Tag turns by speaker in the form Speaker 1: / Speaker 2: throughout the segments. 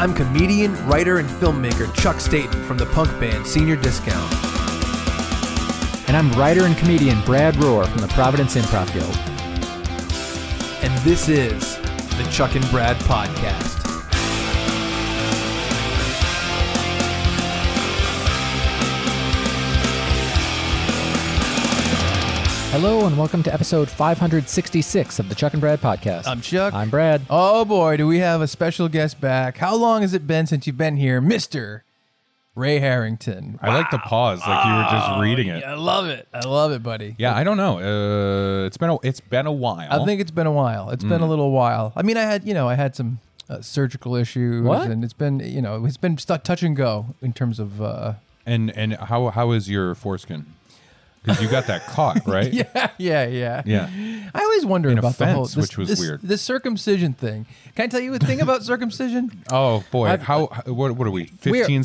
Speaker 1: I'm comedian, writer, and filmmaker Chuck Staten from the punk band Senior Discount.
Speaker 2: And I'm writer and comedian Brad Rohr from the Providence Improv Guild.
Speaker 1: And this is the Chuck and Brad Podcast.
Speaker 2: Hello, and welcome to episode 566 of the Chuck and Brad Podcast.
Speaker 3: I'm Chuck.
Speaker 2: I'm Brad.
Speaker 3: Oh boy, do we have a special guest back. How long has it been since you've been here, Mr. Ray Harrington?
Speaker 4: I like the pause, like you were just reading it.
Speaker 3: I love it. I love it, buddy.
Speaker 4: Yeah, I don't know. Uh, it's been a, it's been a while.
Speaker 3: I think it's been a while. It's
Speaker 4: Mm.
Speaker 3: been a little while. I mean, I had, you know, I had some uh, surgical issues
Speaker 2: What?
Speaker 3: and it's been, you know, it's been stuck touch and go in terms of uh
Speaker 4: And and how how is your foreskin? Because you got that caught, right?
Speaker 3: yeah, yeah, yeah.
Speaker 4: Yeah.
Speaker 3: I always wonder
Speaker 4: In a
Speaker 3: about the whole
Speaker 4: fence, which was
Speaker 3: this,
Speaker 4: weird.
Speaker 3: this circumcision thing. Can I tell you a thing about circumcision?
Speaker 4: Oh boy. how what what are we? Fifteen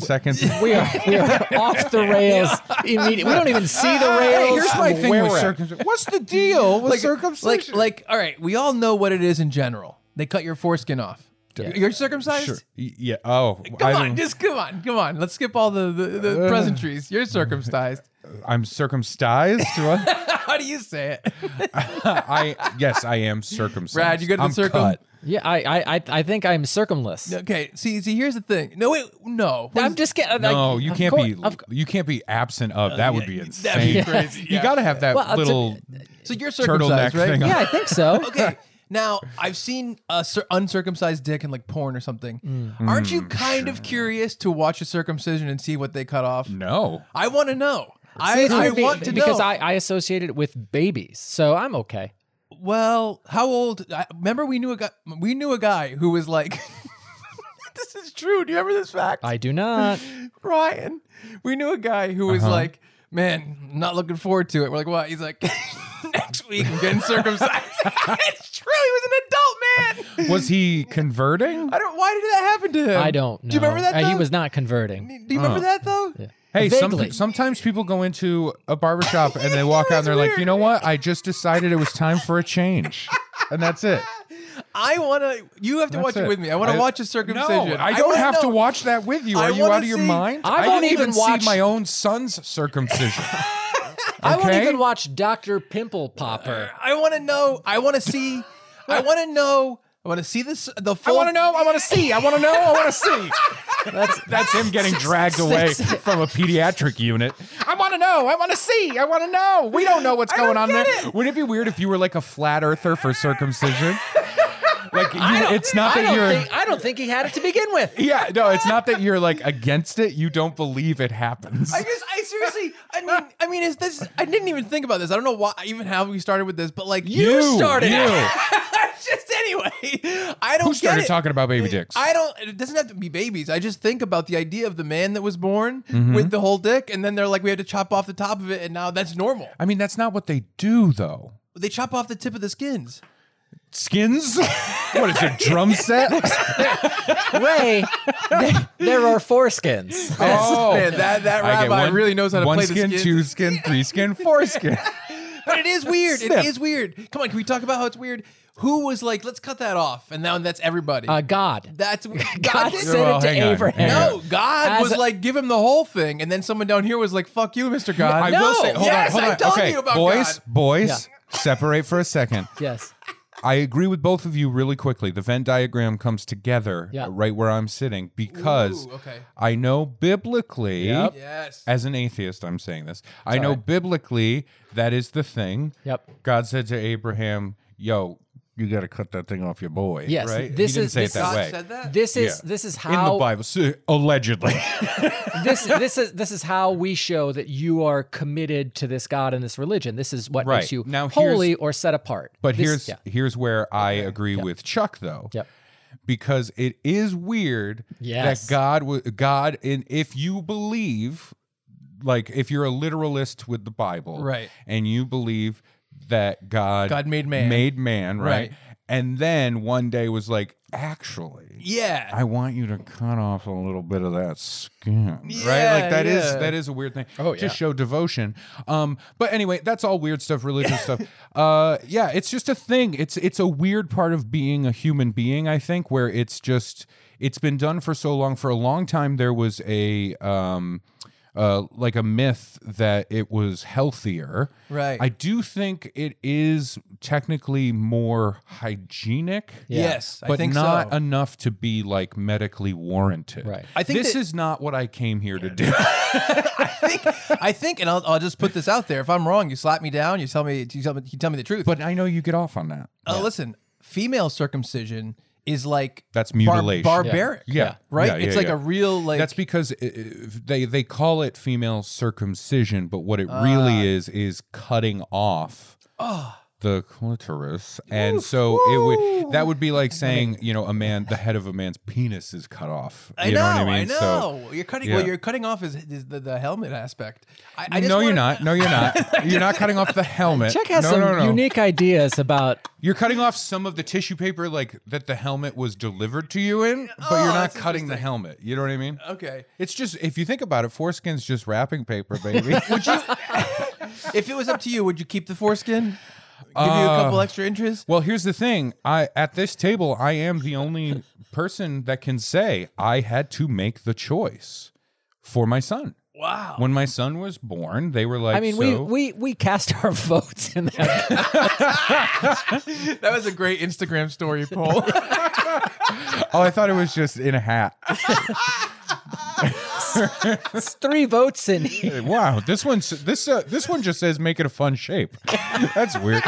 Speaker 4: seconds.
Speaker 2: We are, we are off the rails immediately. We don't even see the rails.
Speaker 4: Hey, here's my thing
Speaker 2: Where
Speaker 4: with
Speaker 2: we're at.
Speaker 4: circumcision. What's the deal with circumcision?
Speaker 3: Like, like, all right, we all know what it is in general. They cut your foreskin off. You're circumcised.
Speaker 4: Sure. Y- Yeah. Oh,
Speaker 3: Come
Speaker 4: I'm,
Speaker 3: on, just come on, come on. Let's skip all the the,
Speaker 4: Uh.
Speaker 3: the pleasantries. You're circumcised.
Speaker 4: I'm circumcised. What?
Speaker 3: How do you say it,
Speaker 4: I yes, I am circumcised.
Speaker 3: Brad? You go to the
Speaker 4: I'm
Speaker 3: circum.
Speaker 4: cut.
Speaker 2: Yeah, I, I, I, I think I'm circumless.
Speaker 3: Okay, see, see, here's the thing. No, wait, no.
Speaker 2: I'm just kidding.
Speaker 4: No,
Speaker 2: Like,
Speaker 4: you
Speaker 2: of
Speaker 4: can't
Speaker 2: course-
Speaker 4: be.
Speaker 2: of course-
Speaker 4: you can't be absent of. That would be
Speaker 3: Oh, that'd
Speaker 4: insane.
Speaker 3: be crazy.
Speaker 4: You
Speaker 3: Yeah.
Speaker 4: got to have that
Speaker 2: Well, it's a-
Speaker 4: little.
Speaker 3: so you're
Speaker 4: turtleneck
Speaker 3: circumcised, right?
Speaker 4: thing on.
Speaker 2: yeah, I think so.
Speaker 3: okay. Now I've seen a cir- uncircumcised dick in like porn or something.
Speaker 2: Mm.
Speaker 3: Aren't you kind of curious to watch a circumcision and see what they cut off?
Speaker 4: No.
Speaker 3: I want to know. I,
Speaker 2: Mm. It's
Speaker 3: I
Speaker 2: weird be-
Speaker 3: want to know
Speaker 2: because I, I associate it with babies, so I'm okay.
Speaker 3: Well, how old? I remember we knew a guy. We knew a guy who was like, "This is true." Do you remember this fact,
Speaker 2: I do not.
Speaker 3: Ryan? We knew a guy who
Speaker 4: Uh-huh.
Speaker 3: was like, "Man, not looking forward to it." We're like, "What?" He's like, "Next week, I'm getting circumcised." it's true. He was an adult man.
Speaker 4: Was he converting?
Speaker 3: I don't. Why did that happen to him?
Speaker 2: I don't know.
Speaker 3: Do you remember that?
Speaker 2: Uh, He
Speaker 3: though?
Speaker 2: was not converting.
Speaker 3: Do you remember
Speaker 4: uh,
Speaker 3: that though?
Speaker 4: Hey,
Speaker 2: Vaguely.
Speaker 4: some, sometimes people go into a barbershop and they walk out and they're like, you know what? I just decided it was time for a change. And that's it.
Speaker 3: I want to. You have to
Speaker 4: That's
Speaker 3: watch it.
Speaker 4: it.
Speaker 3: with me. I want to
Speaker 4: I-
Speaker 3: watch a circumcision.
Speaker 4: No, I don't
Speaker 3: wanna
Speaker 4: have to
Speaker 3: know.
Speaker 4: watch that with you.
Speaker 3: I
Speaker 4: Are you
Speaker 3: wanna
Speaker 4: out of your
Speaker 3: see-
Speaker 4: mind?
Speaker 2: I won't
Speaker 4: didn't
Speaker 2: even watch-
Speaker 4: see my own son's circumcision.
Speaker 2: I won't
Speaker 4: Okay?
Speaker 2: even watch Doctor Pimple Popper.
Speaker 3: I want to know. I want to see. I want to know. I want to see this. The
Speaker 4: I
Speaker 3: full.
Speaker 4: want to know. I want to see. I want to know. I want to see.
Speaker 2: That's
Speaker 4: That's him getting dragged away from a pediatric unit. I want to know. I want to see. I want to know. We don't know what's going on there. Wouldn't it be weird if you were like a flat earther for circumcision? Like you, it's not
Speaker 2: I
Speaker 4: that
Speaker 2: don't
Speaker 4: you're.
Speaker 2: think I don't think he had it to begin with.
Speaker 4: yeah, no, it's not that you're like against it. You don't believe it happens.
Speaker 3: I just. I seriously. I mean. I mean. Is this? I didn't even think about this. I don't know why. Even how we started with this, but like
Speaker 2: started
Speaker 4: You.
Speaker 2: it.
Speaker 3: just anyway. I don't.
Speaker 4: Who
Speaker 3: get
Speaker 4: started
Speaker 3: it.
Speaker 4: talking about baby dicks?
Speaker 3: I don't. It doesn't have to be babies. I just think about the idea of the man that was born
Speaker 4: Mm-hmm.
Speaker 3: with the whole dick, and then they're like, we had to chop off the top of it, and now that's normal.
Speaker 4: I mean, that's not what they do, though.
Speaker 3: They chop off the tip of the skins.
Speaker 4: Skins? what is it? Drum set?
Speaker 2: Ray, there, there are foreskins.
Speaker 4: oh,
Speaker 3: Man, that that
Speaker 4: I get
Speaker 3: rabbi
Speaker 4: one-
Speaker 3: really knows how to
Speaker 4: one
Speaker 3: play
Speaker 4: skin,
Speaker 3: the skins.
Speaker 4: two skin, three skin, four skin.
Speaker 3: But it is weird. It
Speaker 4: Snip.
Speaker 3: is weird. Come on, can we talk about how it's weird? Who was like, let's cut that off, and now that's everybody.
Speaker 2: Uh, God.
Speaker 3: that's God.
Speaker 2: God
Speaker 3: did-
Speaker 2: said
Speaker 4: Well,
Speaker 2: it to
Speaker 4: Oh, hang on,
Speaker 2: Abraham.
Speaker 4: hang on.
Speaker 3: no, God
Speaker 2: As
Speaker 3: was
Speaker 2: a-
Speaker 3: like, give him the whole thing, and then someone down here was like, fuck you, Mister God.
Speaker 4: I
Speaker 3: no,
Speaker 4: will say, hold
Speaker 3: yes,
Speaker 4: on, hold
Speaker 3: I'm
Speaker 4: on.
Speaker 3: telling
Speaker 4: okay,
Speaker 3: you about
Speaker 4: boys,
Speaker 3: God.
Speaker 4: boys, separate for a second.
Speaker 2: Yes.
Speaker 4: I agree with both of you really quickly. The Venn diagram comes together uh,
Speaker 2: Yeah.
Speaker 4: right where I'm sitting because
Speaker 3: Ooh, okay.
Speaker 4: I know biblically,
Speaker 2: Yep.
Speaker 3: Yes.
Speaker 4: as an atheist, I'm saying this. I know
Speaker 2: right.
Speaker 4: biblically that is the thing.
Speaker 2: Yep.
Speaker 4: God said to Abraham, "Yo, you got to cut that thing off your boy."
Speaker 2: Yes,
Speaker 4: right.
Speaker 2: this
Speaker 4: he didn't
Speaker 2: is-
Speaker 4: say
Speaker 2: this
Speaker 4: it that
Speaker 3: God
Speaker 4: way.
Speaker 3: said that.
Speaker 2: This is
Speaker 4: Yeah.
Speaker 2: this is
Speaker 4: in the
Speaker 2: how
Speaker 4: Bible, so- allegedly.
Speaker 2: this this is this is how we show that you are committed to this God and this religion. This is what
Speaker 4: Right.
Speaker 2: makes you
Speaker 4: Now, here's-
Speaker 2: holy or set apart.
Speaker 4: But
Speaker 2: This-
Speaker 4: here's
Speaker 2: yeah.
Speaker 4: here's where I agree with Chuck though.
Speaker 2: Yep.
Speaker 4: Because it is weird
Speaker 2: Yes.
Speaker 4: that God would God in if you believe like if you're a literalist with the Bible
Speaker 3: Right.
Speaker 4: and you believe that God
Speaker 3: God made man.
Speaker 4: made man, right?
Speaker 3: Right.
Speaker 4: and then one day was like, actually,
Speaker 3: Yeah.
Speaker 4: I want you to cut off a little bit of that skin,
Speaker 3: Yeah,
Speaker 4: right? Like that is
Speaker 3: yeah.
Speaker 4: that is a weird thing.
Speaker 5: Oh,
Speaker 4: to
Speaker 5: yeah.
Speaker 4: show devotion. Um, but anyway, that's all weird stuff, religious stuff. Uh, yeah, it's just a thing. It's it's a weird part of being a human being. I think where it's just it's been done for so long. For a long time, there was a um, uh, like a myth that it was healthier.
Speaker 3: Right.
Speaker 4: I do think it is technically more hygienic.
Speaker 3: Yes, I
Speaker 4: but
Speaker 3: think
Speaker 4: not
Speaker 3: so.
Speaker 4: enough to be like medically warranted.
Speaker 2: Right.
Speaker 3: I think
Speaker 4: this
Speaker 3: that-
Speaker 4: is not what I came here to do.
Speaker 3: I think, and I'll, I'll just put this out there. If I'm wrong, you slap me down. You tell me, you tell me, you tell me the truth.
Speaker 4: but I know you get off on that.
Speaker 3: uh, listen, female circumcision is like
Speaker 4: That's
Speaker 3: bar-
Speaker 4: mutilation.
Speaker 3: barbaric.
Speaker 4: Yeah. Yeah.
Speaker 3: right.
Speaker 4: Yeah, yeah,
Speaker 3: it's like
Speaker 4: yeah.
Speaker 3: a real like.
Speaker 4: That's because uh, they they call it female circumcision, but what it
Speaker 3: Ah.
Speaker 4: really is is cutting off the clitoris, and so it would that would be like saying you know a man the head of a man's penis is cut off.
Speaker 3: I
Speaker 4: You
Speaker 3: know,
Speaker 4: know,
Speaker 3: I,
Speaker 4: what I mean?
Speaker 3: know.
Speaker 4: So,
Speaker 3: you're cutting.
Speaker 4: yeah.
Speaker 3: Well, you're cutting off is, is the, the helmet aspect. I, I just
Speaker 4: no, you're
Speaker 3: wanna-
Speaker 4: not. No, you're not. You're not cutting off the helmet.
Speaker 2: Check has
Speaker 4: no,
Speaker 2: some
Speaker 4: no, no.
Speaker 2: unique ideas about
Speaker 4: You're cutting off some of the tissue paper, like that the helmet was delivered to you in, but
Speaker 3: Oh,
Speaker 4: you're not
Speaker 3: that's
Speaker 4: cutting the helmet. You know what I mean?
Speaker 3: Okay.
Speaker 4: It's just if you think about it, foreskin's just wrapping paper, baby.
Speaker 3: Would you, if it was up to you, would you keep the foreskin? Give you a
Speaker 4: Uh,
Speaker 3: couple extra inches.
Speaker 4: Well, here's the thing. I at this table, I am the only person that can say I had to make the choice for my son.
Speaker 3: Wow.
Speaker 4: When my son was born, they were like,
Speaker 2: I mean,
Speaker 4: "So?"
Speaker 2: we, we we cast our votes in that.
Speaker 3: That was a great Instagram story poll.
Speaker 4: Oh, I thought it was just in a hat.
Speaker 2: It's three votes in here.
Speaker 4: wow, this one's this uh, this one just says make it a fun shape. That's weird.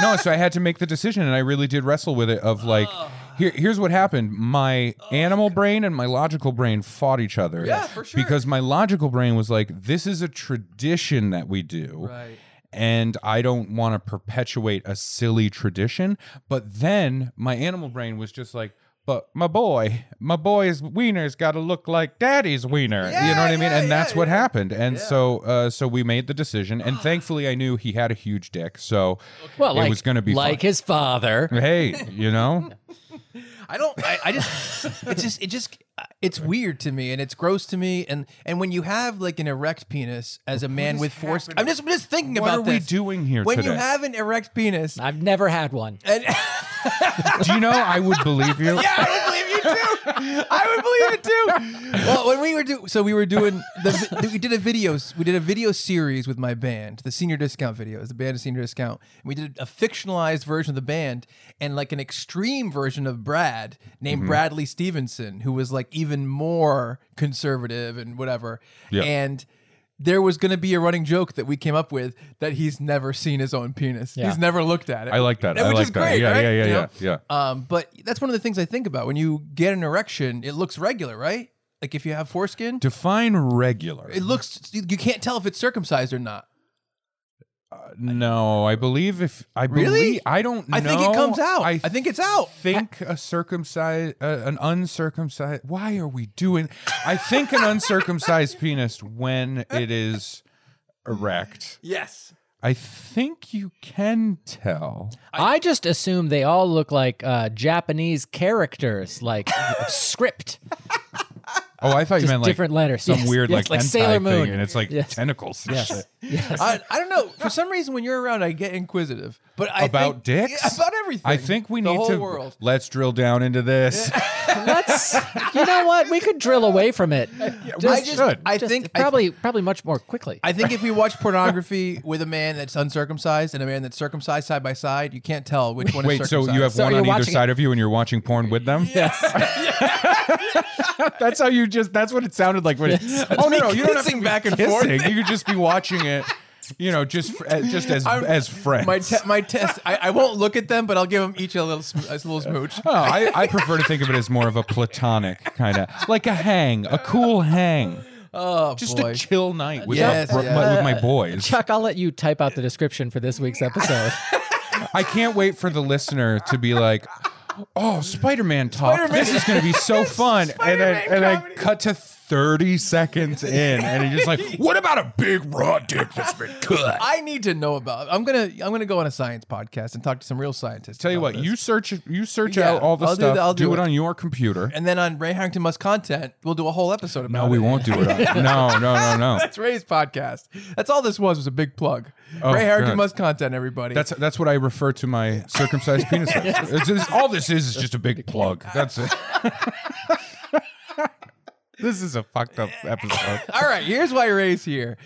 Speaker 4: No, so I had to make the decision, and I really did wrestle with it. Of like,
Speaker 3: Oh.
Speaker 4: here, here's what happened: my animal brain and my logical brain fought each other.
Speaker 3: Yeah, for sure.
Speaker 4: Because my logical brain was like, this is a tradition that we do,
Speaker 3: Right.
Speaker 4: and I don't want to perpetuate a silly tradition. But then my animal brain was just like. But my boy, my boy's wiener's got to look like daddy's wiener. you know what I mean?
Speaker 3: yeah,
Speaker 4: and that's
Speaker 3: yeah,
Speaker 4: what
Speaker 3: yeah.
Speaker 4: happened. And so, uh, so we made the decision. And thankfully, I knew he had a huge dick. So
Speaker 2: Well,
Speaker 4: it
Speaker 2: like,
Speaker 4: was going to be
Speaker 2: like
Speaker 4: fun.
Speaker 2: his father.
Speaker 4: Hey, you know,
Speaker 3: I don't. I, I just. It's just. It just. It's weird to me, and it's gross to me, and and when you have like an erect penis as a man with foreskin, I'm just I'm just thinking
Speaker 4: What
Speaker 3: about
Speaker 4: are we
Speaker 3: this.
Speaker 4: doing here
Speaker 3: When you
Speaker 4: today?
Speaker 3: have an erect penis,
Speaker 2: I've never had one.
Speaker 3: and
Speaker 4: do you know? I would believe you.
Speaker 3: I would believe you too. I would believe it too. Well, when we were doing, so we were doing the, vi- we did a video, we did a video series with my band, the Senior Discount videos, the band of Senior Discount. And we did a fictionalized version of the band and like an extreme version of Brad
Speaker 4: Mm-hmm.
Speaker 3: named Bradley Stevenson, who was like even more conservative and whatever.
Speaker 4: Yeah.
Speaker 3: And there was going to be a running joke that we came up with that he's never seen his own penis.
Speaker 2: Yeah.
Speaker 3: He's never looked at it.
Speaker 4: I like that.
Speaker 3: Which
Speaker 4: I like
Speaker 3: is
Speaker 4: that.
Speaker 3: great,
Speaker 4: yeah,
Speaker 3: right?
Speaker 4: yeah, yeah,
Speaker 3: You
Speaker 4: yeah,
Speaker 3: know?
Speaker 4: yeah.
Speaker 3: Um, but that's one of the things I think about. When you get an erection, it looks regular, right? Like if you have foreskin,
Speaker 4: Define regular.
Speaker 3: it looks you you can't tell if it's circumcised or not.
Speaker 4: No, I believe if I
Speaker 3: Really?
Speaker 4: believe I don't.
Speaker 3: I think it
Speaker 4: know.
Speaker 3: comes out. I think it's out.
Speaker 4: Think a circumcised, uh, an uncircumcised. Why are we doing? I think an uncircumcised penis when it is erect.
Speaker 3: Yes.
Speaker 4: I think you can tell.
Speaker 2: I, just assume they all look like uh, Japanese characters, like script.
Speaker 4: Oh, I thought you
Speaker 2: Just
Speaker 4: meant like
Speaker 2: different letters.
Speaker 4: Some
Speaker 2: Yes,
Speaker 4: weird
Speaker 2: yes,
Speaker 4: like,
Speaker 2: like
Speaker 4: hentai
Speaker 2: Sailor Moon.
Speaker 4: thing, and it's like
Speaker 2: Yes.
Speaker 4: tentacles. and shit.
Speaker 2: Yes.
Speaker 3: I, I don't know. For some reason, when you're around, I get inquisitive. But I
Speaker 4: About
Speaker 3: think,
Speaker 4: dicks?
Speaker 3: Yeah, about everything.
Speaker 4: I think we
Speaker 3: the
Speaker 4: need
Speaker 3: whole
Speaker 4: to
Speaker 3: world.
Speaker 4: let's drill down into this.
Speaker 2: Let's. You know what? We could drill away from it.
Speaker 3: I
Speaker 2: Just-
Speaker 3: just,
Speaker 4: should.
Speaker 3: I
Speaker 2: just
Speaker 3: think I
Speaker 2: probably probably much more quickly.
Speaker 3: I think if you watch pornography with a man that's uncircumcised and a man that's circumcised side by side, you can't tell which one
Speaker 4: Wait,
Speaker 3: is
Speaker 4: so
Speaker 3: circumcised.
Speaker 4: you have
Speaker 2: So
Speaker 4: one
Speaker 2: you're
Speaker 4: on either
Speaker 2: watching it-
Speaker 4: side of you, and you're watching porn with them?
Speaker 2: yes.
Speaker 4: That's how you just. That's what it sounded like. When oh no, no, you don't have to
Speaker 3: kissing
Speaker 4: be
Speaker 3: back and
Speaker 4: kissing.
Speaker 3: forth.
Speaker 4: You could just be watching it. You know, just fr- as- just as
Speaker 3: I'm-
Speaker 4: as friends.
Speaker 3: my te- my test. I, I won't look at them, but I'll give them each a little sm- a little smooch.
Speaker 4: oh, I, I prefer to think of it as more of a platonic kind of like a hang, a cool hang,
Speaker 3: Oh
Speaker 4: just
Speaker 3: boy.
Speaker 4: a chill night with,
Speaker 3: Yes,
Speaker 4: my, bro-
Speaker 3: yes.
Speaker 4: my- with my boys.
Speaker 2: Chuck, I'll let you type out the description for this week's episode.
Speaker 4: I can't wait for the listener to be like, "Oh, Spider-Man talk! This is going to be so fun!" and then and then cut to 30 seconds in, and he's just like, what about a big raw dick that's been cut?
Speaker 3: I uh, need to know about. I'm gonna I'm gonna go on a science podcast and talk to some real scientists.
Speaker 4: Tell you
Speaker 3: about
Speaker 4: what,
Speaker 3: this.
Speaker 4: you search you search
Speaker 3: Yeah,
Speaker 4: out all the
Speaker 3: I'll do
Speaker 4: stuff.
Speaker 3: that, I'll
Speaker 4: do,
Speaker 3: do
Speaker 4: it,
Speaker 3: it.
Speaker 4: on your computer.
Speaker 3: and then on Ray Harrington Must Content, we'll do a whole episode about.
Speaker 4: No, we
Speaker 3: it.
Speaker 4: won't do it. On, no, no, no, no.
Speaker 3: That's Ray's podcast. That's all this was was a big plug.
Speaker 4: Oh,
Speaker 3: Ray Harrington
Speaker 4: good.
Speaker 3: Must Content, everybody.
Speaker 4: That's that's what I refer to my circumcised penis. as. It's just- all this is is just a big plug. That's it. this is a fucked up episode.
Speaker 3: All right, here's why Ray's here.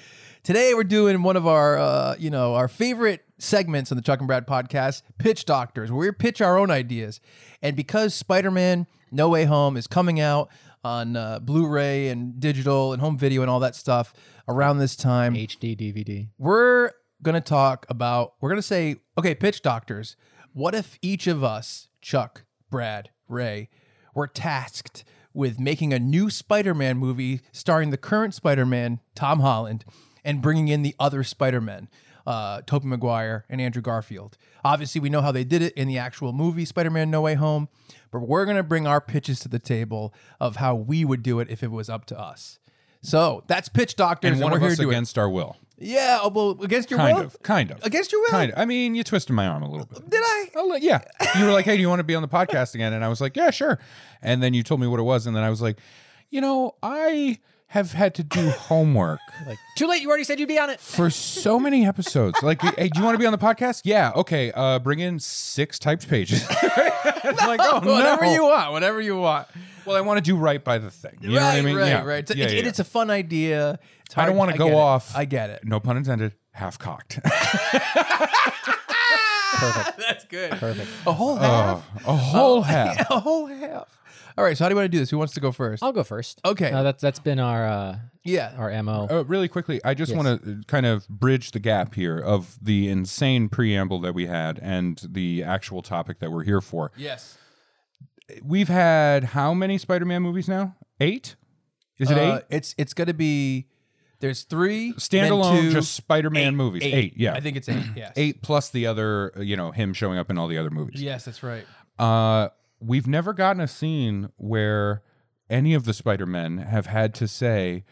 Speaker 3: Today we're doing one of our, uh, you know, our favorite segments on the Chuck and Brad podcast, Pitch Doctors, where we pitch our own ideas. And because Spider-Man: No Way Home is coming out on uh, Blu-ray and digital and home video and all that stuff around this time,
Speaker 2: HD DVD.
Speaker 3: we're gonna talk about. We're gonna say, okay, Pitch Doctors. What if each of us, Chuck, Brad, Ray, were tasked with making a new Spider-Man movie starring the current Spider-Man, Tom Holland, and bringing in the other Spider-Men, uh, Tobey Maguire and Andrew Garfield. Obviously, we know how they did it in the actual movie Spider-Man: No Way Home, but we're gonna bring our pitches to the table of how we would do it if it was up to us. So that's Pitch Doctors,
Speaker 4: And one
Speaker 3: we're
Speaker 4: of
Speaker 3: here
Speaker 4: us
Speaker 3: to do it.
Speaker 4: against our will.
Speaker 3: Yeah, oh, well, against your
Speaker 4: Kind
Speaker 3: will.
Speaker 4: of. Kind of.
Speaker 3: Against your will?
Speaker 4: Kind of. I mean, you twisted my arm a little bit.
Speaker 3: Did I?
Speaker 4: Oh, li- yeah. You were like, hey, do you want to be on the podcast again? And I was like, yeah, sure. And then you told me what it was. And then I was like, you know, I have had to do homework
Speaker 2: Like too late. You already said you'd be on it.
Speaker 4: for so many episodes. Like, hey, do you want to be on the podcast? Yeah. Okay. Uh, bring in six typed pages. It's like, oh, no.
Speaker 3: Whatever you want, whatever you want.
Speaker 4: well, I want to do right by the thing. You
Speaker 3: right,
Speaker 4: know what I mean?
Speaker 3: right,
Speaker 4: yeah.
Speaker 3: right. It's,
Speaker 4: yeah,
Speaker 3: it's,
Speaker 4: yeah, yeah.
Speaker 3: it's a fun idea. It's
Speaker 4: I
Speaker 3: hard-
Speaker 4: don't want to
Speaker 3: get
Speaker 4: go
Speaker 3: it.
Speaker 4: off.
Speaker 3: I get it.
Speaker 4: No pun intended. Half cocked.
Speaker 3: That's good. Perfect. A whole half.
Speaker 4: Oh, a whole half.
Speaker 3: A whole half. All right. So how do you want to do this? Who wants to go first?
Speaker 2: I'll go first.
Speaker 3: Okay.
Speaker 2: Uh, that's that's been our uh,
Speaker 3: yeah.
Speaker 2: our mo.
Speaker 4: Uh, really quickly, I just want to kind of bridge the gap here of the insane preamble that we had and the actual topic that we're here for.
Speaker 3: Yes.
Speaker 4: We've had how many Spider Man movies now? Eight? Is it
Speaker 3: Uh,
Speaker 4: eight?
Speaker 3: it's it's gonna be. There's three then
Speaker 4: Standalone,
Speaker 3: two,
Speaker 4: just Spider Man movies. Eight, yeah.
Speaker 3: I think it's eight. Yes.
Speaker 4: eight plus the other, uh, you know, him showing up in all the other movies.
Speaker 3: Yes, that's right.
Speaker 4: Uh, we've never gotten a scene where any of the Spider Men have had to say,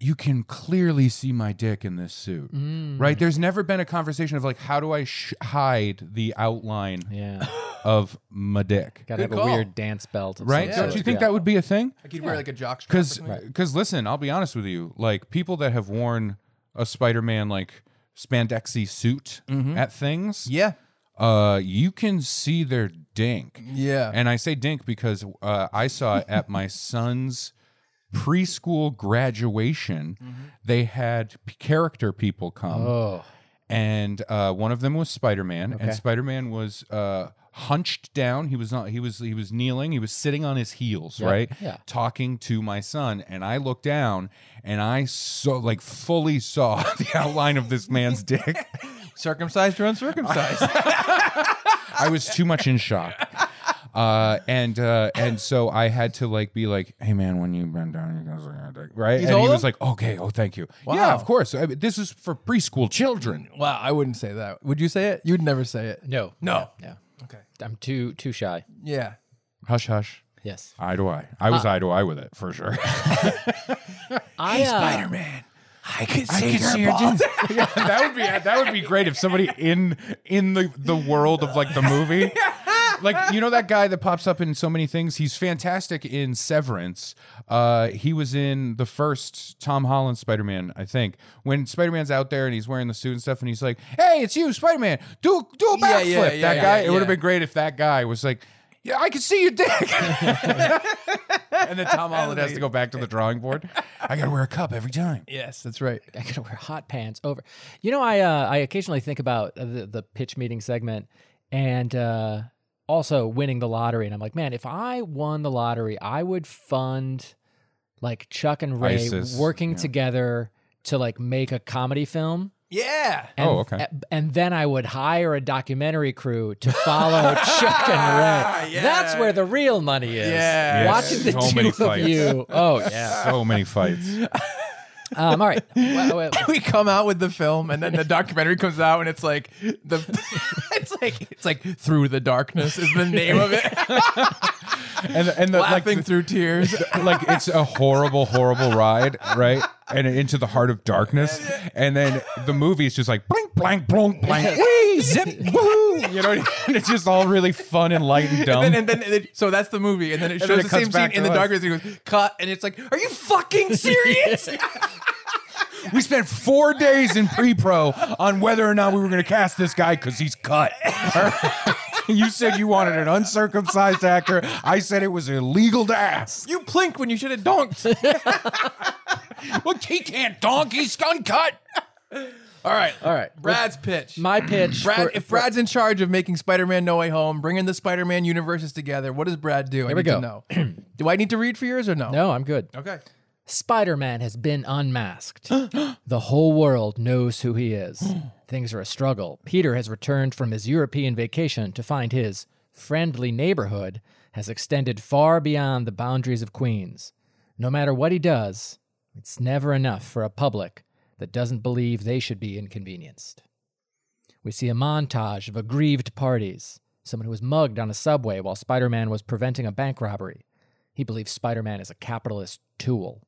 Speaker 4: "You can clearly see my dick in this suit."
Speaker 2: Mm.
Speaker 4: Right? There's never been a conversation of like, "How do I sh- hide the outline
Speaker 2: Yeah,
Speaker 4: of my dick?"
Speaker 2: gotta have
Speaker 3: Good
Speaker 2: a
Speaker 3: call.
Speaker 2: weird dance belt. of
Speaker 4: Right?
Speaker 2: some
Speaker 4: Don't
Speaker 2: sort,
Speaker 4: you think
Speaker 2: yeah.
Speaker 4: that would be a thing?
Speaker 3: I could wear like a jockstrap. or
Speaker 4: Because,
Speaker 3: something.
Speaker 4: because listen, I'll be honest with you. Like people that have worn a Spider Man like spandexy suit
Speaker 2: Mm-hmm.
Speaker 4: at things,
Speaker 3: yeah,
Speaker 4: uh, you can see their dink.
Speaker 3: yeah.
Speaker 4: And I say dink because uh, I saw it at my son's preschool graduation. They had p- character people come,
Speaker 2: Mm-hmm. Oh,
Speaker 4: and uh, one of them was Spider Man, and Spider Man was. Uh, hunched down he was not he was he was kneeling he was sitting on his heels right
Speaker 2: yeah.
Speaker 4: talking to my son and i looked down and i so like fully saw the outline of this man's dick
Speaker 3: circumcised or uncircumcised.
Speaker 4: I was too much in shock. Uh, and uh, and so I had to like be like, hey man, when you bend down, you guys are gonna dick," right. and
Speaker 3: told
Speaker 4: he was
Speaker 3: him?
Speaker 4: like, okay, oh thank you.
Speaker 3: Wow.
Speaker 4: Yeah, of course. I mean, this is for preschool children.
Speaker 3: wow, I wouldn't say that. Would you say it? You'd never say it.
Speaker 2: no,
Speaker 3: No.
Speaker 2: no.
Speaker 3: Okay.
Speaker 2: I'm too too shy.
Speaker 3: Yeah.
Speaker 4: Hush, hush. Uh,
Speaker 2: Yes,
Speaker 4: Eye to eye. I was eye to eye with it for sure.
Speaker 2: I uh,
Speaker 3: Man, I could see your
Speaker 4: Yeah, that would be that would be great if somebody in in the the world of like the movie. Like you know that guy that pops up in so many things. He's fantastic in Severance. Uh, he was in the first Tom Holland Spider Man, I think. When Spider Man's out there and he's wearing the suit and stuff, and he's like, "Hey, it's you, Spider Man. Do do a
Speaker 3: Yeah, yeah,
Speaker 4: backflip."
Speaker 3: yeah,
Speaker 4: that
Speaker 3: yeah,
Speaker 4: guy.
Speaker 3: yeah.
Speaker 4: It would have been great if that guy was like, "Yeah, I can see your dick." and then Tom Holland has to go back to the drawing board. I gotta wear a cup every time.
Speaker 3: Yes, that's right.
Speaker 2: I gotta wear hot pants over. You know, I uh, I occasionally think about uh, the the pitch meeting segment and uh, also winning the lottery, and I'm like, man, if I won the lottery, I would fund like Chuck and Ray
Speaker 4: ISIS,
Speaker 2: working
Speaker 4: yeah.
Speaker 2: together to like make a comedy film.
Speaker 3: Yeah.
Speaker 2: And,
Speaker 4: Oh, okay.
Speaker 2: a- And then I would hire a documentary crew to follow Chuck and Ray.
Speaker 3: Yeah.
Speaker 2: That's where the real money is.
Speaker 3: Yes.
Speaker 2: Watching the
Speaker 4: So
Speaker 2: two
Speaker 4: many
Speaker 2: of
Speaker 4: fights.
Speaker 2: you. Oh yeah.
Speaker 4: So many fights.
Speaker 2: Um, all right. Well, well,
Speaker 3: We come out with the film, and then the documentary comes out, and it's like the, it's like it's like through the darkness is the name of it.
Speaker 4: and the- and the, like
Speaker 3: laughing
Speaker 4: the-
Speaker 3: through tears.
Speaker 4: like it's a horrible, horrible ride, right? And into the heart of darkness, and then the movie is just like blink, blank, blonk, blank, wee, zip, woohoo. You know, what I mean? and it's just all really fun and light and dumb.
Speaker 3: And then, and then, and then- so that's the movie, and then it
Speaker 4: And
Speaker 3: shows
Speaker 4: then it
Speaker 3: the
Speaker 4: cuts
Speaker 3: same
Speaker 4: back
Speaker 3: scene in
Speaker 4: to
Speaker 3: the
Speaker 4: us.
Speaker 3: darkness. And it goes cut, and it's like, are you fucking serious?
Speaker 4: we spent four days in pre-pro on whether or not we were going to cast this guy because he's cut. you said you wanted an uncircumcised actor. I said it was illegal to ask.
Speaker 3: you plink when you should have donked.
Speaker 4: Well, he can't donk. He's uncut.
Speaker 3: All right,
Speaker 2: All right.
Speaker 3: Brad's pitch.
Speaker 2: My pitch.
Speaker 3: Brad,
Speaker 2: for-
Speaker 3: if
Speaker 2: for-
Speaker 3: Brad's in charge of making Spider-Man No Way Home, bringing the Spider-Man universes together, what does Brad do? I
Speaker 2: we
Speaker 3: need to
Speaker 2: go.
Speaker 3: know. do I need to read for yours or no?
Speaker 2: no, I'm good.
Speaker 3: Okay.
Speaker 2: Spider Man has been unmasked. the whole world knows who he is. Things are a struggle. Peter has returned from his European vacation to find his friendly neighborhood has extended far beyond the boundaries of Queens. No matter what he does, it's never enough for a public that doesn't believe they should be inconvenienced. We see a montage of aggrieved parties. Someone who was mugged on a subway while Spider Man was preventing a bank robbery. He believes Spider Man is a capitalist tool.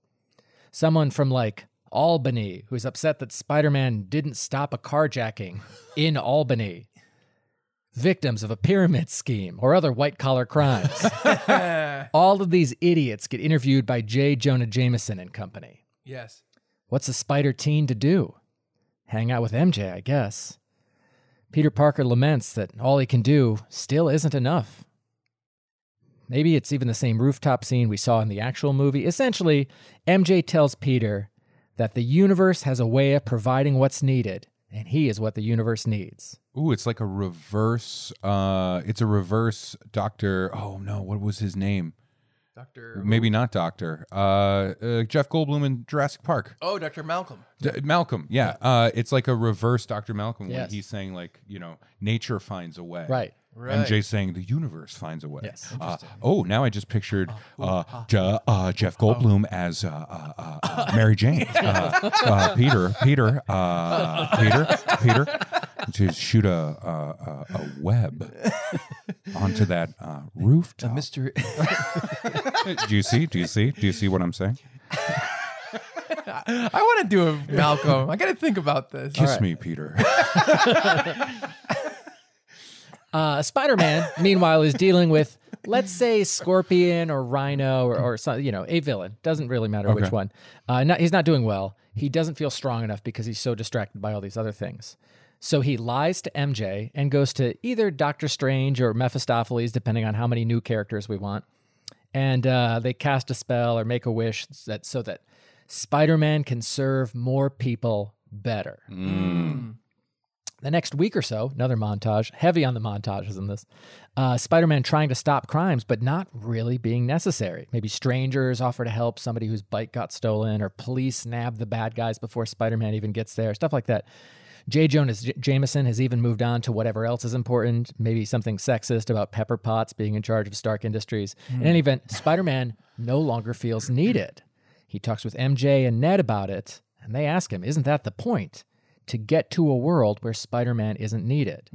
Speaker 2: Someone from like Albany who's upset that Spider Man didn't stop a carjacking in Albany. Victims of a pyramid scheme or other white collar crimes. All of these idiots get interviewed by J. Jonah Jameson and company.
Speaker 3: Yes.
Speaker 2: What's a spider teen to do? Hang out with MJ, I guess. Peter Parker laments that all he can do still isn't enough. Maybe it's even the same rooftop scene we saw in the actual movie. Essentially, MJ tells Peter that the universe has a way of providing what's needed, and he is what the universe needs.
Speaker 4: Ooh, it's like a reverse. uh It's a reverse Doctor. Oh no, what was his name?
Speaker 3: Dr.
Speaker 4: Maybe not Doctor. Uh, uh Jeff Goldblum in Jurassic Park.
Speaker 3: Oh, Dr. Malcolm.
Speaker 4: D- Malcolm. Yeah. Uh, it's like a reverse Doctor Malcolm when
Speaker 2: Yes.
Speaker 4: he's saying like, you know, nature finds a way.
Speaker 2: Right.
Speaker 3: Right.
Speaker 4: MJ saying the universe finds a way.
Speaker 2: Yes.
Speaker 4: Uh, oh, now I just pictured uh, Je- uh, Jeff Goldblum as uh, uh, uh, uh, Mary Jane. Uh, uh, Peter, Peter, uh, Peter, Peter, to shoot a, a, a- a web onto that uh, rooftop.
Speaker 3: Mr.
Speaker 4: do you see? Do you see? Do you see what I'm saying?
Speaker 3: I want to do a Malcolm. I got to think about this.
Speaker 4: Kiss me, Peter.
Speaker 2: Uh, Spider Man, meanwhile, is dealing with, let's say, Scorpion or Rhino or, or some, you know, a villain. Doesn't really matter which one. Uh, not, he's not doing well. He doesn't feel strong enough because he's so distracted by all these other things. So he lies to MJ and goes to either Doctor Strange or Mephistopheles, depending on how many new characters we want. And uh, they cast a spell or make a wish that so that Spider Man can serve more people better. The next week or so, another montage, heavy on the montages in this. Uh, Spider Man trying to stop crimes, but not really being necessary. Maybe strangers offer to help somebody whose bike got stolen, or police nab the bad guys before Spider Man even gets there, stuff like that. J. Jonas J- Jameson has even moved on to whatever else is important, maybe something sexist about Pepper Potts being in charge of Stark Industries. In any event, Spider Man no longer feels needed. He talks with MJ and Ned about it, and they ask him, Isn't that the point? To get to a world where Spider Man isn't needed.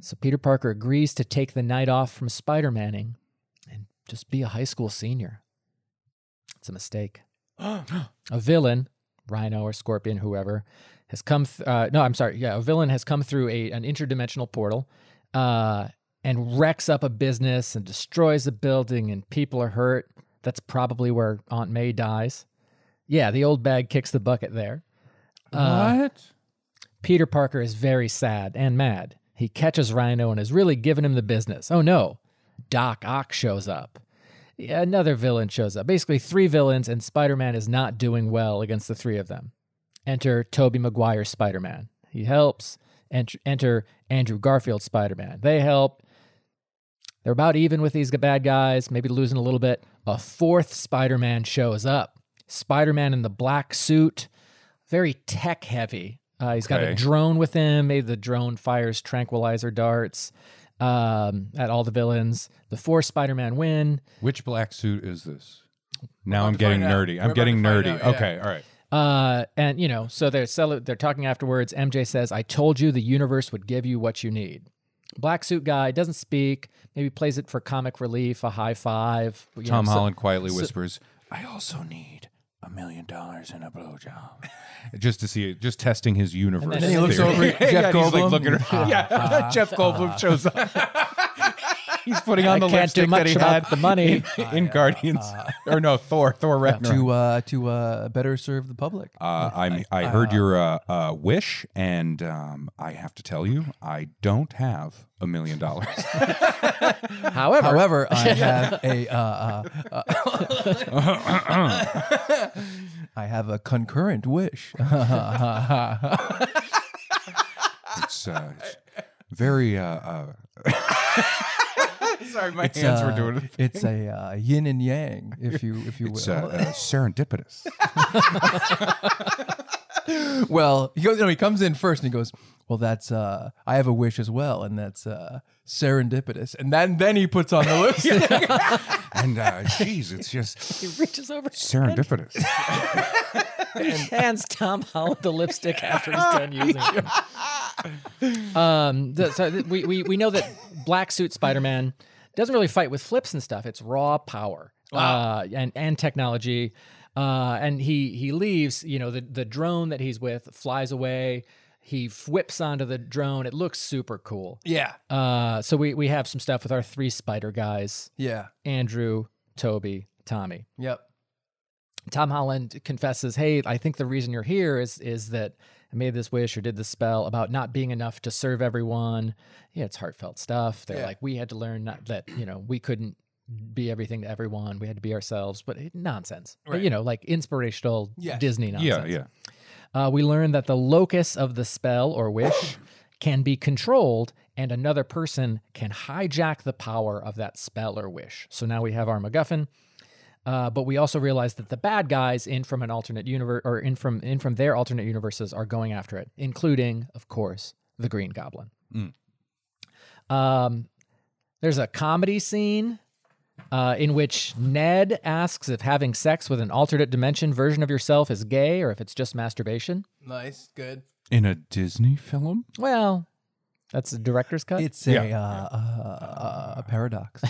Speaker 2: So Peter Parker agrees to take the night off from Spider Manning and just be a high school senior. It's a mistake.
Speaker 4: Uh,
Speaker 2: a villain, Rhino or Scorpion, whoever, has come. Th- uh, no, I'm sorry. Yeah, a villain has come through a an interdimensional portal, uh, and wrecks up a business and destroys a building, and people are hurt. That's probably where Aunt May dies. Yeah, the old bag kicks the bucket there.
Speaker 4: what?
Speaker 2: Peter Parker is very sad and mad. He catches Rhino and is really giving him the business. Oh no, Doc Ock shows up. Yeah, Another villain shows up. Basically, three villains, and Spider Man is not doing well against the three of them. Enter Tobey Maguire Spider Man. He helps. Ent- enter Andrew Garfield Spider Man. They help. They're about even with these bad guys, maybe losing a little bit. A fourth Spider Man shows up. Spider Man in the black suit, very tech heavy. Uh, he's got
Speaker 4: Okay.
Speaker 2: a drone with him. Maybe the drone fires tranquilizer darts um, at all the villains. The four Spider Man win.
Speaker 4: Which black suit is this? Now I'm
Speaker 3: to
Speaker 4: getting
Speaker 3: find out.
Speaker 4: nerdy.
Speaker 3: We're
Speaker 4: I'm
Speaker 3: about
Speaker 4: getting
Speaker 3: to find
Speaker 4: nerdy.
Speaker 3: out, yeah.
Speaker 4: Okay, all right.
Speaker 2: Uh, and you know, so they're cel- they're talking afterwards. MJ says, "I told you the universe would give you what you need." Black suit guy doesn't speak. Maybe plays it for comic relief, a high five. you know,
Speaker 4: Tom
Speaker 2: so-
Speaker 4: Holland quietly whispers, "I also need a million dollars and a blowjob," just to see it, just testing his universe.
Speaker 2: then-
Speaker 3: And then he looks
Speaker 4: theory.
Speaker 3: over at
Speaker 4: Yeah,
Speaker 3: Jeff
Speaker 4: he's like
Speaker 3: Goldblum.
Speaker 4: looking around. yeah, Jeff Goldblum shows up. he's putting on
Speaker 2: I
Speaker 4: the
Speaker 2: can't
Speaker 4: lipstick
Speaker 2: do much
Speaker 4: that he
Speaker 2: about
Speaker 4: had
Speaker 2: the money. uh,
Speaker 4: in Guardians, or no, Thor, Thor Ragnarok.
Speaker 3: to uh, to uh, better serve the public.
Speaker 4: Uh, I'm, I heard your uh, uh, wish, and um, I have to tell you, I don't have a million dollars.
Speaker 2: However,
Speaker 3: However, I have a uh, uh, uh, I have a concurrent wish.
Speaker 4: It's, uh, it's very. Uh, uh, Sorry, my
Speaker 3: It's, uh, It's a uh, yin and yang, if you if you
Speaker 4: It's
Speaker 3: will.
Speaker 4: uh, uh, serendipitous.
Speaker 3: well, he goes. No, he comes in first and he goes. Well, that's. Uh, I have a wish as well, and that's uh, serendipitous. And then then he puts on the lipstick.
Speaker 4: and uh, geez, it's just
Speaker 2: he reaches over,
Speaker 4: serendipitous.
Speaker 2: hands Tom Holland the lipstick after he's done using it. Um, the, so th- we, we we know that black suit Spider Man doesn't really fight with flips and stuff. It's raw power uh, and and technology. Uh, and he he leaves. You know the the drone that he's with flies away. He whips onto the drone. It looks super cool.
Speaker 3: yeah,
Speaker 2: Uh, so we we have some stuff with our three spider guys:
Speaker 3: yeah,
Speaker 2: Andrew, Toby, Tommy.
Speaker 3: yep.
Speaker 2: Tom Holland confesses, "Hey, I think the reason you're here is is that I made this wish or did this spell about not being enough to serve everyone. Yeah, it's heartfelt stuff. They're
Speaker 3: Yeah.
Speaker 2: like, we had to learn not, that you know we couldn't be everything to everyone. We had to be ourselves. But it, nonsense. But, You
Speaker 3: Right.
Speaker 2: know, like inspirational
Speaker 3: Yes.
Speaker 2: Disney
Speaker 4: yeah,
Speaker 2: nonsense.
Speaker 4: yeah.
Speaker 2: Uh, we learn that the locus of the spell or wish can be controlled, and another person can hijack the power of that spell or wish. So now we have our MacGuffin. Uh, but we also realize that the bad guys in from an alternate universe or in from in from their alternate universes are going after it, including, of course, the Green Goblin. Um, there's a comedy scene uh, in which Ned asks if having sex with an alternate dimension version of yourself is gay or if it's just masturbation.
Speaker 3: Nice, good.
Speaker 4: In a Disney film,
Speaker 2: Well, that's the director's cut.
Speaker 3: It's
Speaker 4: Yeah.
Speaker 3: a, uh, uh, a paradox,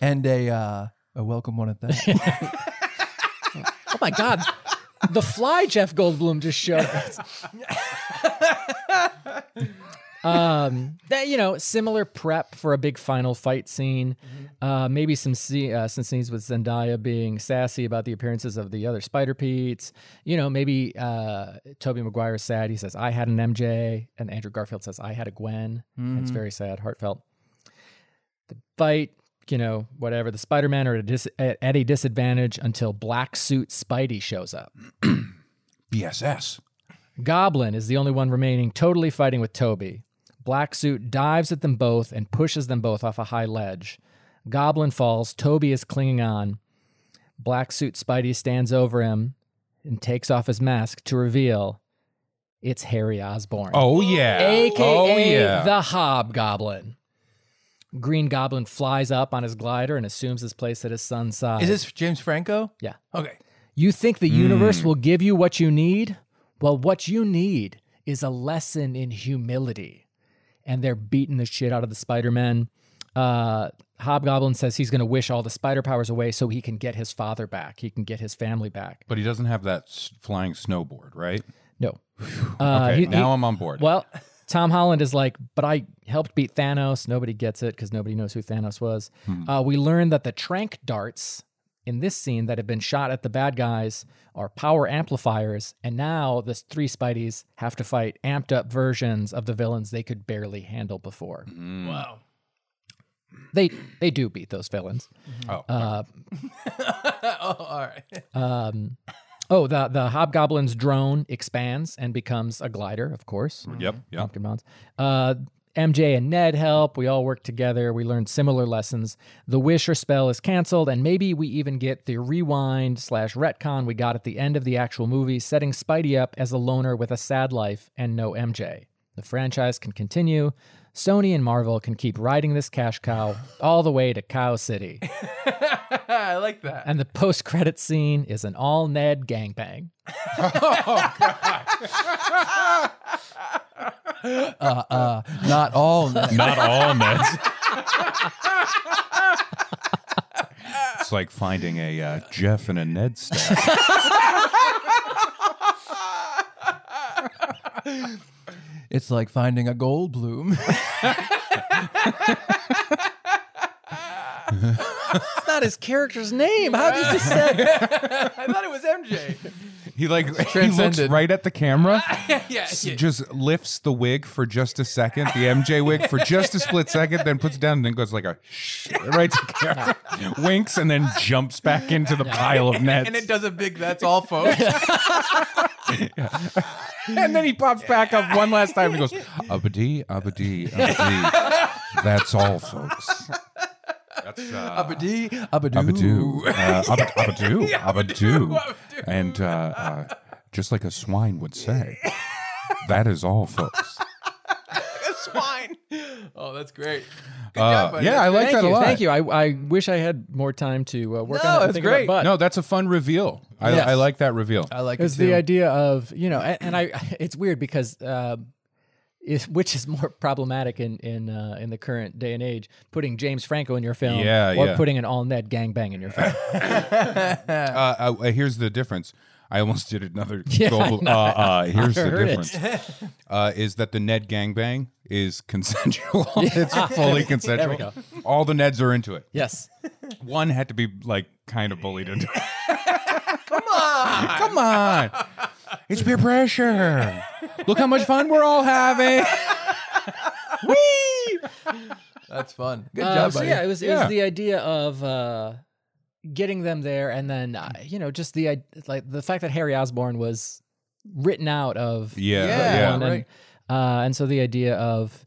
Speaker 3: and a uh, a welcome one at that.
Speaker 2: oh my god, the fly Jeff Goldblum just showed. us. um, that you know, similar prep for a big final fight scene. Uh, maybe some se- uh, some scenes with Zendaya being sassy about the appearances of the other Spider Pete's. You know, maybe uh, Toby Maguire is sad. He says, "I had an MJ," and Andrew Garfield says, "I had a Gwen." And it's very sad, heartfelt. fight, you know, whatever. The Spider Man are at a, dis- at, at a disadvantage until Black Suit Spidey shows up.
Speaker 4: BSS.
Speaker 2: Goblin is the only one remaining, totally fighting with Toby. Black Suit dives at them both and pushes them both off a high ledge. Goblin falls. Toby is clinging on. Black Suit Spidey stands over him and takes off his mask to reveal it's Harry Osborn.
Speaker 4: Oh yeah.
Speaker 2: AKA
Speaker 4: oh yeah.
Speaker 2: the Hobgoblin. Green Goblin flies up on his glider and assumes his place at his son's side.
Speaker 3: Is this James Franco?
Speaker 2: Yeah.
Speaker 3: Okay.
Speaker 2: you think the universe
Speaker 4: Hmm.
Speaker 2: will give you what you need? Well, what you need is a lesson in humility. And they're beating the shit out of the Spider Man. Uh, Hobgoblin says he's going to wish all the spider powers away so he can get his father back. He can get his family back.
Speaker 4: but he doesn't have that s- flying snowboard, right?
Speaker 2: No. Uh,
Speaker 4: okay,
Speaker 2: he-
Speaker 4: now
Speaker 2: he-
Speaker 4: I'm on board.
Speaker 2: Well, Tom Holland is like, but I helped beat Thanos. Nobody gets it because nobody knows who Thanos was.
Speaker 3: Hmm.
Speaker 2: Uh, we learn that the Trank darts in this scene that have been shot at the bad guys are power amplifiers, and now the three Spideys have to fight amped up versions of the villains they could barely handle before.
Speaker 3: Mm-hmm. Wow.
Speaker 2: They they do beat those villains. Uh,
Speaker 4: Oh,
Speaker 3: Mm-hmm. oh, all right.
Speaker 2: Um, oh, the the Hobgoblin's drone expands and becomes a glider, of course.
Speaker 3: Mm-hmm.
Speaker 4: yep, yep.
Speaker 2: pumpkin mounds. Uh, MJ and Ned help. We all work together. We learn similar lessons. The wish or spell is canceled, and maybe we even get the rewind slash retcon we got at the end of the actual movie, setting Spidey up as a loner with a sad life and no MJ. The franchise can continue. Sony and Marvel can keep riding this cash cow all the way to Cow City.
Speaker 3: I like that.
Speaker 2: And the post credit scene is an all Ned gangbang.
Speaker 3: Uh, uh, not all. men.
Speaker 4: Not all meds. it's like finding a uh, Jeff and a Ned stack.
Speaker 3: It's like finding a gold bloom.
Speaker 2: That's not his character's name. How did you just say?
Speaker 3: I thought it was MJ.
Speaker 4: He like he looks
Speaker 3: Transcended.
Speaker 4: right at the camera,
Speaker 3: yeah,
Speaker 4: s- just lifts the wig for just a second, the MJ wig for just a split second, then puts it down and then goes like a shh right to camera, winks and then jumps back into the pile of nets.
Speaker 3: and it does a big. That's all, folks.
Speaker 4: And then he pops back up one last time and goes, Abadi, Abadi, Abadi. That's all, folks. That's uh,
Speaker 3: Abadee, abadoo.
Speaker 4: Abadoo. Uh, Ab- Abadoo. Abadoo. And uh, uh, just like a swine would say, that is all, folks.
Speaker 3: swine. Oh, that's great. Good
Speaker 4: Uh,
Speaker 3: job, buddy.
Speaker 4: yeah, I like
Speaker 2: Thank
Speaker 4: that
Speaker 2: you.
Speaker 4: a lot.
Speaker 2: Thank you. I, I wish I had more time to uh, work
Speaker 3: No,
Speaker 2: on it. and
Speaker 3: it's
Speaker 2: think about
Speaker 3: great.
Speaker 2: Bud.
Speaker 4: No, that's a fun reveal. I,
Speaker 3: Yes.
Speaker 4: I like that reveal.
Speaker 3: I like it
Speaker 2: It's
Speaker 3: too.
Speaker 2: the idea of you know, and, and I. It's weird because uh, is which is more problematic in in uh, in the current day and age, putting James Franco in your film,
Speaker 4: Yeah,
Speaker 2: or
Speaker 4: yeah.
Speaker 2: putting an all Ned gangbang in your film.
Speaker 4: Uh, uh, here's the difference. I almost did another. goal. Uh, uh, here's the
Speaker 2: heard it.
Speaker 4: difference: uh, is that the Ned gangbang is consensual. it's fully consensual.
Speaker 2: go.
Speaker 4: All the Neds are into it.
Speaker 2: yes,
Speaker 4: One had to be like kind of bullied into it. Come on, come on! It's peer pressure. Look how much fun we're all having.
Speaker 3: That's fun. Good
Speaker 2: Uh,
Speaker 3: job,
Speaker 2: so
Speaker 3: buddy.
Speaker 2: yeah, it was, it
Speaker 4: Yeah.
Speaker 2: was the idea of uh, getting them there, and then uh, you know, just the i- like the fact that Harry Osborne was written out of
Speaker 4: Yeah,
Speaker 3: Yeah.
Speaker 4: yeah.
Speaker 2: one,
Speaker 3: right.
Speaker 2: and, uh, and so the idea of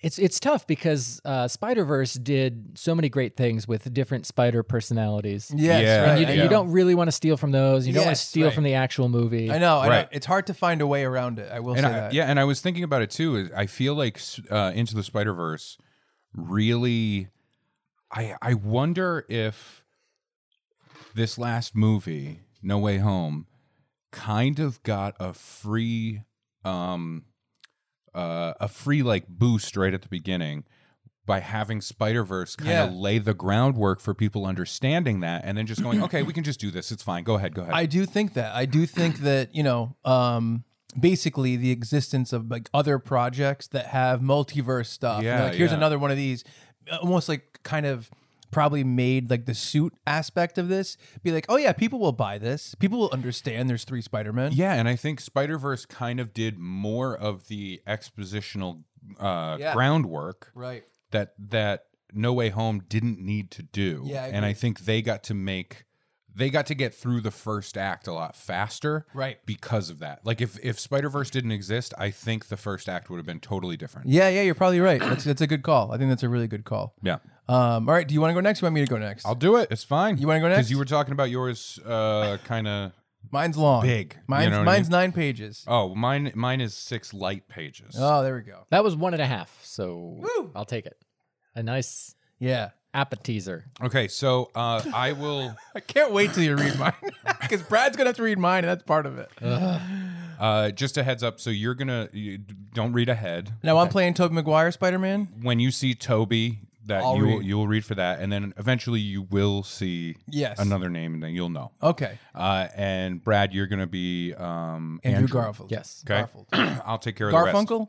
Speaker 2: it's it's tough because uh, Spider Verse did so many great things with different Spider personalities.
Speaker 3: Yes,
Speaker 4: Yeah.
Speaker 3: right.
Speaker 2: You,
Speaker 3: I
Speaker 2: you
Speaker 3: know.
Speaker 2: don't really want to steal from those. You don't want to
Speaker 3: Yes,
Speaker 2: steal
Speaker 3: right.
Speaker 2: from the actual movie.
Speaker 3: I know. I know.
Speaker 4: Right.
Speaker 3: It's hard to find a way around it. I will
Speaker 4: and
Speaker 3: say
Speaker 4: I,
Speaker 3: that.
Speaker 4: yeah, and I was thinking about it too. Is I feel like uh, Into the Spider Verse really. I I wonder if this last movie, No Way Home, kind of got a free, um, uh, a free like boost right at the beginning by having Spider Verse kind of
Speaker 3: Yeah.
Speaker 4: lay the groundwork for people understanding that, and then just going, okay, we can just do this. It's fine. Go ahead. Go ahead.
Speaker 3: I do think that. I do think that, you know, um, basically the existence of like other projects that have multiverse stuff.
Speaker 4: Yeah,
Speaker 3: Yeah, like, here's
Speaker 4: yeah.
Speaker 3: another one of these, uh, almost like kind of probably made like the suit aspect of this be like, oh yeah, people will buy this. People will understand there's three Spider-Men.
Speaker 4: Yeah, and I think Spider Verse kind of did more of the expositional uh,
Speaker 3: Yeah.
Speaker 4: groundwork
Speaker 3: Right.
Speaker 4: that that No Way Home didn't need to do.
Speaker 3: Yeah, I
Speaker 4: and I think they got to make they got to get through the first act a lot faster,
Speaker 3: Right.
Speaker 4: Because of that, like if if Spider Verse didn't exist, I think the first act would have been totally different.
Speaker 3: Yeah, yeah, you're probably right. That's that's a good call. I think that's a really good call.
Speaker 4: Yeah,
Speaker 3: Um, all right, do you want to go next? Or you want me to go next?
Speaker 4: I'll do it. It's fine.
Speaker 3: You wanna go
Speaker 4: Because
Speaker 3: next?
Speaker 4: you were talking about yours, uh, kind of.
Speaker 3: mine's long.
Speaker 4: Big. You
Speaker 3: Mine's
Speaker 4: know what I
Speaker 3: mine's
Speaker 4: mean?
Speaker 3: nine pages.
Speaker 4: Oh, mine mine is six light pages.
Speaker 3: Oh, there we go.
Speaker 2: That was one and a half, so I'll take it. A nice
Speaker 3: Yeah.
Speaker 2: appetizer.
Speaker 4: Okay, so uh, I will.
Speaker 3: I can't wait till you read mine. Because Brad's gonna have to read mine, and that's part of it.
Speaker 4: Uh, just a heads up. So you're gonna you, don't read ahead.
Speaker 3: Now I'm playing Tobey Maguire Spider Man.
Speaker 4: When you see Toby, that
Speaker 3: I'll
Speaker 4: you will
Speaker 3: read.
Speaker 4: you will read for that, and then eventually you will see
Speaker 3: Yes.
Speaker 4: another name, and then you'll know.
Speaker 3: Okay.
Speaker 4: Uh, and Brad, you're gonna be um,
Speaker 3: Andrew, Garfield.
Speaker 2: Yes.
Speaker 4: Okay.
Speaker 3: Garfield.
Speaker 4: I'll take care of the rest.
Speaker 3: Garfunkel.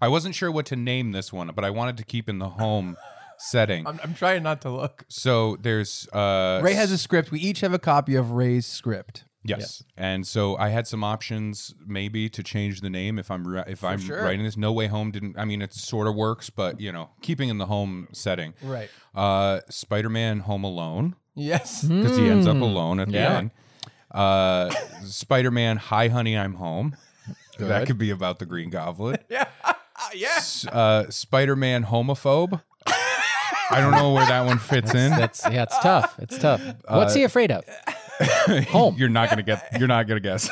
Speaker 4: I wasn't sure what to name this one, but I wanted to keep in the home setting.
Speaker 3: I'm, I'm trying not to look.
Speaker 4: So there's uh,
Speaker 3: Ray has a script. We each have a copy of Ray's script.
Speaker 4: Yes. And so I had some options maybe to change the name if I'm ri- if I'm
Speaker 3: sure.
Speaker 4: writing this. No Way Home didn't I mean it sort of works, but you know, keeping in the home setting.
Speaker 3: Right.
Speaker 4: Uh Spider-Man Home Alone
Speaker 3: Yes.
Speaker 4: because he ends up alone at the
Speaker 2: Mm. Yeah.
Speaker 4: end. Uh Spider-Man Hi Honey I'm Home. That could be about the Green Goblin.
Speaker 3: yes.
Speaker 4: S- Uh Spider-Man Homophobe. I don't know where that one fits in.
Speaker 2: That's yeah, it's tough. It's tough.
Speaker 4: Uh,
Speaker 2: What's he afraid of? Home.
Speaker 4: You're not gonna get. You're not gonna guess.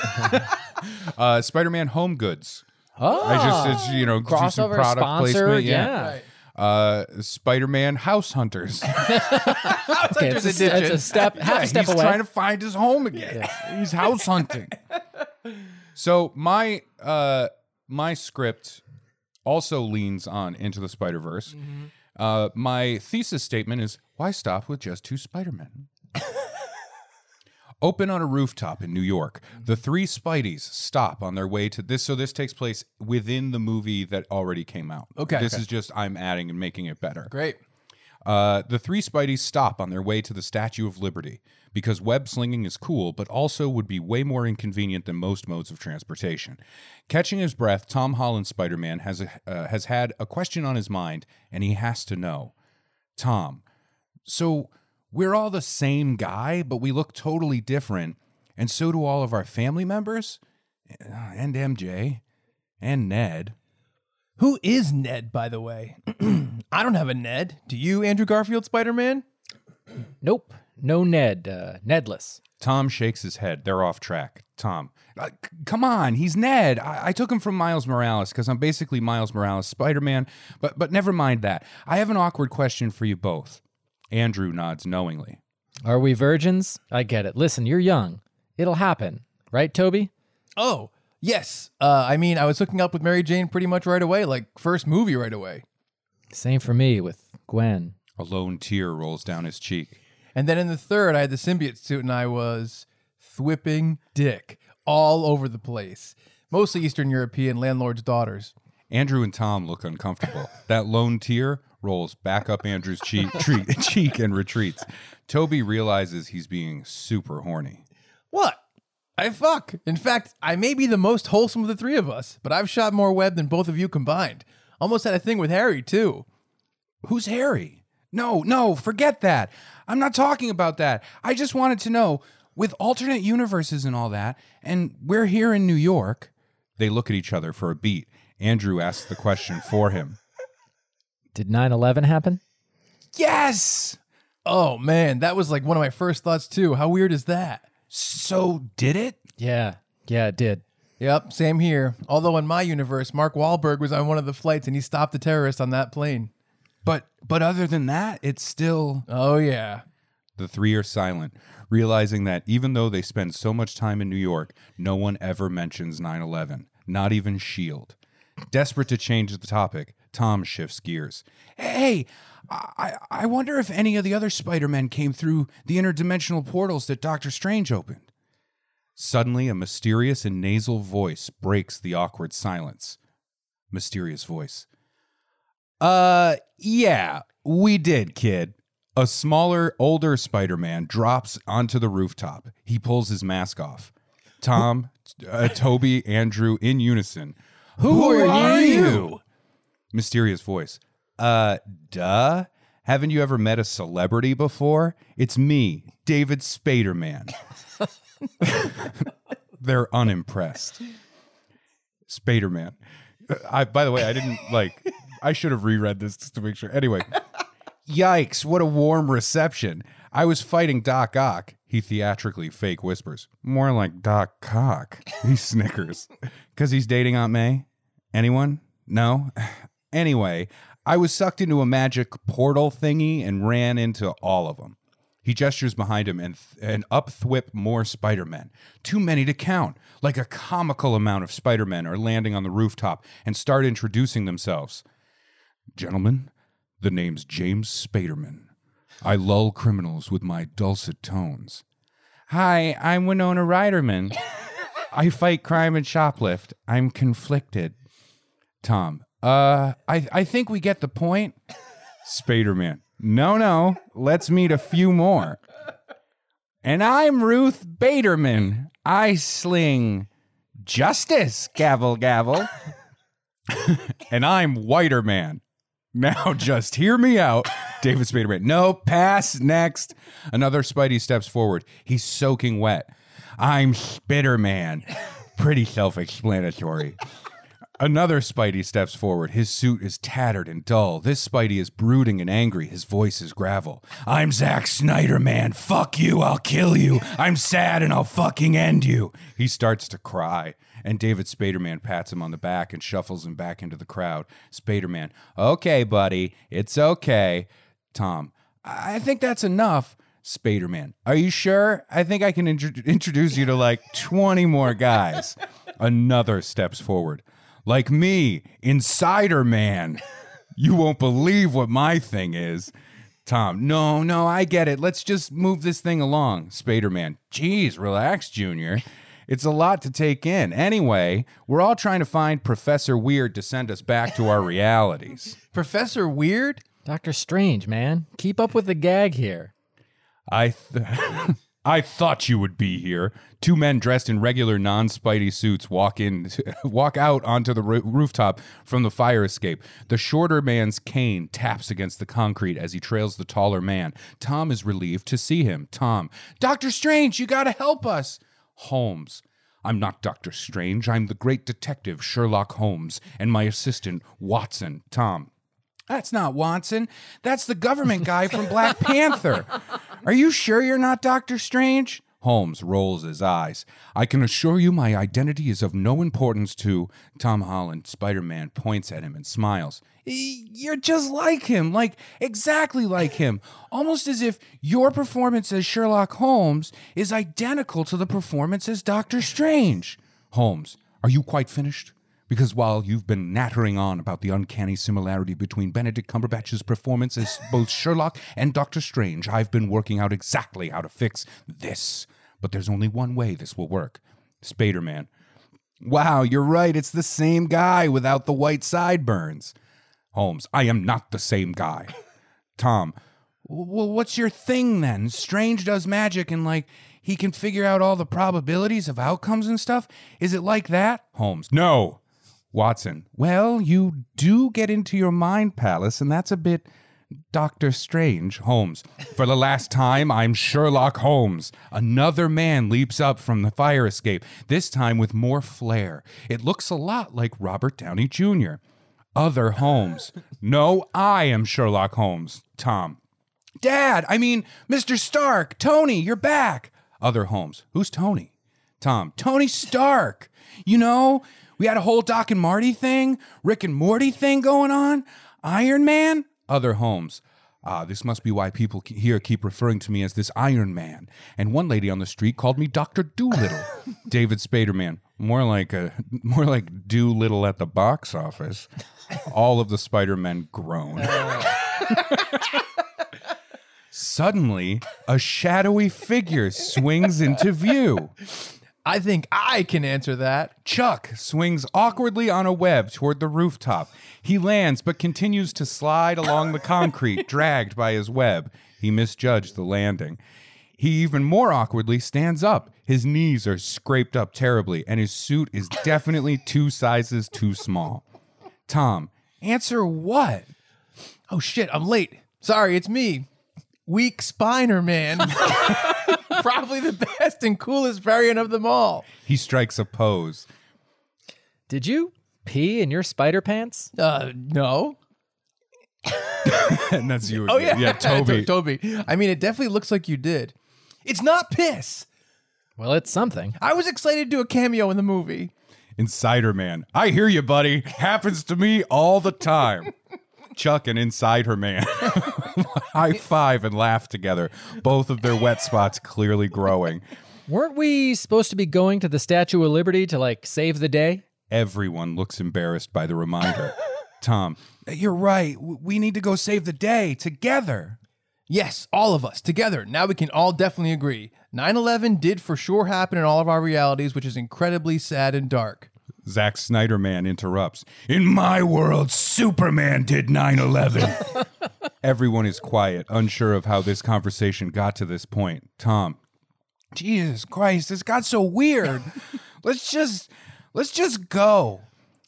Speaker 4: uh, Spider-Man Home Goods.
Speaker 2: Oh,
Speaker 4: I just it's you know do some
Speaker 2: crossover
Speaker 4: product
Speaker 2: sponsor.
Speaker 4: placement,
Speaker 2: yeah.
Speaker 3: Right.
Speaker 4: Uh, Spider-Man House Hunters.
Speaker 2: Okay, it's, a,
Speaker 3: There's a
Speaker 2: it's
Speaker 3: digit.
Speaker 2: a step, half a step
Speaker 4: He's
Speaker 2: away.
Speaker 4: trying to find his home again. He's house hunting. so my uh my script also leans on Into the Spider Verse.
Speaker 2: Mm-hmm.
Speaker 4: Uh, my thesis statement is why stop with just two Spider Men? Open on a rooftop in New York.
Speaker 2: Mm-hmm.
Speaker 4: The three Spideys stop on their way to this. So this takes place within the movie that already came out.
Speaker 3: Okay.
Speaker 4: This is just I'm adding and making it better.
Speaker 3: Great.
Speaker 4: Uh, the three Spideys stop on their way to the Statue of Liberty because web slinging is cool, but also would be way more inconvenient than most modes of transportation. Catching his breath, Tom Holland Spider Man has, a- uh, has had a question on his mind, and he has to know Tom, so we're all the same guy, but we look totally different, and so do all of our family members, uh, and MJ, and Ned.
Speaker 3: Who is Ned, by the way? I don't have a Ned. Do you, Andrew Garfield, Spider Man?
Speaker 2: Nope. No Ned. Uh, Nedless.
Speaker 4: Tom shakes his head. They're off track. Tom, uh, c- come on, he's Ned. I, I took him from Miles Morales because I'm basically Miles Morales, Spider-Man. But but never mind that. I have an awkward question for you both. Andrew nods knowingly.
Speaker 2: Are we virgins? I get it. Listen, you're young. It'll happen. Right, Toby?
Speaker 3: Oh, yes. Uh, I mean, I was hooking up with Mary Jane pretty much right away, like first movie right away.
Speaker 2: Same for me with Gwen.
Speaker 4: A lone tear rolls down his cheek.
Speaker 3: And then in the third, I had the symbiote suit and I was thwipping dick all over the place, mostly Eastern European landlords' daughters.
Speaker 4: Andrew and Tom look uncomfortable. that lone tear rolls back up Andrew's cheek, treat, cheek and retreats. Toby realizes he's being super horny.
Speaker 3: What? I fuck. In fact, I may be the most wholesome of the three of us, but I've shot more web than both of you combined. Almost had a thing with Harry, too.
Speaker 4: Who's Harry? No, no, forget that. I'm not talking about that. I just wanted to know with alternate universes and all that, and we're here in New York. They look at each other for a beat. Andrew asks the question for him.
Speaker 2: Did 9 11 happen?
Speaker 4: Yes!
Speaker 3: Oh man, that was like one of my first thoughts, too. How weird is that?
Speaker 4: So did it?
Speaker 2: Yeah. Yeah, it did.
Speaker 3: Yep, same here. Although in my universe, Mark Wahlberg was on one of the flights and he stopped the terrorist on that plane.
Speaker 4: But but other than that, it's still
Speaker 3: Oh yeah.
Speaker 4: The three are silent, realizing that even though they spend so much time in New York, no one ever mentions 9 11, not even S.H.I.E.L.D. E Desperate to change the topic, Tom shifts gears. Hey, I, I wonder if any of the other Spider Men came through the interdimensional portals that Doctor Strange opened. Suddenly, a mysterious and nasal voice breaks the awkward silence. Mysterious voice. Uh, yeah, we did, kid. A smaller, older Spider Man drops onto the rooftop. He pulls his mask off. Tom, uh, Toby, Andrew, in unison. Who,
Speaker 3: are you?
Speaker 4: Mysterious voice. Uh, duh. Haven't you ever met a celebrity before? It's me, David Spaderman. They're unimpressed. Spaderman. I by the way, I didn't like I should have reread this just to make sure. Anyway. Yikes, what a warm reception. I was fighting Doc Ock. He theatrically fake whispers. More like Doc Cock. He snickers. Cause he's dating Aunt May? Anyone? No? Anyway, I was sucked into a magic portal thingy and ran into all of them. He gestures behind him and, th- and up thwip more Spider Men. Too many to count. Like a comical amount of Spider Men are landing on the rooftop and start introducing themselves. Gentlemen, the name's James Spaderman. I lull criminals with my dulcet tones. Hi, I'm Winona Ryderman. I fight crime and shoplift. I'm conflicted. Tom, uh, I, I think we get the point. Spaderman, no, no, let's meet a few more. And I'm Ruth Baderman. I sling justice, gavel, gavel. and I'm Whiter Man. Now just hear me out. David Spaderman. No, pass next. Another Spidey steps forward. He's soaking wet. I'm Spitterman. Pretty self explanatory. Another Spidey steps forward. His suit is tattered and dull. This Spidey is brooding and angry. His voice is gravel. I'm Zack Snyder, man. Fuck you. I'll kill you. I'm sad and I'll fucking end you. He starts to cry, and David Spaderman pats him on the back and shuffles him back into the crowd. Spaderman, okay, buddy. It's okay. Tom, I I think that's enough. Spaderman, are you sure? I think I can intro- introduce you to like 20 more guys. Another steps forward. like me, Insider Man. You won't believe what my thing is. Tom, no, no, I get it. Let's just move this thing along. Spader Man, geez, relax, Junior. It's a lot to take in. Anyway, we're all trying to find Professor Weird to send us back to our realities.
Speaker 3: Professor Weird?
Speaker 2: Doctor Strange, man, keep up with the gag here.
Speaker 4: I th- I thought you would be here. Two men dressed in regular non-spidey suits walk in walk out onto the roo- rooftop from the fire escape. The shorter man's cane taps against the concrete as he trails the taller man. Tom is relieved to see him. Tom, Doctor Strange, you got to help us. Holmes, I'm not Doctor Strange. I'm the great detective Sherlock Holmes and my assistant Watson. Tom, that's not Watson. That's the government guy from Black Panther. Are you sure you're not Doctor Strange? Holmes rolls his eyes. I can assure you my identity is of no importance to Tom Holland. Spider Man points at him and smiles. "Y- You're just like him, like exactly like him. Almost as if your performance as Sherlock Holmes is identical to the performance as Doctor Strange. Holmes, are you quite finished? Because while you've been nattering on about the uncanny similarity between Benedict Cumberbatch's performance as both Sherlock and Doctor Strange, I've been working out exactly how to fix this. But there's only one way this will work. Spader Man. Wow, you're right. It's the same guy without the white sideburns. Holmes, I am not the same guy. Tom, well, what's your thing then? Strange does magic and like he can figure out all the probabilities of outcomes and stuff. Is it like that? Holmes, no. Watson, well, you do get into your mind palace, and that's a bit Doctor Strange. Holmes, for the last time, I'm Sherlock Holmes. Another man leaps up from the fire escape, this time with more flair. It looks a lot like Robert Downey Jr. Other Holmes. no, I am Sherlock Holmes. Tom, Dad, I mean, Mr. Stark, Tony, you're back. Other Holmes, who's Tony? Tom, Tony Stark. You know, we had a whole Doc and Marty thing, Rick and Morty thing going on. Iron Man? Other Holmes. Ah, this must be why people ke- here keep referring to me as this Iron Man. And one lady on the street called me Doctor Doolittle. David Spaderman, more like a more like Doolittle at the box office. All of the Spider Men groan. Suddenly, a shadowy figure swings into view.
Speaker 3: I think I can answer that.
Speaker 4: Chuck swings awkwardly on a web toward the rooftop. He lands but continues to slide along the concrete, dragged by his web. He misjudged the landing. He even more awkwardly stands up. His knees are scraped up terribly, and his suit is definitely two sizes too small. Tom, answer what?
Speaker 3: Oh shit, I'm late. Sorry, it's me. Weak Spiner Man. Probably the best and coolest variant of them all.
Speaker 4: He strikes a pose.
Speaker 2: Did you pee in your spider pants?
Speaker 3: Uh, no.
Speaker 4: and that's you.
Speaker 3: Oh yeah,
Speaker 4: Yeah,
Speaker 3: To-
Speaker 4: Toby.
Speaker 3: Toby. I mean, it definitely looks like you did. It's not piss.
Speaker 2: Well, it's something.
Speaker 3: I was excited to do a cameo in the movie.
Speaker 4: Insider Man. I hear you, buddy. Happens to me all the time. Chuck and Insider Man high five and laugh together, both of their wet spots clearly growing.
Speaker 2: Weren't we supposed to be going to the Statue of Liberty to like save the day?
Speaker 4: Everyone looks embarrassed by the reminder. Tom, you're right. W- We need to go save the day together.
Speaker 3: Yes, all of us together. Now we can all definitely agree. 9 11 did for sure happen in all of our realities, which is incredibly sad and dark.
Speaker 4: Zack Snyder Man interrupts. In my world, Superman did 9 11. Everyone is quiet, unsure of how this conversation got to this point. Tom, Jesus Christ, this got so weird. let's just, let's just go.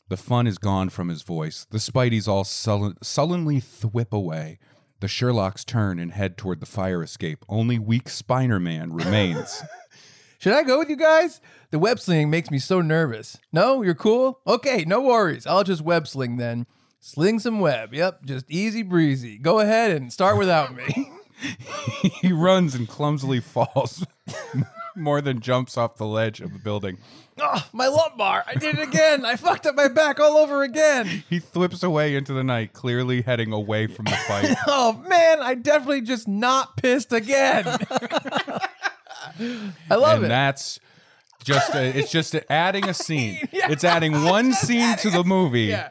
Speaker 4: The fun is gone from his voice. The Spideys all sullen, sullenly thwip away. The Sherlocks turn and head toward the fire escape. Only weak Spiner Man remains.
Speaker 3: Should I go with you guys? The web sling makes me so nervous. No, you're cool? Okay, no worries. I'll just web sling then. Sling some web. Yep, just easy breezy. Go ahead and start without me.
Speaker 4: he runs and clumsily falls more than jumps off the ledge of the building.
Speaker 3: oh, my lumbar. I did it again. I fucked up my back all over again.
Speaker 4: He thwips away into the night, clearly heading away from the fight.
Speaker 3: Oh man, I definitely just not pissed again. I love
Speaker 4: and
Speaker 3: it.
Speaker 4: that's just a, it's just adding a scene. It's adding one scene to the movie.
Speaker 3: Yeah.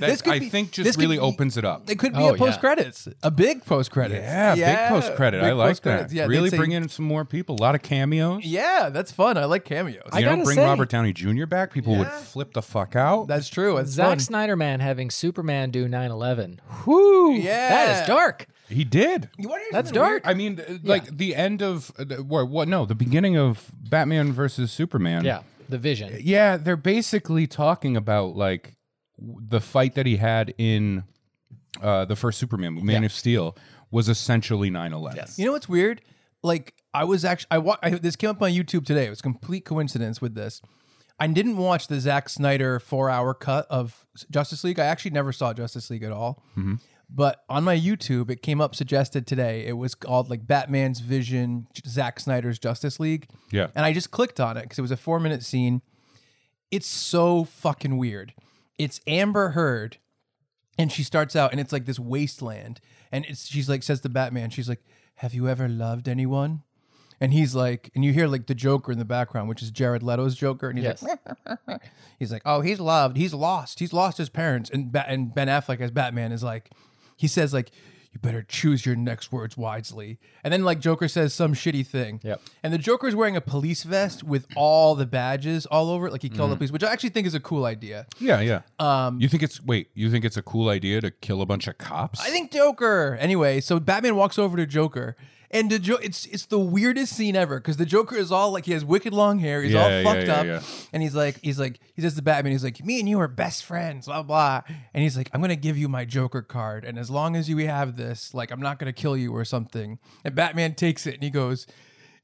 Speaker 4: That
Speaker 3: This could
Speaker 4: I
Speaker 3: be-
Speaker 4: think
Speaker 3: this
Speaker 4: just
Speaker 3: could
Speaker 4: really
Speaker 3: be-
Speaker 4: opens it up.
Speaker 3: It could be
Speaker 2: Oh,
Speaker 3: a
Speaker 2: yeah.
Speaker 3: post credits, a big post credits.
Speaker 4: Yeah, big post credit. I like that.
Speaker 3: Yeah,
Speaker 4: really
Speaker 3: they'd say-
Speaker 4: bring in some more people. A lot of cameos.
Speaker 3: Yeah, that's fun. I like cameos.
Speaker 2: I
Speaker 4: you don't
Speaker 2: gotta
Speaker 4: bring
Speaker 2: say-
Speaker 4: Robert Downey Jr. back, people would flip the fuck out.
Speaker 3: that's true. It's
Speaker 2: Zack
Speaker 3: fun.
Speaker 2: Snyder man having Superman do 9/11. Whoo! that
Speaker 3: Yeah.
Speaker 2: is dark.
Speaker 4: he did.
Speaker 2: That's dark.
Speaker 4: I mean, th- like the end of uh, the- what? What? No, the beginning of Batman versus Superman.
Speaker 2: Yeah, the Vision.
Speaker 4: yeah. They're basically talking about like w- the fight that he had in uh, the first Superman, movie, Man of Steel, was essentially 9-11. Yes.
Speaker 3: You know what's weird? Like I was actually I, wa- I this came up on YouTube today. It was complete coincidence with this. I didn't watch the Zack Snyder four hour cut of Justice League. I actually never saw Justice League at all.
Speaker 4: Mm-hmm.
Speaker 3: But on my YouTube, it came up suggested today. It was called like Batman's Vision, Zack Snyder's Justice League.
Speaker 4: Yeah.
Speaker 3: And I just clicked on it because it was a four minute scene. It's so fucking weird. It's Amber Heard and she starts out and it's like this wasteland and it's she's like says to batman she's like have you ever loved anyone and he's like and you hear like the joker in the background which is jared leto's joker and he's
Speaker 2: Yes.
Speaker 3: like he's like oh he's loved he's lost he's lost his parents and, ba- and ben affleck as batman is like he says like you better choose your next words wisely and then like joker says some shitty thing
Speaker 2: Yep.
Speaker 3: and the joker's wearing a police vest with all the badges all over it like he killed
Speaker 2: Mm-hmm.
Speaker 3: the police which i actually think is a cool idea
Speaker 4: Yeah, yeah. Um, you think it's wait? You think it's a cool idea to kill a bunch of cops?
Speaker 3: I think Joker. Anyway, so Batman walks over to Joker, and the jo- it's it's the weirdest scene ever because the Joker is all like he has wicked long hair, he's
Speaker 4: Yeah,
Speaker 3: all
Speaker 4: yeah,
Speaker 3: fucked
Speaker 4: yeah,
Speaker 3: up,
Speaker 4: yeah.
Speaker 3: and he's like he's like he says to Batman, he's like me and you are best friends, blah blah, and he's like I'm gonna give you my Joker card, and as long as you have this, like I'm not gonna kill you or something, and Batman takes it and he goes.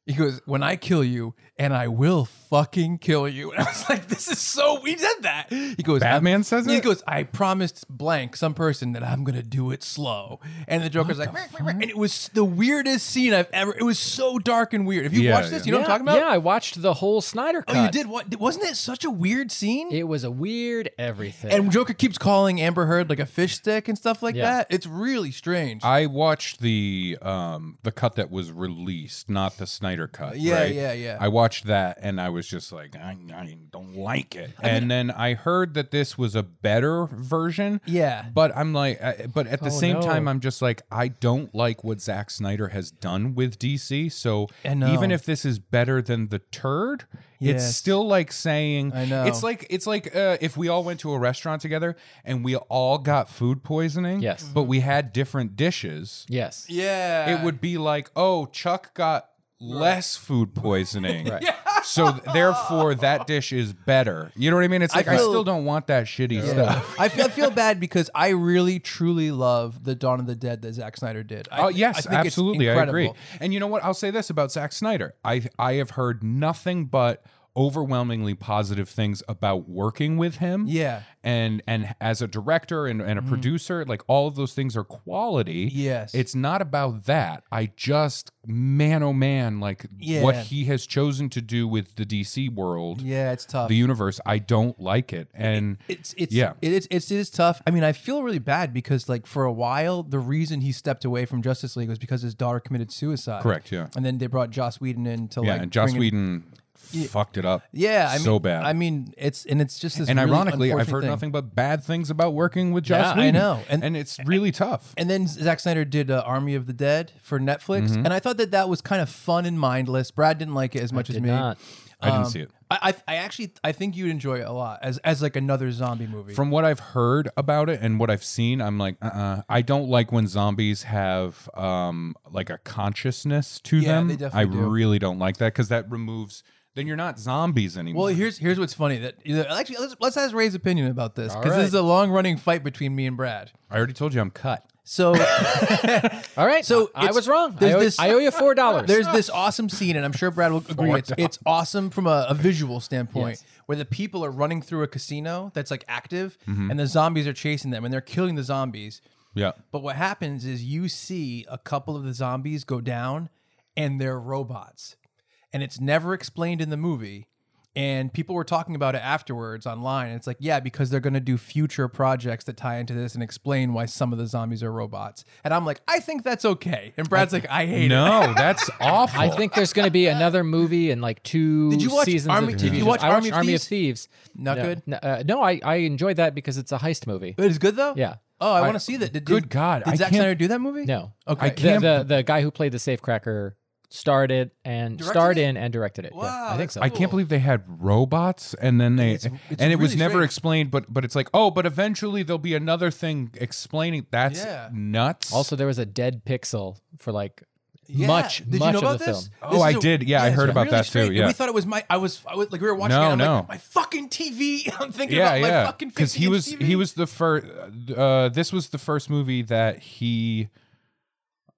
Speaker 3: He goes, when I kill you, and I will fucking kill you. And I was like, this is so. He said that. He goes, "I'm-
Speaker 4: Batman says
Speaker 3: He
Speaker 4: it?
Speaker 3: goes, I promised blank some person that I'm gonna do it slow. And the Joker's like, "Meh, meh, meh." and it was the weirdest scene I've ever. It was so dark and weird. If you
Speaker 4: Yeah,
Speaker 3: watch this,
Speaker 4: yeah.
Speaker 3: you know
Speaker 2: yeah,
Speaker 3: what I'm talking
Speaker 2: Yeah,
Speaker 3: about.
Speaker 2: I watched the whole Snyder cut.
Speaker 3: Oh, you did. What wasn't it such a weird scene?
Speaker 2: It was a weird everything.
Speaker 3: and Joker keeps calling Amber Heard like a fish stick and stuff like
Speaker 2: Yeah.
Speaker 3: that. It's really strange.
Speaker 4: I watched the um the cut that was released, not the Snyder cut.
Speaker 3: Yeah,
Speaker 4: right?
Speaker 3: yeah, yeah.
Speaker 4: I watched that and I was just like, I, I don't like it. and then I heard that this was a better version.
Speaker 3: Yeah.
Speaker 4: But I'm like, I, but at the
Speaker 2: Oh,
Speaker 4: same
Speaker 2: no.
Speaker 4: time, I'm just like, I don't like what Zack Snyder has done with DC. So
Speaker 3: I know.
Speaker 4: even if this is better than the turd.
Speaker 3: Yes.
Speaker 4: It's still like saying
Speaker 3: I know.
Speaker 4: it's like it's like uh, if we all went to a restaurant together and we all got food poisoning,
Speaker 2: Yes.
Speaker 4: but we had different dishes
Speaker 2: yes.
Speaker 3: yeah,
Speaker 4: it would be like, oh, Chuck got less food poisoning. So th- therefore that dish is better. You know what I mean? It's like I,
Speaker 3: feel-
Speaker 4: still don't want that shitty stuff.
Speaker 3: I feel, I feel bad because I really truly love the Dawn of the Dead that Zack Snyder did. I,
Speaker 4: Oh
Speaker 3: thi-
Speaker 4: yes,
Speaker 3: think it's
Speaker 4: absolutely. I agree.
Speaker 3: incredible.
Speaker 4: And you know what? I'll say this about Zack Snyder. I I have heard nothing but overwhelmingly positive things about working with him.
Speaker 3: Yeah. Mm-hmm.
Speaker 4: And and as a director and, and a producer, like all of those things are quality.
Speaker 3: Yes.
Speaker 4: It's not about that. I just man oh man, like what
Speaker 3: Yeah.
Speaker 4: he has chosen to do with the DC world,
Speaker 3: Yeah, it's tough.
Speaker 4: the universe, I don't like it. And
Speaker 3: it's it's
Speaker 4: Yeah.
Speaker 3: it is it's, it is tough. I mean, I feel really bad because like for a while, the reason he stepped away from Justice League was because his daughter committed suicide.
Speaker 4: Correct, yeah.
Speaker 3: And then they brought Joss Whedon in to
Speaker 4: yeah,
Speaker 3: like
Speaker 4: and Joss
Speaker 3: bring it-
Speaker 4: Whedon fucked it up.
Speaker 3: Yeah, I mean,
Speaker 4: so bad.
Speaker 3: I mean, it's and it's just this.
Speaker 4: and
Speaker 3: really
Speaker 4: ironically, I've
Speaker 3: unfortunate
Speaker 4: heard
Speaker 3: thing.
Speaker 4: nothing but bad things about working with Joss
Speaker 2: Yeah, I
Speaker 4: Whedon.
Speaker 3: know. And-
Speaker 4: and, it's really tough.
Speaker 3: And then Zack Snyder did uh, Army of the Dead for Netflix,
Speaker 4: Mm-hmm.
Speaker 3: and I thought that that was kind of fun and mindless. Brad didn't like it as much as
Speaker 2: Did
Speaker 3: me.
Speaker 2: not.
Speaker 4: I didn't see it.
Speaker 3: I, I I actually I think you'd enjoy it a lot as as like another zombie movie.
Speaker 4: From what I've heard about it and what I've seen, I'm like, uh-uh. I don't like when zombies have um like a consciousness to
Speaker 3: Yeah,
Speaker 4: them.
Speaker 3: they definitely
Speaker 4: I
Speaker 3: do.
Speaker 4: really don't like that because that removes. Then you're not zombies anymore.
Speaker 3: Well, here's here's what's funny that actually let's let's ask Ray's opinion about this because
Speaker 2: right.
Speaker 3: this is a long running fight between me and Brad.
Speaker 4: I already told you I'm cut.
Speaker 3: So
Speaker 2: All right.
Speaker 3: So
Speaker 2: So I,
Speaker 3: it's-
Speaker 2: was wrong. I
Speaker 3: there's
Speaker 2: owe,
Speaker 3: this-
Speaker 2: I owe you four dollars.
Speaker 3: there's this awesome scene, and I'm sure Brad will agree. It's, it's awesome from a, a visual standpoint, where the people are running through a casino that's like active, and the zombies are chasing them, and they're killing the zombies.
Speaker 4: Yeah.
Speaker 3: But what happens is you see a couple of the zombies go down and they're robots. And it's never explained in the movie. And people were talking about it afterwards online. And it's like, yeah, because they're going to do future projects that tie into this and explain why some of the zombies are robots. And I'm like, I think that's okay. And Brad's like, I hate it.
Speaker 4: No, that's awful.
Speaker 2: I think there's going to be another movie and like two
Speaker 3: Did you watch
Speaker 2: seasons
Speaker 3: Army-
Speaker 2: of
Speaker 3: did you
Speaker 2: TV.
Speaker 3: watch
Speaker 2: I watched
Speaker 3: Army of
Speaker 2: Thieves?
Speaker 3: Not
Speaker 2: no,
Speaker 3: good?
Speaker 2: No, uh, no, I, I enjoyed that because it's a heist movie.
Speaker 3: But it's good though.
Speaker 2: Yeah.
Speaker 3: Oh, I, want to see that. Did,
Speaker 4: Good
Speaker 3: did-
Speaker 4: God,
Speaker 3: Did
Speaker 4: I
Speaker 3: Zack
Speaker 4: can't-
Speaker 3: Snyder do that movie?
Speaker 2: No.
Speaker 3: Okay.
Speaker 4: I
Speaker 2: The,
Speaker 4: can't-
Speaker 2: the the guy who played the safecracker starred it and
Speaker 3: Directed
Speaker 2: starred
Speaker 3: it?
Speaker 2: in and directed it. Yeah,
Speaker 3: Wow,
Speaker 2: I think
Speaker 3: that's
Speaker 2: so.
Speaker 4: I can't believe they had robots and then they
Speaker 3: It's- it's
Speaker 4: and it was
Speaker 3: really
Speaker 4: never
Speaker 3: strange.
Speaker 4: explained but but it's like oh but eventually there'll be another thing explaining that's
Speaker 3: Yeah.
Speaker 4: nuts
Speaker 2: Also, there was a dead pixel for like
Speaker 3: Yeah.
Speaker 2: much
Speaker 3: Did
Speaker 2: much
Speaker 3: you know
Speaker 2: of
Speaker 3: about
Speaker 2: the
Speaker 3: this?
Speaker 2: film.
Speaker 4: Oh,
Speaker 3: This is
Speaker 4: I did. Yeah, I
Speaker 3: it's
Speaker 4: heard about
Speaker 3: really
Speaker 4: that too,
Speaker 3: strange. And
Speaker 4: yeah.
Speaker 3: we thought it was my. I was. I was like, we were watching.
Speaker 4: No,
Speaker 3: it, and I'm
Speaker 4: no.
Speaker 3: Like, my fucking TV. I'm thinking
Speaker 4: yeah
Speaker 3: about my
Speaker 4: yeah
Speaker 3: fucking.
Speaker 4: because he
Speaker 3: 50 -inch
Speaker 4: was
Speaker 3: TV.
Speaker 4: he was the first uh this was the first movie that he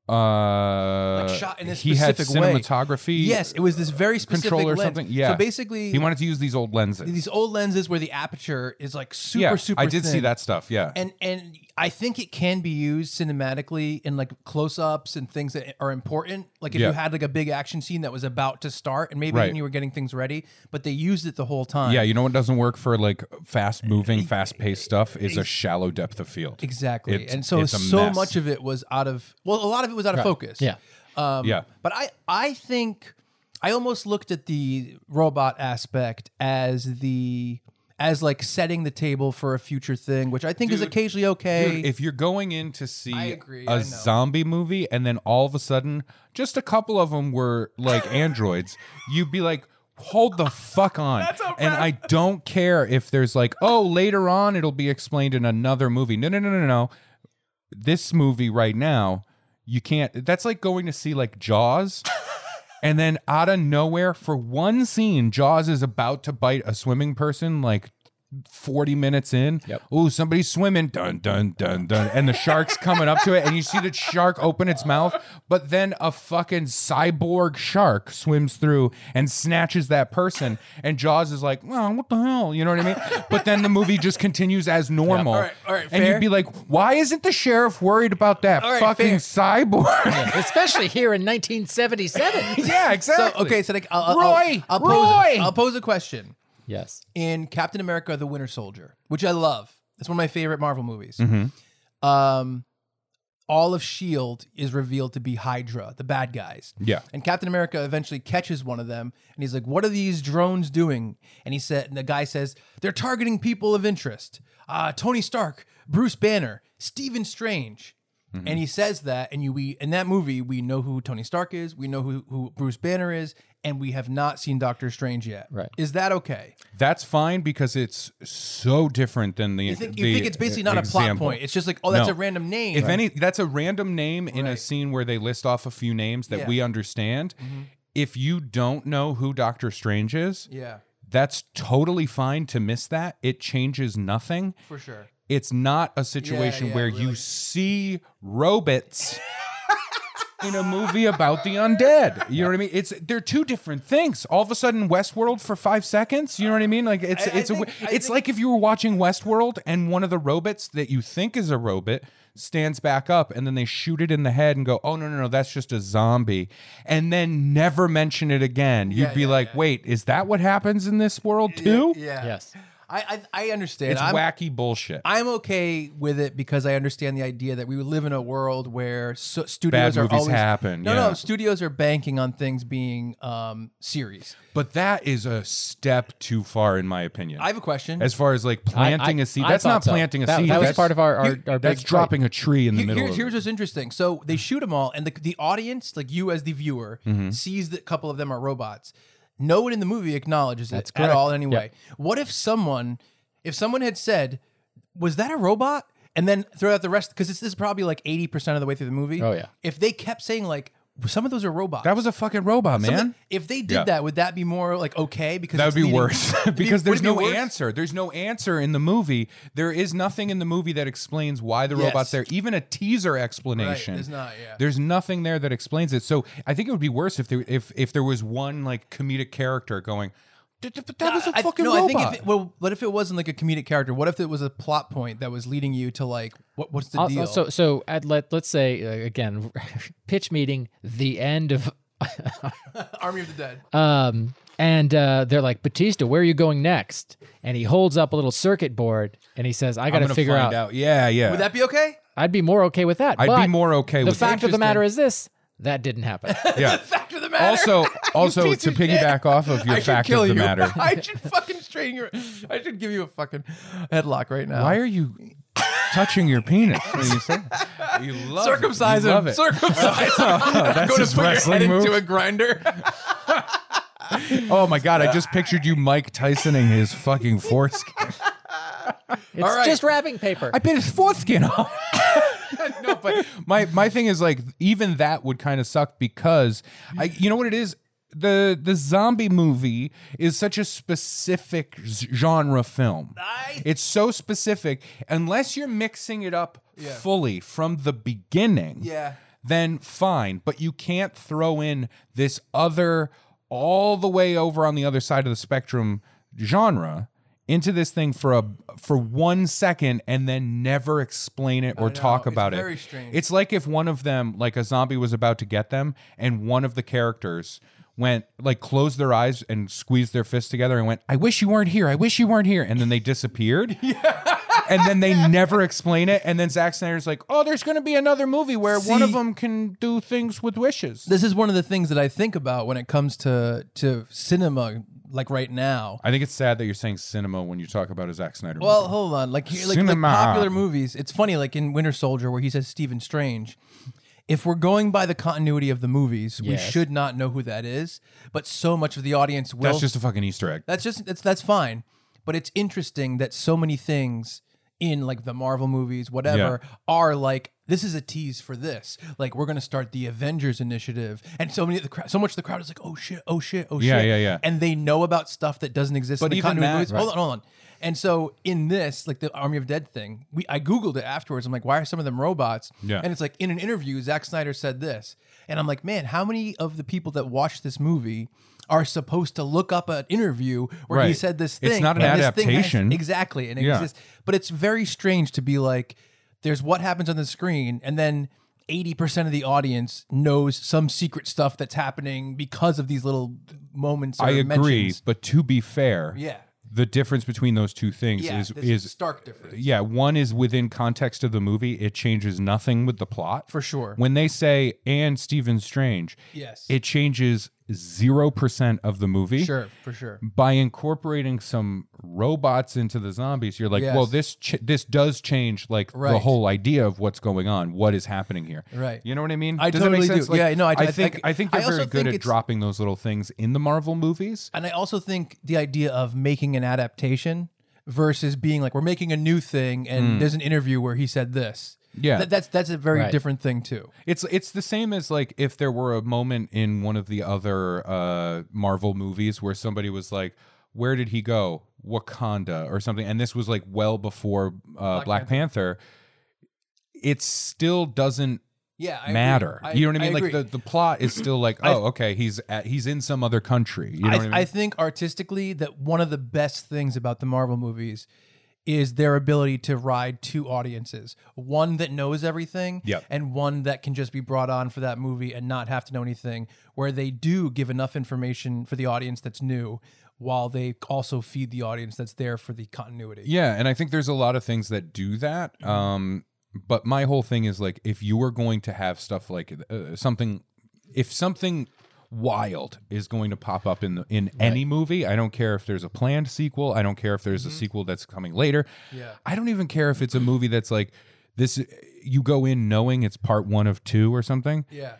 Speaker 4: uh
Speaker 3: shot in a
Speaker 4: he had
Speaker 3: specific way.
Speaker 4: cinematography
Speaker 3: Yes, it was this very specific
Speaker 4: control or
Speaker 3: lens.
Speaker 4: something yeah
Speaker 3: So basically,
Speaker 4: he wanted to use these old lenses
Speaker 3: these old lenses where the aperture is like super,
Speaker 4: yeah
Speaker 3: super.
Speaker 4: I did see
Speaker 3: thin.
Speaker 4: that stuff yeah
Speaker 3: and and I think it can be used cinematically in like close-ups and things that are important. Like if
Speaker 4: Yeah.
Speaker 3: you had like a big action scene that was about to start, and maybe
Speaker 4: Right.
Speaker 3: you were getting things ready, but they used it the whole time.
Speaker 4: yeah, you know what doesn't work for like fast moving, fast paced stuff is a shallow depth of field.
Speaker 3: exactly.
Speaker 4: It's-
Speaker 3: and so
Speaker 4: it's a
Speaker 3: so
Speaker 4: mess.
Speaker 3: much of it was out of well, a lot of it was out of focus.
Speaker 2: Yeah.
Speaker 3: Um,
Speaker 4: Yeah.
Speaker 3: But I I think I almost looked at the robot aspect as the as like setting the table for a future thing, which I think is
Speaker 4: Dude,
Speaker 3: occasionally okay.
Speaker 4: Dude, if you're going in to see
Speaker 3: I agree, I
Speaker 4: a
Speaker 3: know.
Speaker 4: zombie movie and then all of a sudden just a couple of them were like androids, you'd be like, hold the fuck on. and I don't care if there's like, oh, later on it'll be explained in another movie. No, no, no, no, no. This movie right now, you can't. That's like going to see like Jaws. And then out of nowhere, for one scene, Jaws is about to bite a swimming person like 40 minutes in.
Speaker 2: Yep.
Speaker 4: Ooh, somebody's swimming. Dun, dun, dun, dun. And the shark's coming up to it. And you see the shark open its mouth. But then a fucking cyborg shark swims through and snatches that person. And Jaws is like, well, what the hell? You know what I mean? But then the movie just continues as normal.
Speaker 3: All right, all right,
Speaker 4: and
Speaker 3: fair.
Speaker 4: you'd be like, why isn't the sheriff worried about that
Speaker 3: All right,
Speaker 4: fucking
Speaker 3: fair.
Speaker 4: cyborg?
Speaker 2: Especially here in 1977.
Speaker 4: yeah,
Speaker 3: so
Speaker 4: exactly.
Speaker 3: okay, so like I'll, I'll,
Speaker 4: Roy,
Speaker 3: I'll, I'll pose,
Speaker 4: Roy!
Speaker 3: I'll pose a question.
Speaker 2: yes.
Speaker 3: in Captain America: The Winter Soldier, which I love. It's one of my favorite Marvel movies.
Speaker 4: Mm-hmm.
Speaker 3: Um, all of Shield E is revealed to be Hydra, the bad guys.
Speaker 4: Yeah.
Speaker 3: And Captain America eventually catches one of them, and he's like, "What are these drones doing?" And he said, and the guy says, "They're targeting people of interest: uh, Tony Stark, Bruce Banner, Stephen Strange."
Speaker 2: Mm-hmm.
Speaker 3: And he says that, and you we in that movie we know who Tony Stark is, we know who, who Bruce Banner is, and we have not seen Doctor Strange yet.
Speaker 2: Right.
Speaker 3: Is that okay?
Speaker 4: That's fine because it's so different than the.
Speaker 3: You think, you think it's basically not a plot point. It's just like, oh, that's a random name.
Speaker 4: If any, that's a random name in a
Speaker 3: Right.
Speaker 4: scene where they list off a few names that
Speaker 3: Yeah. Mm-hmm.
Speaker 4: we understand. If you don't know who Doctor Strange is,
Speaker 3: yeah,
Speaker 4: that's totally fine to miss that. It changes nothing.
Speaker 3: for sure.
Speaker 4: It's not a situation
Speaker 3: yeah,
Speaker 4: where you
Speaker 3: really.
Speaker 4: see robots in a movie about the undead. You know what I mean? It's they're two different things. All of a sudden, Westworld for five seconds. You know what I mean? Like it's
Speaker 3: I- I
Speaker 4: it's a,
Speaker 3: think- I
Speaker 4: it's
Speaker 3: think-
Speaker 4: like if you were watching Westworld and one of the robots that you think is a robot stands back up and then they shoot it in the head and go, "Oh no no no, that's just a zombie," and then never mention it again. You'd
Speaker 3: Yeah,
Speaker 4: be
Speaker 3: yeah,
Speaker 4: like,
Speaker 3: yeah.
Speaker 4: "Wait, is that what happens in this world too?"
Speaker 3: Yeah.
Speaker 2: Yes.
Speaker 3: I I, I understand.
Speaker 4: It's
Speaker 3: I'm,
Speaker 4: wacky bullshit.
Speaker 3: I'm okay with it because I understand the idea that we live in a world where so,
Speaker 4: Bad
Speaker 3: studios are
Speaker 4: movies
Speaker 3: always
Speaker 4: happen,
Speaker 3: No,
Speaker 4: yeah.
Speaker 3: no, studios are banking on things being um series.
Speaker 4: But that is a step too far, in my opinion.
Speaker 3: I have a question.
Speaker 4: as far as like planting a
Speaker 2: I-
Speaker 4: seed,
Speaker 2: I
Speaker 4: that's
Speaker 2: thought
Speaker 4: not
Speaker 2: so.
Speaker 4: planting a
Speaker 2: That-
Speaker 4: seed.
Speaker 2: that was
Speaker 4: that's,
Speaker 2: part of our- our-
Speaker 4: you-
Speaker 2: our
Speaker 4: that's
Speaker 2: big
Speaker 4: dropping a tree in the
Speaker 3: Here-
Speaker 4: middle.
Speaker 3: here's,
Speaker 4: of
Speaker 3: here's what's interesting. So they shoot them all, and the, the audience, like you as the viewer,
Speaker 4: Mm-hmm.
Speaker 3: sees that a couple of them are robots. No one in the movie acknowledges it at all. Anyway, what if someone, if someone had said, "Was that a robot?" and then throughout the rest, because this is probably like eighty percent of the way through the movie.
Speaker 2: Oh, yeah.
Speaker 3: If they kept saying like, "Some of those are robots,"
Speaker 4: that was a fucking robot,
Speaker 3: Some of
Speaker 4: man.
Speaker 3: the- if they did
Speaker 4: Yeah.
Speaker 3: that, would that be more like okay? Because
Speaker 4: That
Speaker 3: it's
Speaker 4: would be
Speaker 3: leading-
Speaker 4: worse
Speaker 3: It'd be-
Speaker 4: because
Speaker 3: would
Speaker 4: there's
Speaker 3: it be
Speaker 4: no
Speaker 3: worse?
Speaker 4: answer. There's no answer in the movie. There is nothing in the movie that explains why the
Speaker 3: Yes.
Speaker 4: robots there. Even a teaser explanation.
Speaker 3: there's not, yeah.
Speaker 4: There's nothing there that explains it. So I think it would be worse if there if if there was one like comedic character going, "D- d- but that was a
Speaker 3: I-
Speaker 4: fucking
Speaker 3: no,
Speaker 4: robot.
Speaker 3: I think if it, well, what if it wasn't like a comedic character? What if it was a plot point that was leading you to like what, what's the
Speaker 2: Al-
Speaker 3: deal?
Speaker 2: Uh, So so at, let let's say uh, again, pitch meeting the end of
Speaker 3: Army of the Dead.
Speaker 2: um And uh, they're like, Batista, where are you going next? And he holds up a little circuit board and he says, I got
Speaker 4: I'm
Speaker 2: to
Speaker 4: gonna
Speaker 2: figure out.
Speaker 4: find Yeah, yeah.
Speaker 3: Would that be okay?
Speaker 2: I'd be more okay with that.
Speaker 4: I'd be
Speaker 2: but
Speaker 4: more okay
Speaker 2: the
Speaker 4: with it.
Speaker 2: fact of the matter is this that didn't happen.
Speaker 4: yeah.
Speaker 3: Fact of the matter.
Speaker 4: Also, also
Speaker 3: piece
Speaker 4: to
Speaker 3: of shit.
Speaker 4: piggyback off of your
Speaker 3: I should
Speaker 4: fact
Speaker 3: kill
Speaker 4: of the
Speaker 3: you.
Speaker 4: matter.
Speaker 3: I should fucking strain your. I should give you a fucking headlock right now.
Speaker 4: Why are you touching your penis? What do you say? You love it.
Speaker 3: circumcise
Speaker 4: You
Speaker 3: him?
Speaker 4: love it. Oh,
Speaker 3: Circumcise him.
Speaker 4: That's
Speaker 3: Go to
Speaker 4: his
Speaker 3: put your head
Speaker 4: wrestling move.
Speaker 3: into a grinder.
Speaker 4: Oh my god! I just pictured you Mike Tysoning his fucking foreskin.
Speaker 2: It's
Speaker 3: right.
Speaker 2: just wrapping paper.
Speaker 4: I bit his foreskin off. no, but my my thing is like even that would kind of suck because I you know what it is the the zombie movie is such a specific z- genre film. It's so specific unless you're mixing it up fully from the beginning.
Speaker 3: Yeah.
Speaker 4: Then fine, but you can't throw in this other all the way over on the other side of the spectrum genre into this thing for a for one second and then never explain it or talk
Speaker 3: it's
Speaker 4: about it.
Speaker 3: very strange.
Speaker 4: It's like if one of them, like a zombie was about to get them, and one of the characters went, like, closed their eyes and squeezed their fists together and went, I wish you weren't here. I wish you weren't here. And then they disappeared. And then they never explain it. And then Zack Snyder's like, oh, there's going to be another movie where one of
Speaker 3: See-
Speaker 4: them can do things with wishes.
Speaker 3: This is one of the things that I think about when it comes to to cinema, like right now.
Speaker 4: I think it's sad that you're saying cinema when you talk about a Zack Snyder
Speaker 3: Well,
Speaker 4: movie.
Speaker 3: hold on. Like, here- like, like
Speaker 4: Cinema.
Speaker 3: popular movies. It's funny, like in Winter Soldier, where he says Stephen Strange. If we're going by the continuity of the movies, we
Speaker 2: Yes.
Speaker 3: should not know who that is. But so much of the audience will.
Speaker 4: That's just a fucking Easter egg.
Speaker 3: that's just that's that's fine. But it's interesting that so many things in like the Marvel movies, whatever, are like this is a tease for this. Like we're gonna start the Avengers initiative, and so many of the crowd, so much of the crowd is like, oh shit, oh shit, oh
Speaker 4: Yeah,
Speaker 3: shit,
Speaker 4: yeah, yeah.
Speaker 3: and they know about stuff that doesn't exist.
Speaker 4: But
Speaker 3: in the
Speaker 4: even
Speaker 3: continuity
Speaker 4: that-
Speaker 3: movies. hold on, hold on. And so in this, like the Army of Dead thing, we I googled it afterwards. I'm like, why are some of them robots?
Speaker 4: Yeah.
Speaker 3: and it's like in an interview, Zack Snyder said this, and I'm like, man, how many of the people that watch this movie? Are supposed to look up an interview where he
Speaker 4: Right.
Speaker 3: said this thing.
Speaker 4: It's not an
Speaker 3: and this thing has-
Speaker 4: adaptation.
Speaker 3: exactly, and it
Speaker 4: Yeah.
Speaker 3: exists. But it's very strange to be like, there's what happens on the screen, and then 80% of the audience knows some secret stuff that's happening because of these little moments. Or
Speaker 4: I agree,
Speaker 3: mentions.
Speaker 4: but to be fair,
Speaker 3: Yeah.
Speaker 4: the difference between those two things
Speaker 3: Yeah,
Speaker 4: is
Speaker 3: there's a
Speaker 4: is
Speaker 3: stark difference.
Speaker 4: yeah, one is within context of the movie, it changes nothing with the plot.
Speaker 3: For sure.
Speaker 4: When they say and Stephen Strange,
Speaker 3: Yes.
Speaker 4: it changes 0% of the movie.
Speaker 3: Sure, for sure.
Speaker 4: By incorporating some robots into the zombies, you're like,
Speaker 3: Yes.
Speaker 4: well, this ch- this does change like the
Speaker 3: Right.
Speaker 4: whole idea of what's going on, what is happening here.
Speaker 3: Right.
Speaker 4: You know what I mean?
Speaker 3: I
Speaker 4: does
Speaker 3: totally
Speaker 4: that make sense?
Speaker 3: do. Yeah, no, I- I
Speaker 4: think
Speaker 3: think-
Speaker 4: I think
Speaker 3: I
Speaker 4: they're
Speaker 3: also
Speaker 4: very good
Speaker 3: think
Speaker 4: at
Speaker 3: it's-
Speaker 4: dropping those little things in the Marvel movies.
Speaker 3: And I also think the idea of making an adaptation versus being like, we're making a new thing, and there's an interview where he said this.
Speaker 4: Hmm. Yeah.
Speaker 3: That- that's that's a very
Speaker 2: Right.
Speaker 3: different thing too.
Speaker 4: It's it's the same as like if there were a moment in one of the other uh, Marvel movies where somebody was like, "Where did he go? Wakanda or something," and this was like well before uh, Black, Panther. It still doesn't
Speaker 3: Yeah, I agree.
Speaker 4: matter.
Speaker 3: I-
Speaker 4: you know what I mean? like
Speaker 3: agree.
Speaker 4: the, the plot is still like, oh, okay, he's at, he's in some other country. You know
Speaker 3: I,
Speaker 4: what I mean?
Speaker 3: I think artistically that one of the best things about the Marvel movies is their ability to ride two audiences one that knows everything
Speaker 4: Yep.
Speaker 3: and one that can just be brought on for that movie and not have to know anything where they do give enough information for the audience that's new while they also feed the audience that's there for the continuity
Speaker 4: Yeah, and I think there's a lot of things that do that.
Speaker 3: Mm-hmm.
Speaker 4: Um, but my whole thing is like, if you are going to have stuff like uh, something, if something wild is going to pop up in the, in any movie, I don't care if there's a planned sequel. I don't care if
Speaker 3: Mm-hmm.
Speaker 4: there's a sequel that's coming later. Yeah, I don't even care if it's a movie that's like this. uh, You go in knowing it's part one of two or something
Speaker 3: yeah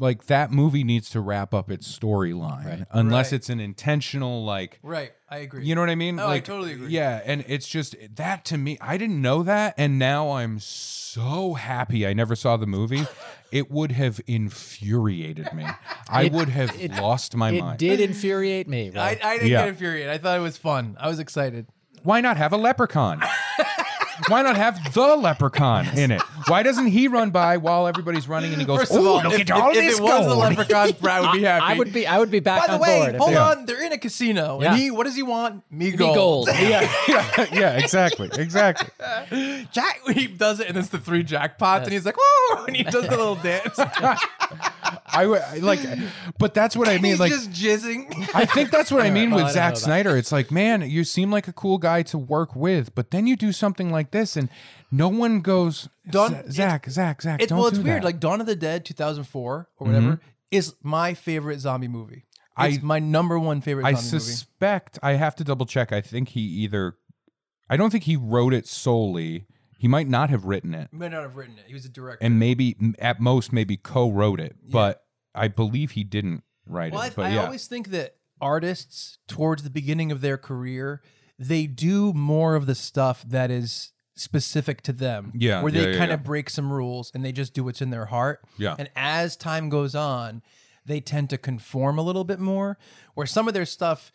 Speaker 4: like that movie needs to wrap up its storyline unless
Speaker 3: Right.
Speaker 4: it's an intentional like
Speaker 3: right i agree
Speaker 4: you know what I mean?
Speaker 3: Oh, I totally agree.
Speaker 4: Yeah, and it's just that to me, I didn't know that, and now I'm so happy I never saw the movie. it would have infuriated me. I would have lost my
Speaker 2: it
Speaker 4: mind.
Speaker 2: did infuriate me. Will.
Speaker 3: I, I didn't
Speaker 4: Yeah.
Speaker 3: get infuriated i thought it was fun i was excited
Speaker 4: Why not have a leprechaun? Why not have the leprechaun in it? Why doesn't he run by while everybody's running and he goes,
Speaker 3: First of
Speaker 4: "Ooh,
Speaker 3: all,
Speaker 4: look
Speaker 3: if,
Speaker 4: at all
Speaker 3: if, if
Speaker 4: this
Speaker 3: it was the
Speaker 4: gold."
Speaker 3: leprechaun, Brad would be happy.
Speaker 2: I would be I would be back
Speaker 3: By the
Speaker 2: on
Speaker 3: way,
Speaker 2: board. if
Speaker 3: hold
Speaker 2: they-
Speaker 3: on. They're in a casino.
Speaker 2: Yeah.
Speaker 3: And he, what does he want? Me
Speaker 2: Be
Speaker 3: gold.
Speaker 2: gold.
Speaker 4: yeah, yeah, yeah, exactly, exactly.
Speaker 3: Jack, he does it, and it's the three jackpots, and he's like, whoa, and he does the little dance.
Speaker 4: I would I like, but that's what I mean.
Speaker 3: He's
Speaker 4: Like,
Speaker 3: just jizzing.
Speaker 4: I think that's what I mean
Speaker 2: well, I
Speaker 4: with
Speaker 2: don't know
Speaker 4: Zack
Speaker 2: about-
Speaker 4: Snyder. It's like, man, you seem like a cool guy to work with, but then you do something like this, and no one goes,
Speaker 3: Don't-
Speaker 4: "Z- Zach, Zach, Zach.
Speaker 3: It's
Speaker 4: don't
Speaker 3: well, it's
Speaker 4: do
Speaker 3: weird.
Speaker 4: that."
Speaker 3: Like Dawn of the Dead, two thousand four or whatever, is my favorite zombie movie. It's
Speaker 4: I-
Speaker 3: my number one favorite
Speaker 4: I
Speaker 3: zombie movie.
Speaker 4: suspect I have to double check. I think he either, I don't think he wrote it solely. He might not have written it,
Speaker 3: He might not have written it. He was a director.
Speaker 4: and maybe m- at most maybe co-wrote it, but I believe he didn't write
Speaker 3: well,
Speaker 4: it.
Speaker 3: I,
Speaker 4: But
Speaker 3: I
Speaker 4: yeah,
Speaker 3: always think that artists, towards the beginning of their career, they do more of the stuff that is specific to them.
Speaker 4: Yeah,
Speaker 3: where
Speaker 4: yeah,
Speaker 3: they
Speaker 4: yeah,
Speaker 3: kind
Speaker 4: yeah.
Speaker 3: of break some rules and they just do what's in their heart.
Speaker 4: Yeah.
Speaker 3: and as time goes on, they tend to conform a little bit more. Where some of their stuff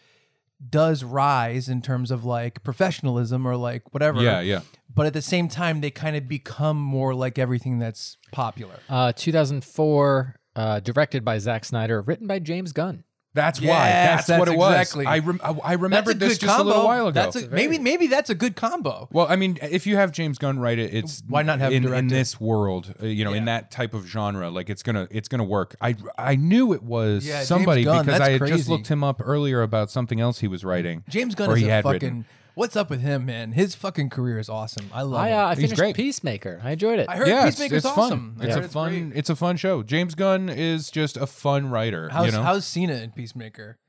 Speaker 3: does rise in terms of like professionalism or like whatever.
Speaker 4: yeah, yeah.
Speaker 3: but at the same time they kind of become more like everything that's popular.
Speaker 2: Uh, 2004, uh, directed by Zack Snyder, written by James Gunn.
Speaker 4: That's why.
Speaker 3: Yes,
Speaker 4: That's, what
Speaker 3: that's
Speaker 4: it was.
Speaker 3: exactly.
Speaker 4: I rem- I, I remembered this just a little while ago.
Speaker 3: That's a, maybe maybe that's a good combo.
Speaker 4: Well, I mean, if you have James Gunn write it, it's
Speaker 3: Why not have him
Speaker 4: in, in
Speaker 3: direct it?
Speaker 4: this world, uh, you know, in that type of genre, like it's gonna it's gonna work. I I knew it was
Speaker 3: Yeah, James
Speaker 4: somebody
Speaker 3: Gunn,
Speaker 4: because
Speaker 3: that's
Speaker 4: I had just
Speaker 3: crazy.
Speaker 4: looked him up earlier about something else he was writing.
Speaker 3: James Gunn
Speaker 4: or
Speaker 3: is
Speaker 4: he
Speaker 3: a
Speaker 4: had
Speaker 3: fucking
Speaker 4: written.
Speaker 3: What's up with him, man? His fucking career is awesome. I love
Speaker 2: I,
Speaker 3: him.
Speaker 2: uh, I finished
Speaker 4: Oh, great.
Speaker 2: Peacemaker. I enjoyed it.
Speaker 3: I heard
Speaker 4: Yeah, it's,
Speaker 3: Peacemaker's
Speaker 4: it's fun.
Speaker 3: awesome. I
Speaker 4: It's
Speaker 3: heard
Speaker 4: a fun.
Speaker 3: great.
Speaker 4: It's a fun show. James Gunn is just a fun writer.
Speaker 3: How's,
Speaker 4: you know,
Speaker 3: how's Cena in Peacemaker?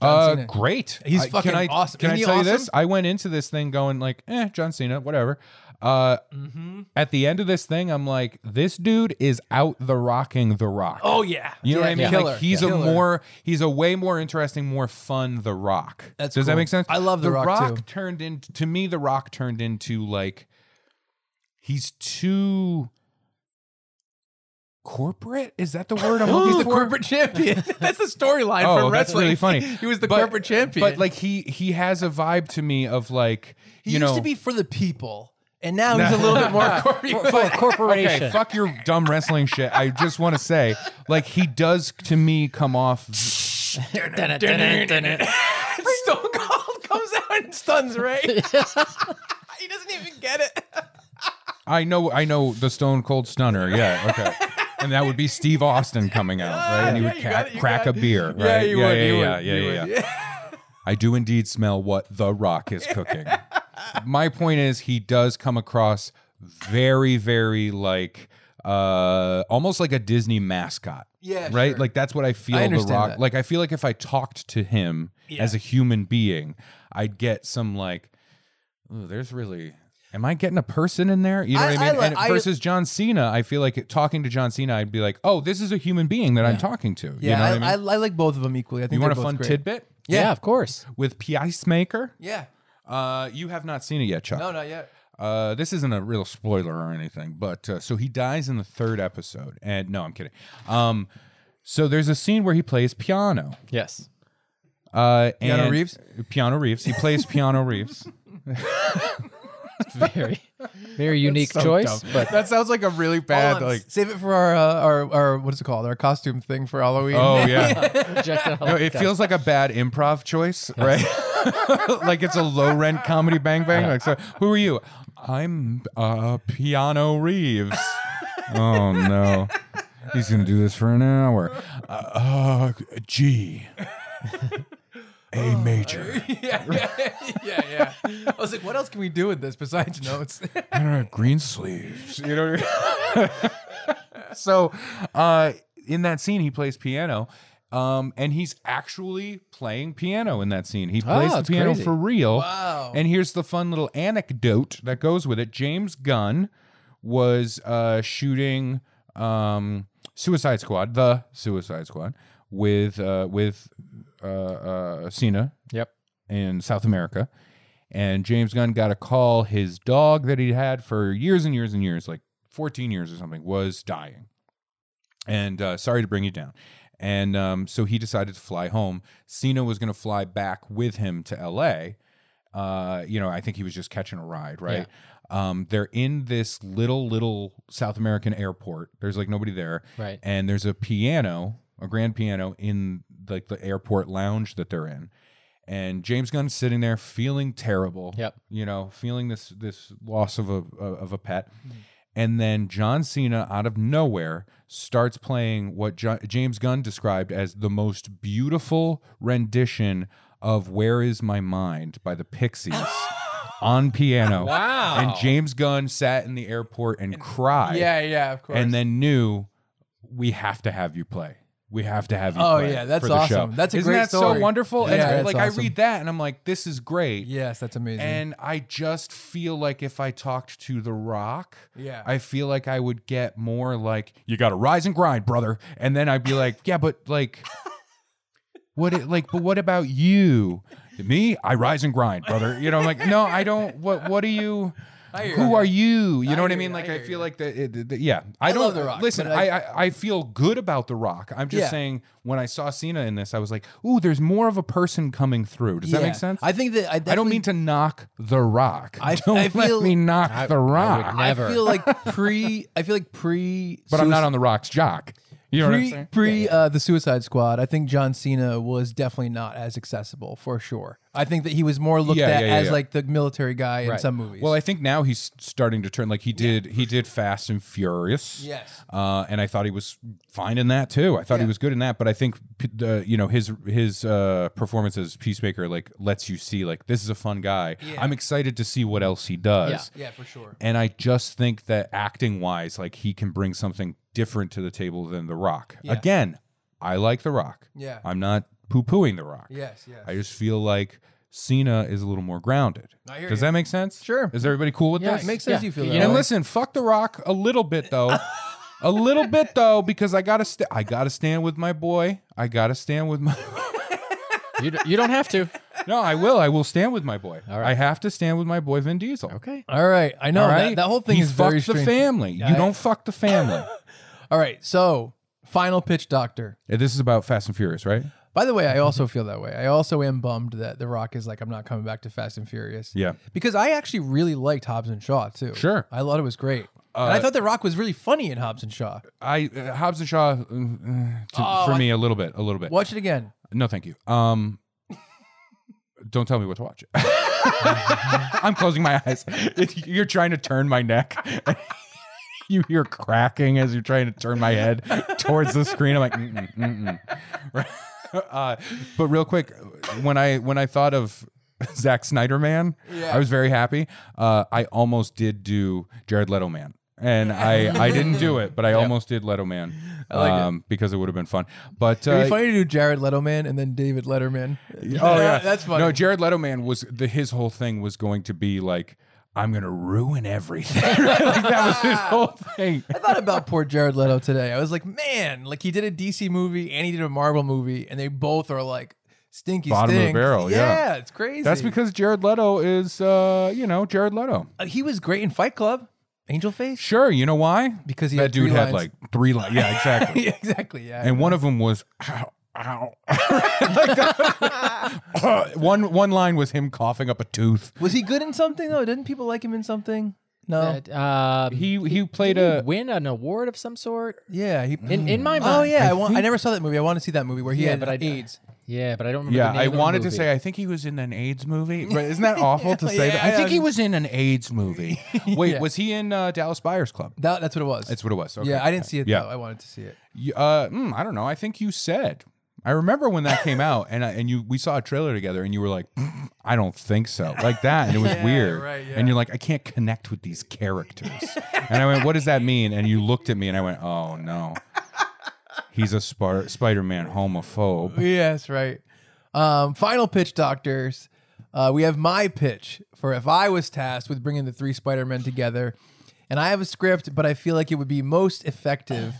Speaker 3: John
Speaker 4: uh,
Speaker 3: Cena?
Speaker 4: great.
Speaker 3: He's
Speaker 4: I- can
Speaker 3: fucking
Speaker 4: I-
Speaker 3: awesome.
Speaker 4: Can
Speaker 3: Isn't
Speaker 4: I
Speaker 3: he
Speaker 4: tell you this?
Speaker 3: awesome?
Speaker 4: I went into this thing going like, eh, John Cena, whatever. Uh,
Speaker 3: Mm-hmm.
Speaker 4: At the end of this thing, I'm like, this dude is out the rocking the rock.
Speaker 3: Oh yeah.
Speaker 4: You know what I mean?
Speaker 3: Killer.
Speaker 4: Like he's a
Speaker 3: Killer.
Speaker 4: more he's a way more interesting, more fun The Rock.
Speaker 3: That's
Speaker 4: Does that
Speaker 3: cool.
Speaker 4: make sense?
Speaker 3: I love The Rock, too.
Speaker 4: turned into to me The Rock turned into like he's too corporate? Is that the word I'm looking
Speaker 3: He's the
Speaker 4: for?
Speaker 3: corporate champion. that's the storyline
Speaker 4: Oh,
Speaker 3: from
Speaker 4: that's
Speaker 3: wrestling.
Speaker 4: really funny.
Speaker 3: he was the
Speaker 4: But-
Speaker 3: corporate champion.
Speaker 4: But like he he has a vibe to me of like
Speaker 3: he used
Speaker 4: you know
Speaker 3: to be for the people, and now he's a little bit more corporate.
Speaker 2: for a corporation.
Speaker 4: Okay, fuck your dumb wrestling shit. I just want to say, like, he does to me come off
Speaker 3: Stone Cold comes out and stuns Ray. he doesn't even get it.
Speaker 4: I know, I know the Stone Cold Stunner. Yeah, okay. And that would be Steve Austin coming out, right? And he
Speaker 3: Yeah,
Speaker 4: would
Speaker 3: you
Speaker 4: ca-
Speaker 3: got it, you
Speaker 4: crack
Speaker 3: got
Speaker 4: a
Speaker 3: it.
Speaker 4: beer, right?
Speaker 3: Yeah, you would,
Speaker 4: yeah,
Speaker 3: you
Speaker 4: yeah,
Speaker 3: would,
Speaker 4: yeah,
Speaker 3: you
Speaker 4: yeah,
Speaker 3: would.
Speaker 4: yeah. I do indeed smell what The Rock is cooking. My point is, he does come across very, very like uh almost like a Disney mascot.
Speaker 3: Yeah,
Speaker 4: right.
Speaker 3: sure.
Speaker 4: Like that's what I feel.
Speaker 3: I
Speaker 4: the
Speaker 3: understand
Speaker 4: Rock.
Speaker 3: that.
Speaker 4: Like I feel like if I talked to him as a human being, I'd get some like, "Ooh, there's really. Am I getting a person in there? You know
Speaker 3: I-
Speaker 4: what I
Speaker 3: I
Speaker 4: mean.
Speaker 3: li-
Speaker 4: and
Speaker 3: I-
Speaker 4: versus John Cena, I feel like talking to John Cena, I'd be like, oh, this is a human being that I'm talking to. you know
Speaker 3: Yeah,
Speaker 4: what I
Speaker 3: I, I,
Speaker 4: mean.
Speaker 3: I like both of them equally. I think
Speaker 4: you want a
Speaker 3: they're both
Speaker 4: fun
Speaker 3: great.
Speaker 4: tidbit
Speaker 2: yeah. of course.
Speaker 4: with Peacemaker?
Speaker 3: Yeah.
Speaker 4: Uh, you have not seen it yet, Chuck.
Speaker 3: No, not yet.
Speaker 4: Uh, this isn't a real spoiler or anything, but uh, so he dies in the third episode, and no, I'm kidding. Um, so there's a scene where he plays piano.
Speaker 2: Yes.
Speaker 4: Uh,
Speaker 3: Keanu
Speaker 4: and-
Speaker 3: Reeves?
Speaker 4: Piano Reeves. He plays Piano Reeves.
Speaker 2: Very, very unique choice. But
Speaker 4: that sounds like a really
Speaker 3: Hold on, Save it for our, uh, our our what is it called? Our costume thing for Halloween.
Speaker 4: Oh yeah,
Speaker 2: check that out.
Speaker 4: No, it feels like a bad improv choice, right? like it's a low rent comedy bang bang. Like, so who are you? I'm uh, Piano Reeves. oh no, he's gonna do this for an hour. Uh, uh, G, A major.
Speaker 3: yeah, yeah, yeah, yeah. I was like, what else can we do with this besides notes?
Speaker 4: I don't know, green sleeves. You know. What I mean? so, uh, in that scene, he plays piano, um, and he's actually playing piano in that scene. He plays the
Speaker 2: that's
Speaker 4: piano
Speaker 2: crazy.
Speaker 4: for real.
Speaker 3: Wow.
Speaker 4: And here's the fun little anecdote that goes with it. James Gunn was uh, shooting um, Suicide Squad, the Suicide Squad, with uh, with uh, uh, Cena
Speaker 2: Yep.
Speaker 4: in South America. And James Gunn got a call. His dog that he had for years and years and years, like 14 years or something, was dying. And uh, sorry to bring you down. And um, so he decided to fly home. Cena was going to fly back with him to LA. Uh, you know, I think he was just catching a ride, right? Um, they're in this little, little South American airport. There's like nobody there
Speaker 2: Right.
Speaker 4: and there's a piano, a grand piano in like the airport lounge that they're in. And James Gunn's sitting there feeling terrible.
Speaker 2: Yep.
Speaker 4: You know, feeling this this loss of a of a pet. And then John Cena, out of nowhere, starts playing what Jo- James Gunn described as the most beautiful rendition of Where Is My Mind by the Pixies on piano.
Speaker 3: Wow.
Speaker 4: And James Gunn sat in the airport and cried
Speaker 3: yeah, yeah, of course.
Speaker 4: and then knew we have to have you play. We have to have you.
Speaker 3: Oh,
Speaker 4: play
Speaker 3: yeah, that's
Speaker 4: for the show."
Speaker 3: awesome. That's a
Speaker 4: Isn't
Speaker 3: great
Speaker 4: that
Speaker 3: story.
Speaker 4: so wonderful? And,
Speaker 3: Yeah, that's
Speaker 4: like
Speaker 3: awesome.
Speaker 4: I read that and I'm like, this is great.
Speaker 3: yes, that's amazing.
Speaker 4: And I just feel like if I talked to The Rock,
Speaker 3: yeah,
Speaker 4: I feel like I would get more like, you got to rise and grind, brother. And then I'd be like, yeah, but like, what, it, like, but what about you? Me, I rise and grind, brother. You know, I'm like, no, I don't. What, what do you?
Speaker 3: I hear
Speaker 4: Who
Speaker 3: you.
Speaker 4: are you? You
Speaker 3: I
Speaker 4: know what I
Speaker 3: hear
Speaker 4: mean?
Speaker 3: you,
Speaker 4: Like
Speaker 3: I
Speaker 4: I,
Speaker 3: hear you.
Speaker 4: feel like the, the, the- yeah. I,
Speaker 3: I
Speaker 4: don't
Speaker 3: love The Rock,
Speaker 4: Listen,
Speaker 3: but
Speaker 4: I,
Speaker 3: I-
Speaker 4: I I feel good about the Rock. I'm just
Speaker 3: Yeah.
Speaker 4: saying when I saw Cena in this, I was like, ooh, there's more of a person coming through. Does that
Speaker 3: Yeah.
Speaker 4: make sense?
Speaker 3: I think that I,
Speaker 4: I don't mean to knock the Rock.
Speaker 3: I-
Speaker 4: don't
Speaker 3: I feel-
Speaker 4: let me knock the Rock.
Speaker 2: would
Speaker 3: I
Speaker 2: never.
Speaker 3: feel like pre. I feel like pre.
Speaker 4: but I'm not on the Rock's jock. You know what I'm
Speaker 3: pre
Speaker 4: saying?
Speaker 3: pre Uh, the Suicide Squad. I think John Cena was definitely not as accessible for sure. I think that he was more looked
Speaker 4: Yeah,
Speaker 3: at
Speaker 4: yeah, yeah,
Speaker 3: as
Speaker 4: yeah.
Speaker 3: like the military guy in
Speaker 2: Right.
Speaker 3: some movies.
Speaker 4: Well, I think now he's starting to turn like he did. he did Fast and Furious.
Speaker 3: Yes.
Speaker 4: uh, and I thought he was fine in that too. I thought
Speaker 3: Yeah.
Speaker 4: he was good in that, but I think p- the you know his his uh, performance as Peacemaker like lets you see like this is a fun guy.
Speaker 3: Yeah.
Speaker 4: I'm excited to see what else he does.
Speaker 3: yeah, for sure.
Speaker 4: And I just think that acting wise, like he can bring something different to the table than The Rock.
Speaker 3: Yeah.
Speaker 4: Again, I like The Rock.
Speaker 3: Yeah.
Speaker 4: I'm not poo pooing The Rock.
Speaker 3: Yes, yes.
Speaker 4: I just feel like Cena is a little more grounded.
Speaker 3: I hear
Speaker 4: Does
Speaker 3: you.
Speaker 4: that make sense?
Speaker 3: Sure.
Speaker 4: Is everybody cool with this?
Speaker 3: it makes sense you feel that
Speaker 4: And
Speaker 3: way.
Speaker 4: listen, fuck The Rock a little bit though. a little bit though because I got to st- I got to stand with my boy. I got to stand with my
Speaker 2: you, d- you don't have to.
Speaker 4: No, I will. I will stand with my boy.
Speaker 2: All right.
Speaker 4: I have to stand with my boy Vin Diesel.
Speaker 2: Okay.
Speaker 3: All right, I know
Speaker 4: All right.
Speaker 3: that, that whole thing
Speaker 4: he
Speaker 3: is
Speaker 4: fucked
Speaker 3: very
Speaker 4: the
Speaker 3: strange.
Speaker 4: family.
Speaker 3: Yeah,
Speaker 4: you
Speaker 3: I-
Speaker 4: don't fuck the family.
Speaker 3: All right, so final pitch, Doctor.
Speaker 4: Yeah, this is about Fast and Furious, right?
Speaker 3: By the way, I also feel that way. I also am bummed that The Rock is like, I'm not coming back to Fast and Furious.
Speaker 4: Yeah.
Speaker 3: Because I actually really liked Hobbs and Shaw too.
Speaker 4: Sure. Uh,
Speaker 3: I thought it was great. and I thought The Rock was really funny in Hobbs and Shaw.
Speaker 4: I uh, Hobbs and Shaw uh, uh, to, for me a little bit, a little bit.
Speaker 3: Watch it again.
Speaker 4: No, thank you. Um, don't tell me what to watch. I'm closing my eyes. If you're trying to turn my neck. you hear cracking as you're trying to turn my head towards the screen. I'm like, mm, mm-mm, mm-mm. Uh, but real quick, when I when I thought of Zack Snyder Man,
Speaker 3: Yeah.
Speaker 4: I was very happy. Uh, I almost did do Jared Leto Man. And I, I didn't do it, but I almost did Leto Man
Speaker 3: like it.
Speaker 4: um, because it would have been fun. But uh,
Speaker 3: It'd be funny to do Jared Leto man and then David Letterman.
Speaker 4: Oh yeah,
Speaker 3: that's funny.
Speaker 4: No, Jared Leto man was the his whole thing was going to be like, I'm gonna ruin everything. like that was his whole thing.
Speaker 3: I thought about poor Jared Leto today. I was like, man, like he did a DC movie and he did a Marvel movie, and they both are like stinky
Speaker 4: Bottom of the
Speaker 3: stinks.
Speaker 4: barrel, yeah.
Speaker 3: it's crazy.
Speaker 4: That's because Jared Leto is, uh, you know, Jared Leto.
Speaker 3: Uh, he was great in Fight Club, Angel Face,
Speaker 4: Sure, you know why?
Speaker 3: because he
Speaker 4: that
Speaker 3: had
Speaker 4: dude
Speaker 3: three
Speaker 4: had
Speaker 3: lines.
Speaker 4: like three lines. Yeah, exactly.
Speaker 3: Yeah, exactly yeah.
Speaker 4: and one of them was. Ow, ow. Like that. one one line was him coughing up a tooth.
Speaker 3: was he good in something though? Didn't people like him in something? No.
Speaker 2: Uh,
Speaker 4: He he played
Speaker 2: did he
Speaker 4: a
Speaker 2: win an award of some sort.
Speaker 3: yeah. He,
Speaker 2: In in
Speaker 4: Mm.
Speaker 2: my mind.
Speaker 3: oh yeah. I,
Speaker 4: I
Speaker 3: want, I
Speaker 4: think-
Speaker 3: never saw that movie. I want to see that movie where he
Speaker 2: Yeah,
Speaker 3: had
Speaker 2: but I-
Speaker 3: AIDS.
Speaker 2: Yeah, but I don't remember.
Speaker 4: Yeah,
Speaker 2: the name
Speaker 4: I
Speaker 2: of the
Speaker 4: wanted to
Speaker 2: movie.
Speaker 4: say I think he was in an AIDS movie, but isn't that awful to say that? I
Speaker 3: Yeah,
Speaker 4: think he
Speaker 3: yeah.
Speaker 4: was in an AIDS movie. Wait,
Speaker 3: Yeah.
Speaker 4: was he in uh, Dallas Buyers Club?
Speaker 3: That, that's what it was.
Speaker 4: That's what it was. Okay.
Speaker 3: Yeah, I didn't see it
Speaker 4: Yeah.
Speaker 3: though. I wanted to see it.
Speaker 4: You- Uh, mm, I don't know. I think you said. I remember when that came out, and I, and you we saw a trailer together, and you were like, "Mm, "I don't think so," like that, and it was weird.
Speaker 3: right, yeah.
Speaker 4: And you're like, "I can't connect with these characters," and I went, "What does that mean?" And you looked at me, and I went, "Oh no." He's a Spar- Spider-Man homophobe.
Speaker 3: Yes, right. Um, final pitch, doctors. Uh, we have my pitch for if I was tasked with bringing the three Spider Men together, and I have a script, but I feel like it would be most effective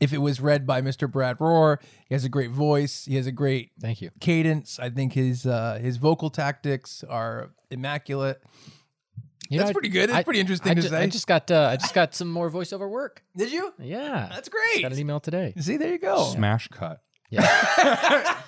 Speaker 3: if it was read by Mr. Brad Rohr. He has a great voice. He has a great
Speaker 2: Thank you.
Speaker 3: cadence. I think his uh, his vocal tactics are immaculate.
Speaker 2: You
Speaker 3: That's
Speaker 2: I-
Speaker 3: pretty good. That's
Speaker 2: I-
Speaker 3: pretty interesting
Speaker 2: I
Speaker 3: to
Speaker 2: ju-
Speaker 3: say.
Speaker 2: I just got uh, I just got some more voiceover work.
Speaker 3: Did you?
Speaker 2: Yeah,
Speaker 3: That's great.
Speaker 2: Got an email today.
Speaker 3: See, there you go.
Speaker 4: Smash cut.
Speaker 2: Yeah.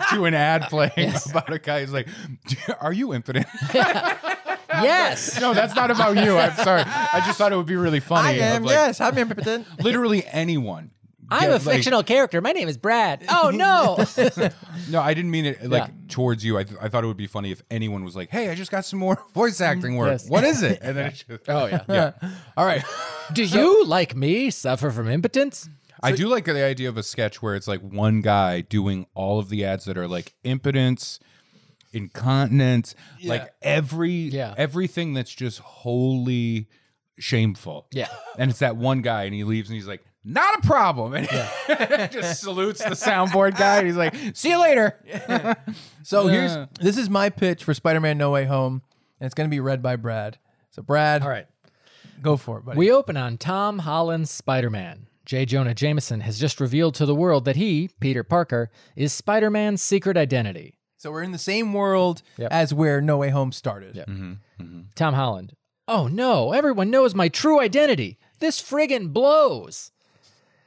Speaker 4: to an ad playing about a guy who's like, "Are you impotent?"
Speaker 2: yes.
Speaker 4: no, that's not about you. I'm sorry. I just thought it would be really funny.
Speaker 3: I am.
Speaker 4: Of, like,
Speaker 3: yes, I'm impotent.
Speaker 4: Literally anyone
Speaker 2: I'm
Speaker 4: Yeah,
Speaker 2: a
Speaker 4: like-
Speaker 2: fictional character. My name is Brad. Oh no.
Speaker 4: No, I didn't mean it like
Speaker 2: Yeah.
Speaker 4: towards you. I, th- I thought it would be funny if anyone was like, "Hey, I just got some more voice acting work.
Speaker 2: Yes.
Speaker 4: What is it?" And then it's just,
Speaker 2: oh yeah.
Speaker 4: all right.
Speaker 2: Do you like me suffer from impotence?
Speaker 4: I do like the idea of a sketch where it's like one guy doing all of the ads that are like impotence, incontinence, like every
Speaker 2: Yeah.
Speaker 4: everything that's just wholly shameful.
Speaker 2: Yeah.
Speaker 4: And it's that one guy and he leaves and he's like, "Not a problem." And just salutes the soundboard guy and he's like, "See you later."
Speaker 3: So here's this is my pitch for Spider-Man: No Way Home, and it's going to be read by Brad. So Brad,
Speaker 2: All right.
Speaker 3: go for it, buddy.
Speaker 2: We open on Tom Holland's Spider Man. J. Jonah Jameson has just revealed to the world that he, Peter Parker, is Spider Man's secret identity.
Speaker 3: so we're in the same world
Speaker 2: Yep.
Speaker 3: as where No Way Home started.
Speaker 2: Tom Holland. Oh no, everyone knows my true identity. This friggin' blows.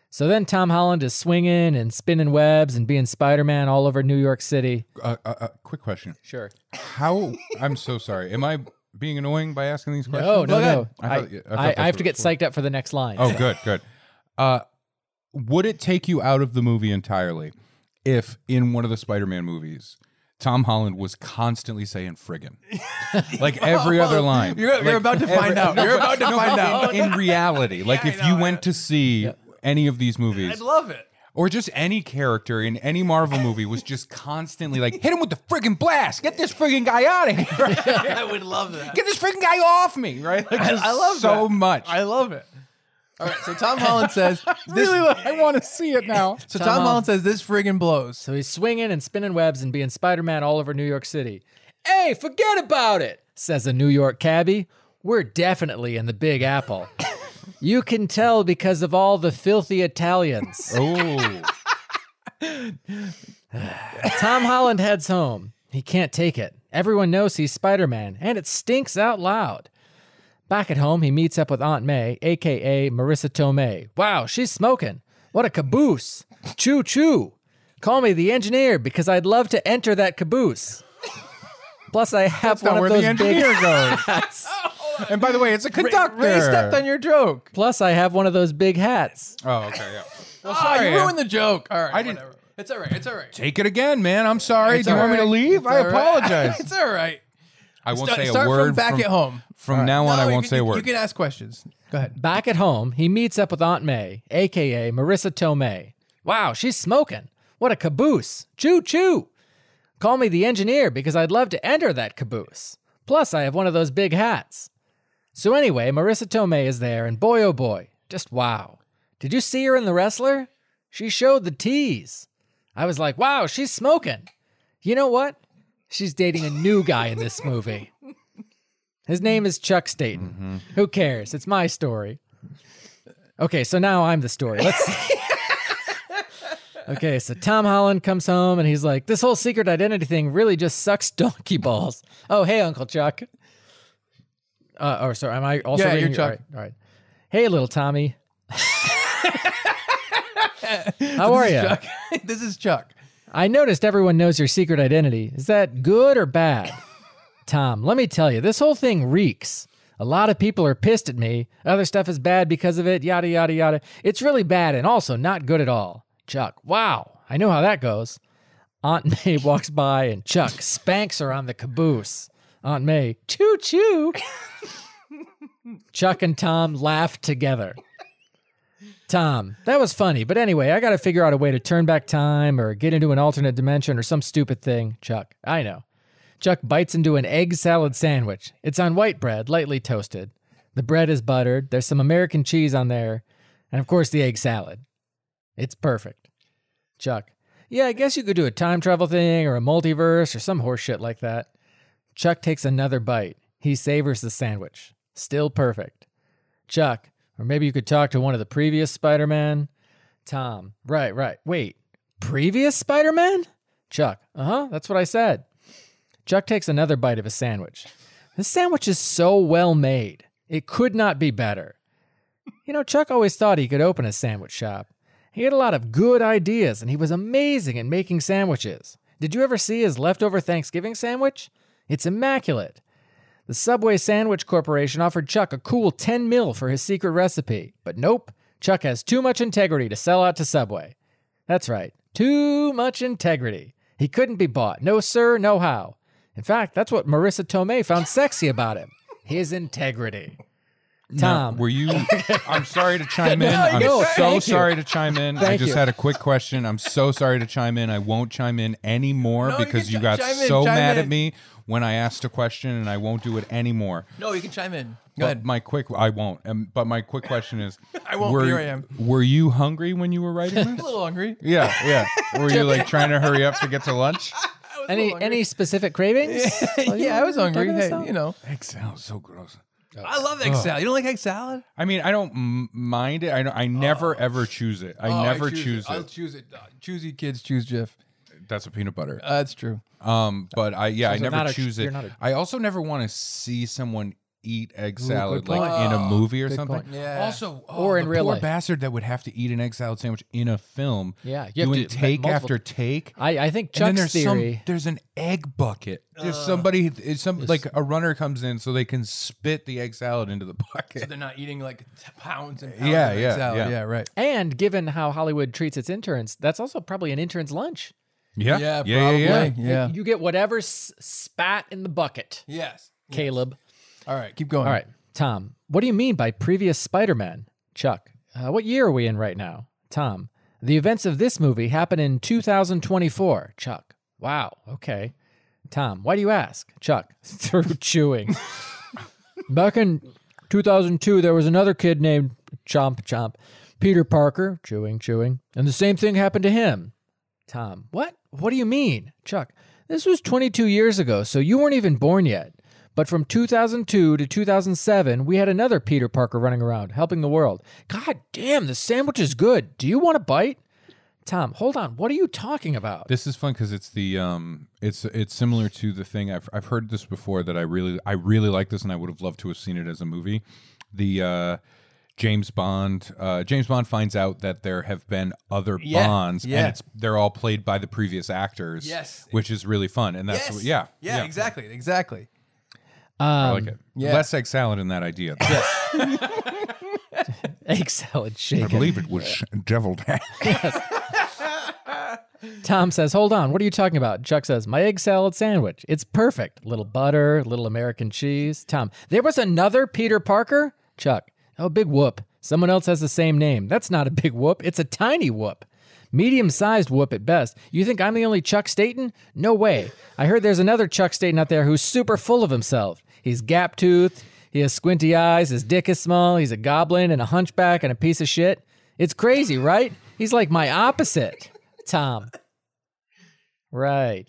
Speaker 2: So then Tom Holland is swinging and spinning webs and being Spider Man all over New York City.
Speaker 4: Uh, uh, uh, quick question.
Speaker 2: Sure.
Speaker 4: How I'm so sorry. Am I being annoying by asking these questions?
Speaker 2: Oh, no, no.
Speaker 3: ahead.
Speaker 4: I
Speaker 2: I,
Speaker 4: thought- yeah, I thought
Speaker 2: I,
Speaker 4: that's
Speaker 2: I have
Speaker 4: what
Speaker 2: to
Speaker 4: it
Speaker 2: get
Speaker 4: was
Speaker 2: psyched up for the next line.
Speaker 4: Oh, good, good. Uh, would it take you out of the movie entirely if in one of the Spider-Man movies Tom Holland was constantly saying friggin'? Like every other line.
Speaker 3: You're, you're
Speaker 4: Like,
Speaker 3: about to find out. You're about to find out.
Speaker 4: in, in reality, like if you went to see any of these movies
Speaker 3: love it.
Speaker 4: or just any character in any Marvel movie was just constantly like, hit him with the friggin' blast. Get this friggin' guy out of here.
Speaker 3: I would love that.
Speaker 4: Get this friggin' guy off me, right? Like, just
Speaker 3: I love
Speaker 4: so
Speaker 3: that.
Speaker 4: much.
Speaker 3: I love it. All right, so Tom Holland says, this,
Speaker 4: I want to see it now.
Speaker 3: so
Speaker 2: Tom
Speaker 3: Tom
Speaker 2: Holland.
Speaker 3: Holland says, this friggin' blows.
Speaker 2: So he's swinging and spinning webs and being Spider Man all over New York City. Hey, forget about it, says a New York cabbie. We're definitely in the Big Apple. you can tell because of all the filthy Italians.
Speaker 4: Oh,
Speaker 2: Tom Holland heads home. He can't take it. Everyone knows he's Spider Man, and it stinks out loud. Back at home, he meets up with Aunt May, aka Marissa Tomei. Wow, she's smoking. What a caboose. Choo choo. Call me the engineer because I'd love to enter that caboose. Plus, I have
Speaker 4: not
Speaker 2: one
Speaker 4: where
Speaker 2: of
Speaker 4: the
Speaker 2: those big
Speaker 4: engineer goes.
Speaker 2: hats.
Speaker 4: And by the way, it's a conductor.
Speaker 3: Ray stepped on your joke.
Speaker 2: Plus, I have one of those big hats.
Speaker 4: Oh, okay. Yeah.
Speaker 3: Well, sorry, Ah, you ruined the joke. All right,
Speaker 4: I didn't-
Speaker 3: whatever. It's all right. It's all right.
Speaker 4: Take it again, man. I'm sorry.
Speaker 3: It's
Speaker 4: Do you
Speaker 3: all
Speaker 4: want me to
Speaker 3: right.
Speaker 4: leave?
Speaker 3: It's
Speaker 4: I
Speaker 3: all right.
Speaker 4: apologize.
Speaker 3: it's all right.
Speaker 4: I won't
Speaker 3: Start-
Speaker 4: say
Speaker 3: start
Speaker 4: a word.
Speaker 3: from back at home.
Speaker 4: From now on,
Speaker 3: No,
Speaker 4: I
Speaker 3: you
Speaker 4: won't
Speaker 3: can-
Speaker 4: say a
Speaker 3: you-
Speaker 4: word.
Speaker 3: You can ask questions. Go ahead.
Speaker 2: Back at home, he meets up with Aunt May, aka Marissa Tomei. Wow, she's smoking. What a caboose. Choo choo. Call me the engineer because I'd love to enter that caboose. Plus, I have one of those big hats. So, anyway, Marissa Tomei is there, and boy, oh boy, just wow. Did you see her in The Wrestler? She showed the tease. I was like, wow, she's smoking. You know what? She's dating a new guy in this movie. His name is Chuck Staten.
Speaker 3: Mm-hmm.
Speaker 2: Who cares? It's my story. Okay, so now I'm the story. Let's. okay, so Tom Holland comes home and he's like, "This whole secret identity thing really just sucks donkey balls." Oh, hey, Uncle Chuck. Uh, or sorry, am I also
Speaker 3: Yeah,
Speaker 2: reading
Speaker 3: you're
Speaker 2: your-
Speaker 3: Chuck.
Speaker 2: All right, all right. Hey, little Tommy. How are you?
Speaker 3: Chuck. this is Chuck.
Speaker 2: I noticed everyone knows your secret identity. Is that good or bad? Tom, let me tell you, this whole thing reeks. A lot of people are pissed at me. Other stuff is bad because of it, yada, yada, yada. It's really bad and also not good at all. Chuck, wow, I know how that goes. Aunt May walks by and Chuck spanks her on the caboose. Aunt May, choo choo. Chuck and Tom laugh together. Tom, that was funny, but anyway, I got to figure out a way to turn back time or get into an alternate dimension or some stupid thing. Chuck, I know. Chuck bites into an egg salad sandwich. It's on white bread, lightly toasted. The bread is buttered. There's some American cheese on there. And of course, the egg salad. It's perfect. Chuck, yeah, I guess you could do a time travel thing or a multiverse or some horse shit like that. Chuck takes another bite. He savors the sandwich. Still perfect. Chuck, or maybe you could talk to one of the previous Spider Man. Tom, right, right. Wait, previous Spider Man? Chuck, uh huh, that's what I said. Chuck takes another bite of his sandwich. This sandwich is so well made, it could not be better. You know, Chuck always thought he could open a sandwich shop. He had a lot of good ideas and he was amazing at making sandwiches. Did you ever see his leftover Thanksgiving sandwich? It's immaculate. The Subway Sandwich Corporation offered Chuck a cool 10 mil for his secret recipe, but nope, Chuck has too much integrity to sell out to Subway. That's right, too much integrity. He couldn't be bought. No, sir, no how. In fact, that's what Marissa Tomei found sexy about him his integrity. Tom,
Speaker 4: Were you? I'm sorry to chime in. I'm
Speaker 2: no,
Speaker 4: so
Speaker 2: thank you.
Speaker 4: sorry to chime in. I
Speaker 2: Thank
Speaker 4: just
Speaker 2: you.
Speaker 4: had a quick question. I'm so sorry to chime in. I won't chime in anymore
Speaker 3: No, you
Speaker 4: because
Speaker 3: can
Speaker 4: you
Speaker 3: chi-
Speaker 4: got
Speaker 3: chime in,
Speaker 4: so
Speaker 3: chime
Speaker 4: mad
Speaker 3: in.
Speaker 4: at me when I asked a question, and I won't do it anymore.
Speaker 3: No, you can chime in. Go
Speaker 4: But
Speaker 3: ahead.
Speaker 4: My quick, I won't. Um, but my quick question is,
Speaker 3: I won't,
Speaker 4: Were,
Speaker 3: here I am.
Speaker 4: Were you hungry when you were writing
Speaker 3: a
Speaker 4: this?
Speaker 3: little hungry.
Speaker 4: yeah, yeah. Were you like trying to hurry up to get to lunch?
Speaker 2: any any specific cravings? Oh, you
Speaker 3: yeah, I was
Speaker 2: wanna
Speaker 3: hungry.
Speaker 2: talk about
Speaker 3: Hey,
Speaker 2: something?
Speaker 3: you know,
Speaker 4: Egg sounds so gross.
Speaker 3: I love egg salad. You don't like egg salad?
Speaker 4: I mean, I don't m- mind it. I don't, I never ever choose it. Oh. I never choose,
Speaker 3: I'll
Speaker 4: it.
Speaker 3: Oh, choose it. Uh, choosy kids choose Jeff.
Speaker 4: That's a peanut butter.
Speaker 3: Uh, that's true.
Speaker 4: Um, but I yeah, I
Speaker 2: So
Speaker 4: never
Speaker 2: not a-
Speaker 4: choose
Speaker 2: you're
Speaker 4: it.
Speaker 2: not a-
Speaker 4: I also never want to see someone eat egg salad
Speaker 2: point. Oh,
Speaker 4: like in a movie or
Speaker 2: Good
Speaker 4: something.
Speaker 2: point.
Speaker 3: Yeah.
Speaker 4: Also, oh,
Speaker 2: Or in
Speaker 4: the
Speaker 2: real
Speaker 4: poor
Speaker 2: life.
Speaker 4: bastard that would have to eat an egg salad sandwich in a film.
Speaker 2: Yeah, you have to-
Speaker 4: doing take
Speaker 2: multiple-
Speaker 4: after take.
Speaker 2: I, I think
Speaker 4: and then
Speaker 2: Chuck's
Speaker 4: there's
Speaker 2: theory.
Speaker 4: some there's an egg bucket. There's somebody it's some like a runner comes in so they can spit the egg salad into the bucket.
Speaker 3: So they're not eating like t- pounds and pounds
Speaker 4: Yeah,
Speaker 3: of egg
Speaker 4: yeah,
Speaker 3: salad.
Speaker 4: yeah.
Speaker 3: yeah, right.
Speaker 2: And given how Hollywood treats its interns, that's also probably an intern's lunch.
Speaker 4: yeah.
Speaker 3: Yeah,
Speaker 4: yeah, yeah, yeah.
Speaker 3: probably. Yeah.
Speaker 2: You get whatever s- spat in the bucket,
Speaker 3: Yes.
Speaker 2: Caleb.
Speaker 3: All right, keep going.
Speaker 2: All right, Tom, what do you mean by previous Spider Man? Chuck, uh, what year are we in right now? Tom, the events of this movie happen in 2024. Chuck, wow, okay. Tom, why do you ask? Chuck, through chewing. Back in 2002, there was another kid named Chomp Chomp, Peter Parker, chewing, chewing, and the same thing happened to him. Tom, what? What do you mean? Chuck, this was 22 years ago, so you weren't even born yet. But from 2002 to 2007, we had another Peter Parker running around, helping the world. God damn, the sandwich is good. Do you want a bite? Tom, hold on. What are you talking about?
Speaker 4: This is fun because it's the um, it's it's similar to the thing I've I've heard this before that I really I really like this and I would have loved to have seen it as a movie. The uh, James Bond uh, James Bond finds out that there have been other
Speaker 3: Yeah,
Speaker 4: Bonds
Speaker 3: yeah.
Speaker 4: and it's they're all played by the previous actors.
Speaker 3: Yes.
Speaker 4: which is really fun and that's
Speaker 3: Yes.
Speaker 4: what- yeah
Speaker 3: Yeah, exactly. Exactly.
Speaker 4: I like it.
Speaker 3: yeah.
Speaker 4: Less egg salad in that idea.
Speaker 2: Egg salad shaken.
Speaker 4: I believe it was deviled egg.
Speaker 2: Tom says, Hold on, what are you talking about? Chuck says, My egg salad sandwich. It's perfect. Little butter, little American cheese. Tom, there was another Peter Parker? Chuck, oh, big whoop. Someone else has the same name. That's not a big whoop. It's a tiny whoop. Medium sized whoop at best. You think I'm the only Chuck Staten? No way. I heard there's another Chuck Staten out there who's super full of himself. He's gap toothed, he has squinty eyes, his dick is small, he's a goblin and a hunchback and a piece of shit. It's crazy, right? He's like my opposite. Tom, Right.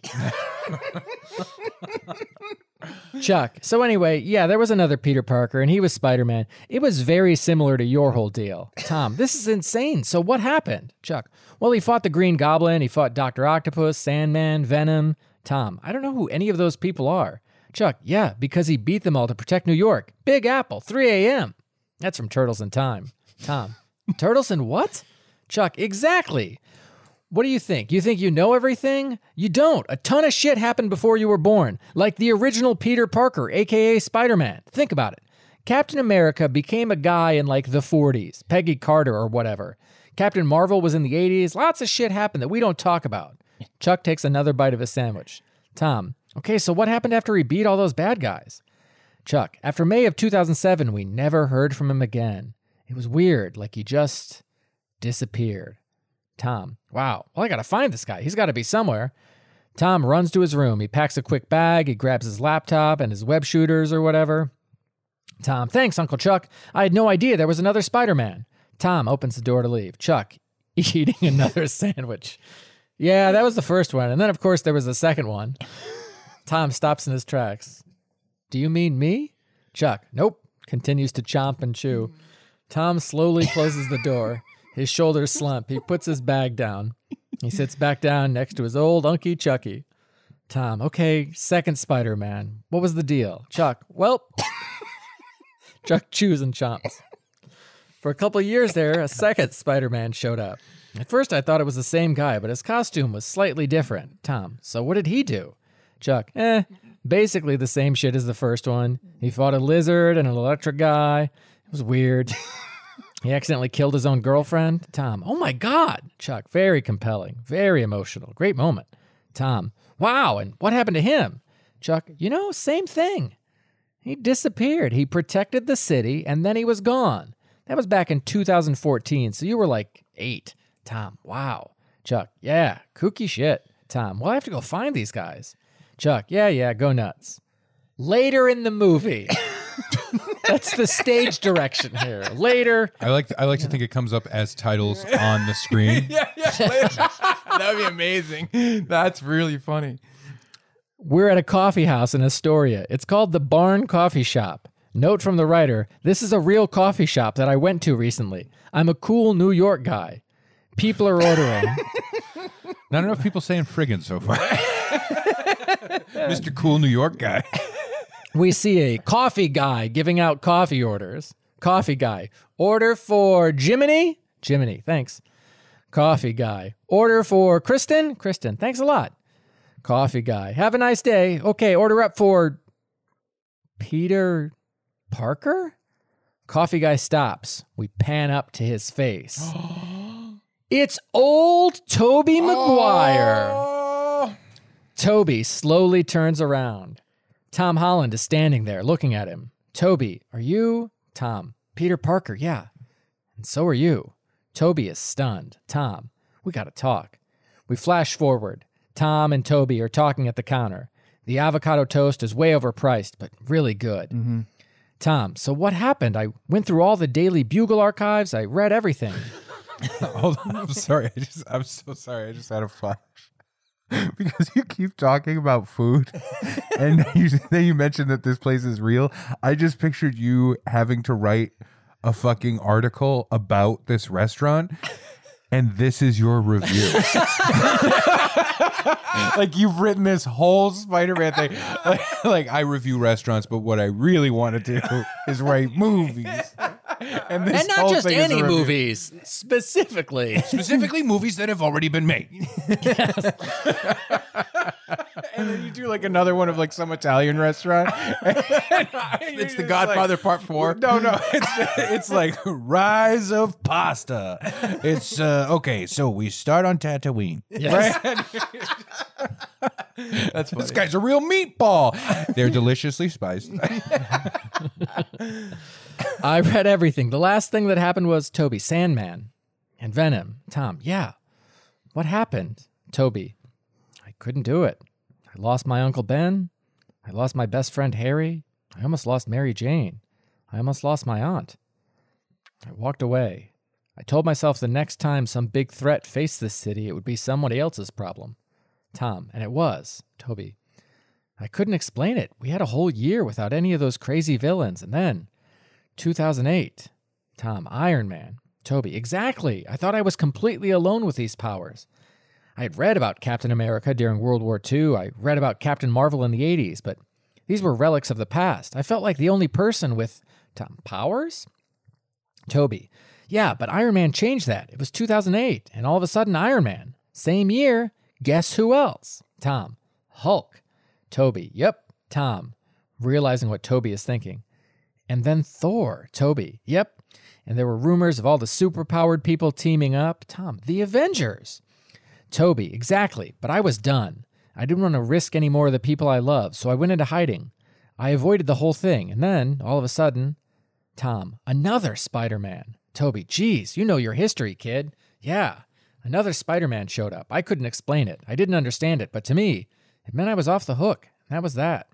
Speaker 2: Chuck. So anyway, yeah, there was another Peter Parker and he was Spider-Man. It was very similar to your whole deal. Tom, this is insane. So what happened? Chuck. Well, he fought the Green Goblin, he fought Dr. Octopus, Sandman, Venom. Tom, I don't know who any of those people are. Chuck, yeah, because he beat them all to protect New York. Big Apple, 3 a.m. That's from Turtles in Time. Tom, Turtles in what? Chuck, exactly. What do you think? You think you know everything? You don't. A ton of shit happened before you were born, like the original Peter Parker, aka Spider Man. Think about it. Captain America became a guy in like the 40s, Peggy Carter or whatever. Captain Marvel was in the 80s. Lots of shit happened that we don't talk about. Chuck takes another bite of his sandwich. Tom, okay, so what happened after he beat all those bad guys? Chuck, after May of 2007, we never heard from him again. It was weird, like he just disappeared. Tom. Wow. Well, I got to find this guy. He's got to be somewhere. Tom runs to his room. He packs a quick bag. He grabs his laptop and his web shooters or whatever. Tom. Thanks, Uncle Chuck. I had no idea there was another Spider Man. Tom opens the door to leave. Chuck eating another sandwich. Yeah, that was the first one. And then, of course, there was the second one. Tom stops in his tracks. Do you mean me? Chuck. Nope. Continues to chomp and chew. Tom slowly closes the door. His shoulders slump. He puts his bag down. He sits back down next to his old Unky Chucky. Tom, okay, second Spider Man. What was the deal? Chuck, well, Chuck chews and chomps. For a couple of years there, a second Spider Man showed up. At first, I thought it was the same guy, but his costume was slightly different. Tom, so what did he do? Chuck, eh, basically the same shit as the first one. He fought a lizard and an electric guy. It was weird. He accidentally killed his own girlfriend, Tom. Oh my God. Chuck, very compelling, very emotional. Great moment. Tom, wow. And what happened to him? Chuck, you know, same thing. He disappeared. He protected the city and then he was gone. That was back in 2014. So you were like eight. Tom, wow. Chuck, yeah, kooky shit. Tom, well, I have to go find these guys. Chuck, yeah, yeah, go nuts. Later in the movie. That's the stage direction here. Later,
Speaker 4: I like I like to think it comes up as titles on the screen.
Speaker 3: yeah, yeah. that would be amazing. That's really funny.
Speaker 2: We're at a coffee house in Astoria. It's called the Barn Coffee Shop. Note from the writer This is a real coffee shop that I went to recently. I'm a cool New York guy. People are ordering.
Speaker 4: Not enough people saying friggin' so far. Mr. Cool New York guy.
Speaker 2: we see a coffee guy giving out coffee orders. Coffee guy, order for Jiminy. Jiminy, thanks. Coffee guy, order for Kristen. Kristen, thanks a lot. Coffee guy, have a nice day. Okay, order up for Peter Parker? Coffee guy stops. We pan up to his face. it's old Toby Maguire.
Speaker 6: Oh.
Speaker 3: Oh,
Speaker 2: Toby slowly turns around. Tom Holland is standing there looking at him. Toby, are you? Tom, Peter Parker, yeah. And so are you. Toby is stunned. Tom, we gotta talk. We flash forward. Tom and Toby are talking at the counter. The avocado toast is way overpriced, but really good.
Speaker 4: Mm-hmm.
Speaker 2: Tom, so what happened? I went through all the Daily Bugle archives, I read everything.
Speaker 4: Hold on, I'm sorry. I just I'm so sorry. I just had a flash. Because you keep talking about food and you, then you mentioned that this place is real. I just pictured you having to write a fucking article about this restaurant and this is your review. like you've written this whole Spider-Man thing. Like, like, I review restaurants, but what I really want to do is write movies. And, this
Speaker 2: and not
Speaker 4: whole
Speaker 2: just
Speaker 4: thing is a
Speaker 2: any
Speaker 4: review.
Speaker 2: movies, specifically.
Speaker 4: specifically movies that have already been made. and then you do like another one of like some Italian restaurant.
Speaker 3: It's The Godfather Part Four.
Speaker 4: no, no, it's it's like rise of pasta. It's uh, okay. So we start on Tatooine.
Speaker 2: Yes.
Speaker 3: That's funny.
Speaker 4: This guy's a real meatball. They're deliciously spiced.
Speaker 2: I read everything. The last thing that happened was Toby, Sandman, and Venom. Tom, yeah. What happened? Toby, I couldn't do it. I lost my Uncle Ben. I lost my best friend Harry. I almost lost Mary Jane. I almost lost my aunt. I walked away. I told myself the next time some big threat faced this city, it would be somebody else's problem. Tom, and it was. Toby, I couldn't explain it. We had a whole year without any of those crazy villains, and then 2008. Tom, Iron Man. Toby, exactly. I thought I was completely alone with these powers. I had read about Captain America during World War II. I read about Captain Marvel in the 80s, but these were relics of the past. I felt like the only person with Tom powers? Toby, yeah, but Iron Man changed that. It was 2008, and all of a sudden, Iron Man. Same year, guess who else? Tom, Hulk. Toby, yep, Tom, realizing what Toby is thinking and then Thor, Toby. Yep. And there were rumors of all the superpowered people teaming up. Tom, the Avengers. Toby, exactly. But I was done. I didn't want to risk any more of the people I love, so I went into hiding. I avoided the whole thing, and then, all of a sudden, Tom, another Spider Man. Toby, geez, you know your history, kid. Yeah, another Spider Man showed up. I couldn't explain it. I didn't understand it, but to me, it meant I was off the hook. That was that.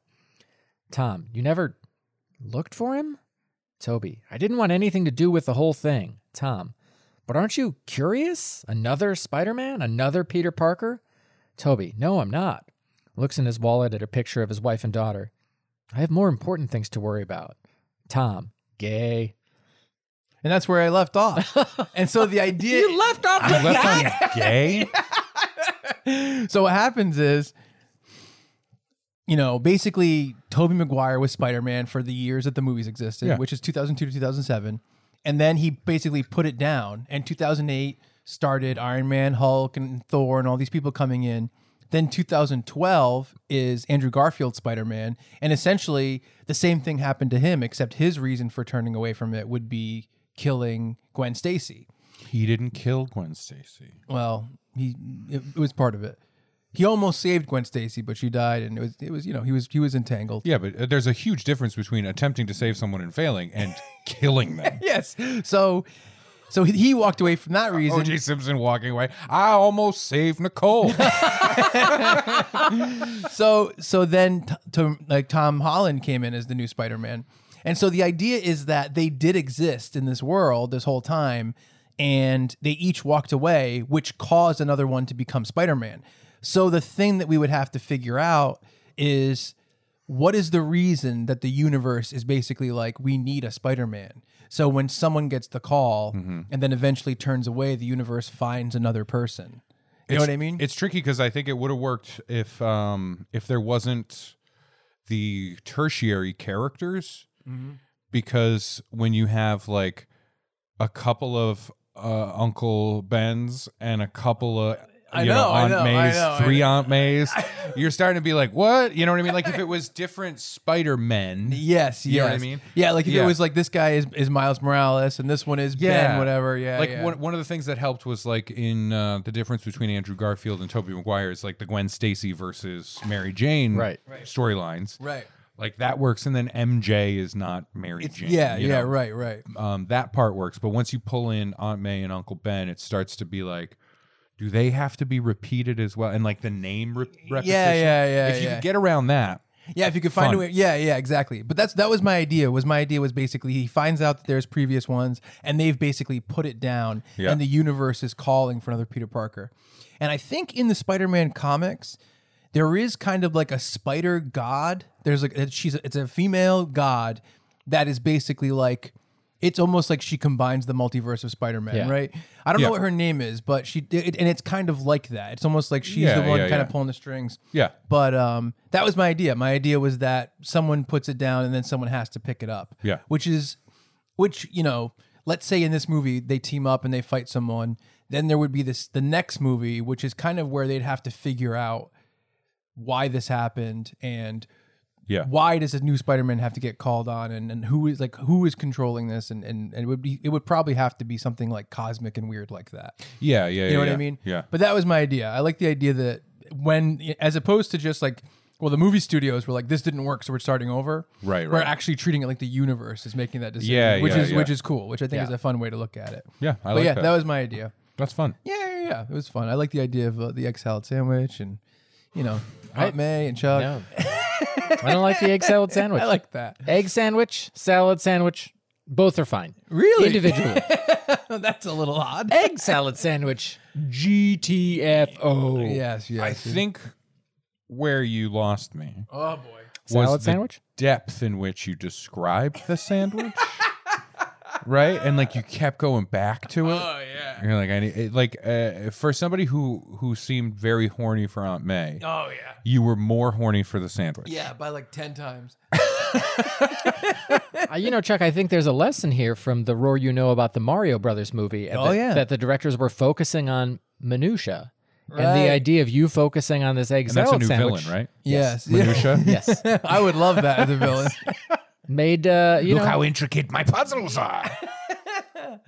Speaker 2: Tom, you never looked for him? Toby, I didn't want anything to do with the whole thing. Tom, but aren't you curious? Another Spider Man? Another Peter Parker? Toby, no, I'm not. Looks in his wallet at a picture of his wife and daughter. I have more important things to worry about. Tom, gay.
Speaker 3: And that's where I left off. And so the idea
Speaker 2: left off
Speaker 4: I left on gay.
Speaker 3: So what happens is, you know, basically Toby Maguire was Spider-Man for the years that the movies existed,
Speaker 4: Yeah.
Speaker 3: which is 2002 to 2007, and then he basically put it down. And 2008 started Iron Man, Hulk, and Thor, and all these people coming in. Then 2012 is Andrew Garfield Spider-Man, and essentially the same thing happened to him, except his reason for turning away from it would be killing Gwen Stacy.
Speaker 4: He didn't kill Gwen Stacy.
Speaker 3: Well, he it, it was part of it. He almost saved Gwen Stacy, but she died, and it was it was you know he was he was entangled.
Speaker 4: Yeah, but uh, there's a huge difference between attempting to save someone and failing and killing them.
Speaker 3: Yes, so so he, he walked away from that reason.
Speaker 4: O.J. Simpson walking away. I almost saved Nicole.
Speaker 3: so so then t- to, like Tom Holland came in as the new Spider-Man. And so the idea is that they did exist in this world this whole time and they each walked away which caused another one to become Spider-Man. So the thing that we would have to figure out is what is the reason that the universe is basically like we need a Spider-Man. So when someone gets the call and then eventually turns away the universe finds another person. You know what I mean?
Speaker 4: It's tricky because I think it would have worked if um if there wasn't the tertiary characters
Speaker 3: Mm-hmm.
Speaker 4: because when you have like a couple of uh, Uncle Ben's and a couple of
Speaker 3: I
Speaker 4: you know,
Speaker 3: know, I
Speaker 4: Aunt
Speaker 3: know, I
Speaker 4: May's,
Speaker 3: know, I
Speaker 4: three Aunt May's, you're starting to be like, what? You know what I mean? Like if it was different Spider Men,
Speaker 3: Yes, yes.
Speaker 4: You know what I mean?
Speaker 3: Yeah, like if it
Speaker 4: Yeah.
Speaker 3: was like this guy is, is Miles Morales and this one is Ben, whatever. Yeah,
Speaker 4: Like
Speaker 3: yeah.
Speaker 4: One, one of the things that helped was like in uh, the difference between Andrew Garfield and Tobey Maguire is like the Gwen Stacy versus Mary Jane
Speaker 2: Right.
Speaker 4: storylines.
Speaker 3: right.
Speaker 4: Like that works, and then MJ is not Mary Jane.
Speaker 3: Yeah,
Speaker 4: you
Speaker 3: yeah,
Speaker 4: know?
Speaker 3: right, right.
Speaker 4: Um, that part works, but once you pull in Aunt May and Uncle Ben, it starts to be like, do they have to be repeated as well? And like the name re- repetition.
Speaker 3: yeah, yeah,
Speaker 4: If you
Speaker 3: yeah.
Speaker 4: could get around that,
Speaker 3: Yeah, if you could find a
Speaker 4: Fun.
Speaker 3: way. Yeah, yeah, exactly. But that's that was my idea. Was my idea was basically he finds out that there's previous ones and they've basically put it down
Speaker 4: Yeah.
Speaker 3: and the universe is calling for another Peter Parker. And I think in the Spider-Man comics there is kind of like a spider god. There's like it- she's a, it's a female god that is basically like it's almost like she combines the multiverse of Spider-Man,
Speaker 2: Yeah.
Speaker 3: right? I don't
Speaker 4: Yeah.
Speaker 3: know what her name is, but she it, and it's kind of like that. It's almost like she's
Speaker 4: Yeah,
Speaker 3: the one
Speaker 4: yeah,
Speaker 3: kind of
Speaker 4: yeah.
Speaker 3: pulling the strings.
Speaker 4: yeah,
Speaker 3: But um, that was my idea. My idea was that someone puts it down and then someone has to pick it up.
Speaker 4: Yeah.
Speaker 3: Which is, which you know, let's say in this movie they team up and they fight someone. Then there would be this the next movie, which is kind of where they'd have to figure out why this happened and
Speaker 4: yeah.
Speaker 3: why does a new Spider-Man have to get called on and, and who is like who is controlling this and, and and it would be it would probably have to be something like cosmic and weird like that.
Speaker 4: Yeah, yeah, yeah.
Speaker 3: You know what I mean?
Speaker 4: Yeah.
Speaker 3: But that was my idea. I like the idea that when, as opposed to just like, well, the movie studios were like, this didn't work, so we're starting over.
Speaker 4: Right,
Speaker 3: We're
Speaker 4: right.
Speaker 3: actually treating it like the universe is making that decision.
Speaker 4: Yeah,
Speaker 3: which
Speaker 4: yeah,
Speaker 3: is
Speaker 4: yeah.
Speaker 3: which is cool. Which I think is a fun way to look at it.
Speaker 4: Yeah, I
Speaker 3: but
Speaker 4: like
Speaker 3: yeah,
Speaker 4: that.
Speaker 3: that. was my idea.
Speaker 4: That's fun.
Speaker 3: Yeah, yeah, yeah. It was fun. I like the idea of uh, the egg salad sandwich and, you know, Aunt May and Chuck.
Speaker 2: No. I don't like the egg salad sandwich.
Speaker 3: I like that.
Speaker 2: egg sandwich, salad sandwich. Both are fine.
Speaker 3: Really?
Speaker 2: Individual.
Speaker 3: That's a little odd.
Speaker 2: egg salad sandwich. GTFO.
Speaker 3: Yes, yes.
Speaker 4: I think where you lost me
Speaker 3: oh boy.
Speaker 2: Salad
Speaker 4: the
Speaker 2: sandwich?
Speaker 4: depth in which you described the sandwich, right? And like you kept going back to it.
Speaker 3: Oh yeah.
Speaker 4: You're like, I need, it- like uh, for somebody who who seemed very horny for Aunt May,
Speaker 3: Oh yeah.
Speaker 4: you were more horny for the sandwich.
Speaker 3: Yeah, by like ten times.
Speaker 2: Uh, you know, Chuck, I think there's a lesson here from the roar you know about the Mario Brothers movie. and
Speaker 3: Oh,
Speaker 2: that,
Speaker 3: yeah.
Speaker 2: That the directors were focusing on minutia. And
Speaker 3: Right.
Speaker 2: the idea of you focusing on this egg
Speaker 4: and that's
Speaker 2: salad
Speaker 4: a new
Speaker 2: sandwich,
Speaker 4: villain, right?
Speaker 3: Yes.
Speaker 4: Minutia.
Speaker 2: Yes,
Speaker 3: I would love that as a villain.
Speaker 2: made uh, you
Speaker 4: Look
Speaker 2: know.
Speaker 4: how intricate my puzzles are.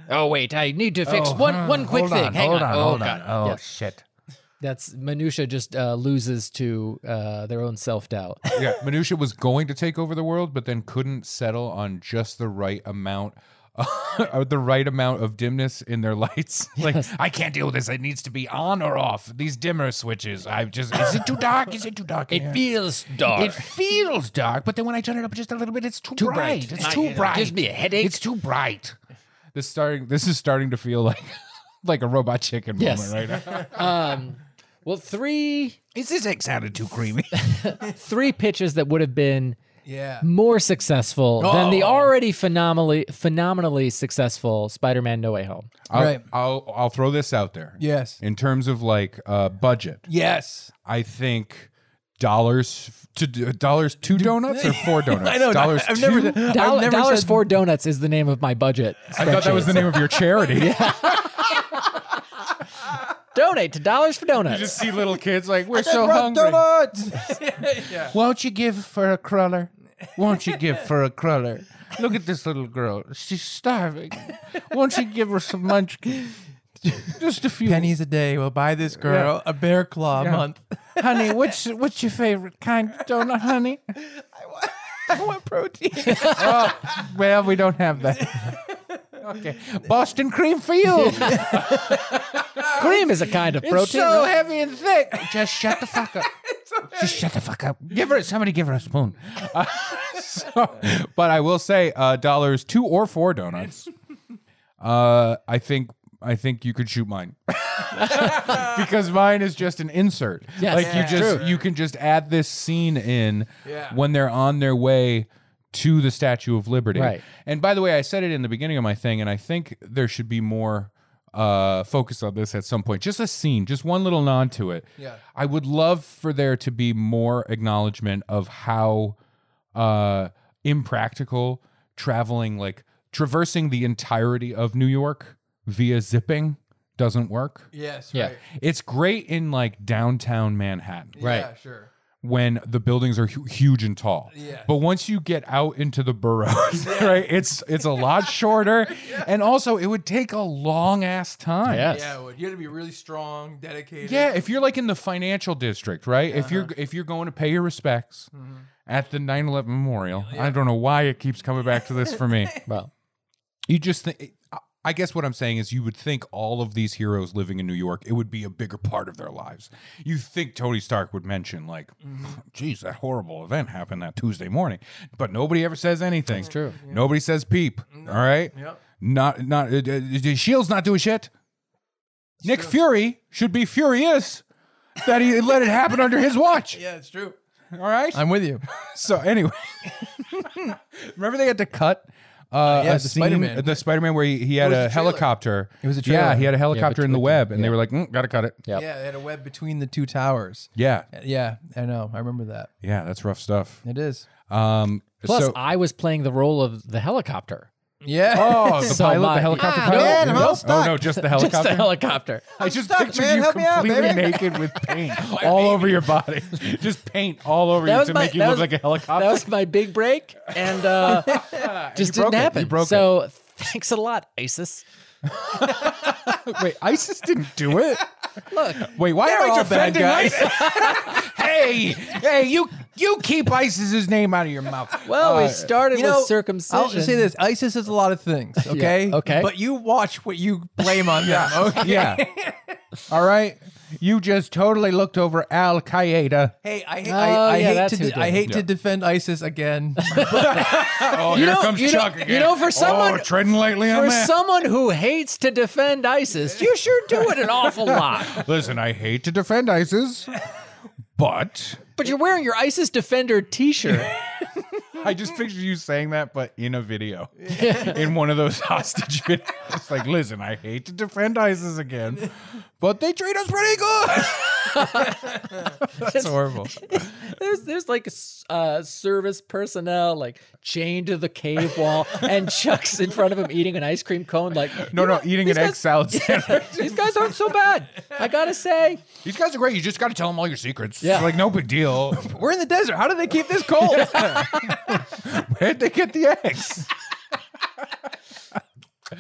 Speaker 2: oh wait, I need to fix one one quick thing. Hang on, oh, God.
Speaker 4: Oh
Speaker 2: Yes.
Speaker 4: shit.
Speaker 2: That's minutia just uh, loses to uh, their own self doubt.
Speaker 4: Yeah, Minutia was going to take over the world, but then couldn't settle on just the right amount. of the right amount of dimness in their lights. Like I can't deal with this. It needs to be on or off. These dimmer switches. I just is it too dark? Is it too dark? in here?
Speaker 2: feels dark.
Speaker 4: It feels dark, but then when I turn it up just a little bit, it's too, bright.
Speaker 2: bright.
Speaker 4: It's
Speaker 2: I-
Speaker 4: too
Speaker 2: it
Speaker 4: bright.
Speaker 2: gives me a headache.
Speaker 4: It's too bright. This starting. This is starting to feel like like a robot chicken
Speaker 2: Yes.
Speaker 4: moment right now.
Speaker 2: um, well, three
Speaker 4: is this egg sounded too creamy?
Speaker 2: three pitches that would have been
Speaker 3: Yeah.
Speaker 2: more successful than the
Speaker 3: Oh.
Speaker 2: already phenomenally phenomenally successful Spider-Man No Way Home.
Speaker 4: I'll,
Speaker 3: Right.
Speaker 4: I'll I'll throw this out there.
Speaker 3: Yes.
Speaker 4: In terms of like uh, budget,
Speaker 3: Yes.
Speaker 4: I think dollars f- to do- dollars two donuts or four donuts.
Speaker 3: I know.
Speaker 4: dollars
Speaker 3: I've
Speaker 4: two.
Speaker 3: never. I've
Speaker 2: Dollar,
Speaker 3: never
Speaker 2: dollars
Speaker 3: said,
Speaker 2: for donuts is the name of my budget.
Speaker 4: I thought that was the name of your charity.
Speaker 2: Donate to dollars for donuts.
Speaker 4: Just see little kids like we're
Speaker 3: "Just
Speaker 4: so
Speaker 3: rub
Speaker 4: hungry.
Speaker 3: donuts.
Speaker 4: Won't you give for a cruller?
Speaker 6: Won't you give her a cruller? Look at this little girl. She's starving. Won't you give her some munchkin? Just a few
Speaker 3: Pennies a day will buy this girl a bear claw a
Speaker 6: Yeah.
Speaker 3: month.
Speaker 6: honey, what's what's your favorite kind of donut, honey?
Speaker 3: I want protein.
Speaker 6: Oh, well, we don't have that. Okay, Boston cream for you.
Speaker 2: Cream is a kind of protein. right?
Speaker 6: heavy and thick. Just shut the fuck up. Just shut the fuck up. Give her somebody. Give her a spoon. Uh, so- but I will say, uh, dollars two or four donuts. Uh, I think I think you could shoot mine because mine is just an insert.
Speaker 2: Yes.
Speaker 6: like
Speaker 2: Yeah.
Speaker 6: you just you can just add this scene in when they're on their way to the Statue of Liberty.
Speaker 2: Right.
Speaker 6: And by the way, I said it in the beginning of my thing, and I think there should be more uh, focus on this at some point. Just a scene, just one little nod to it.
Speaker 3: Yeah.
Speaker 6: I would love for there to be more acknowledgement of how uh, impractical traveling, like traversing the entirety of New York via zipping, doesn't work.
Speaker 3: yes,
Speaker 2: Yeah.
Speaker 3: right.
Speaker 6: It's great in like downtown Manhattan
Speaker 2: Right.
Speaker 3: Yeah, sure.
Speaker 6: when the buildings are hu- huge and tall.
Speaker 3: Yeah.
Speaker 6: But once you get out into the boroughs, right, it's it's a lot shorter, and also it would take a long ass time.
Speaker 2: Yes.
Speaker 3: Yeah, it would. you had to be really strong, dedicated.
Speaker 6: Yeah, if you're like in the financial district, right? If you're
Speaker 3: Uh-huh.
Speaker 6: if you're going to pay your respects at the 9/11
Speaker 3: Oh,
Speaker 6: memorial, I don't know why it keeps coming back to this for me.
Speaker 2: Well,
Speaker 6: you just think I guess what I'm saying is you would think all of these heroes living in New York, it would be a bigger part of their lives. You think Tony Stark would mention like, geez, that horrible event happened that Tuesday morning. But nobody ever says anything. That's
Speaker 2: true.
Speaker 6: Nobody says peep. All right.
Speaker 3: Yep.
Speaker 6: Not not uh, uh, the Shield's not doing shit. Nick Fury should be furious that he let it happen under his watch.
Speaker 3: Yeah, it's true.
Speaker 6: All right.
Speaker 3: I'm with you.
Speaker 6: So anyway, remember they had to cut uh,
Speaker 3: yeah,
Speaker 6: a
Speaker 3: the
Speaker 6: scene,
Speaker 3: Spider-Man.
Speaker 6: the Spider-Man where he, he had
Speaker 3: was
Speaker 6: a
Speaker 3: the trailer.
Speaker 6: helicopter. It
Speaker 3: was a
Speaker 6: Yeah,
Speaker 3: trailer.
Speaker 6: he had a
Speaker 3: Yeah,
Speaker 6: helicopter in the
Speaker 2: between-
Speaker 6: web, and they
Speaker 2: yeah.
Speaker 6: were like, mm, "Gotta cut it."
Speaker 2: yeah.
Speaker 3: Yeah, they had a web between the two towers.
Speaker 6: Yeah,
Speaker 3: Yeah, I know. I remember that.
Speaker 6: yeah, that's rough stuff.
Speaker 3: It is.
Speaker 6: Um,
Speaker 2: Plus,
Speaker 6: so,
Speaker 2: I was playing the role of the helicopter.
Speaker 3: Yeah.
Speaker 6: oh, the
Speaker 2: so
Speaker 6: pilot,
Speaker 2: my-
Speaker 6: the helicopter
Speaker 2: Ah,
Speaker 6: pilot.
Speaker 3: man, I'm all
Speaker 6: oh
Speaker 3: stuck.
Speaker 6: no,
Speaker 2: Just
Speaker 6: just the
Speaker 2: the
Speaker 6: helicopter.
Speaker 2: helicopter.
Speaker 6: I just
Speaker 3: stuck,
Speaker 6: pictured
Speaker 3: man.
Speaker 6: you
Speaker 3: Help me out,
Speaker 6: completely
Speaker 3: baby.
Speaker 6: naked with paint all over your body, just paint all over you to make you
Speaker 2: that
Speaker 6: look
Speaker 2: was-
Speaker 6: like a helicopter.
Speaker 2: That was my big break, and uh, just
Speaker 6: broke
Speaker 2: didn't
Speaker 6: it. You
Speaker 2: happen.
Speaker 6: broke
Speaker 2: so thanks a lot, ISIS.
Speaker 6: Wait, ISIS didn't do it.
Speaker 2: Look,
Speaker 6: Wait, why
Speaker 3: They're
Speaker 6: am I
Speaker 3: all bad
Speaker 6: defending
Speaker 3: guys.
Speaker 6: ISIS? hey, hey, you you keep ISIS's name out of your mouth.
Speaker 2: well,
Speaker 6: Uh,
Speaker 2: we started
Speaker 3: You know,
Speaker 2: with circumcision.
Speaker 3: I'll just say this: ISIS is a lot of things. Okay.
Speaker 2: okay.
Speaker 3: But you watch what you blame on them. Okay.
Speaker 6: yeah. All right. You just totally looked over Al Qaeda.
Speaker 3: Hey, I, hate
Speaker 2: Oh,
Speaker 3: I, I
Speaker 2: yeah,
Speaker 3: hate
Speaker 2: that's
Speaker 3: to
Speaker 2: who
Speaker 3: de- I
Speaker 2: did it.
Speaker 3: hate
Speaker 6: Yeah.
Speaker 3: to defend ISIS again.
Speaker 6: Oh,
Speaker 2: You here know- comes you know- Chuck again. you know, for someone-
Speaker 6: treading lightly
Speaker 2: For someone who hates to defend ISIS, you sure do it an awful lot.
Speaker 6: Listen, I hate to defend ISIS, but
Speaker 2: But you're wearing your ISIS defender T-shirt.
Speaker 6: I just pictured you saying that, but in a video, in one of those hostage videos. Like, listen, I hate to defend ISIS again, but they treat us pretty good. That's horrible.
Speaker 2: There's there's like s- uh, service personnel like chained to the cave wall, and Chuck's in front of him eating an ice cream cone. Like
Speaker 6: No, no, eating an
Speaker 2: These
Speaker 6: egg
Speaker 2: guys-
Speaker 6: salad sandwich.
Speaker 2: these guys aren't so bad. I gotta say,
Speaker 6: These guys are great. You just got to tell them all your secrets.
Speaker 2: Yeah.
Speaker 6: Like, no big deal.
Speaker 3: We're in the desert. How do they keep this cold?
Speaker 6: Where'd they get the eggs?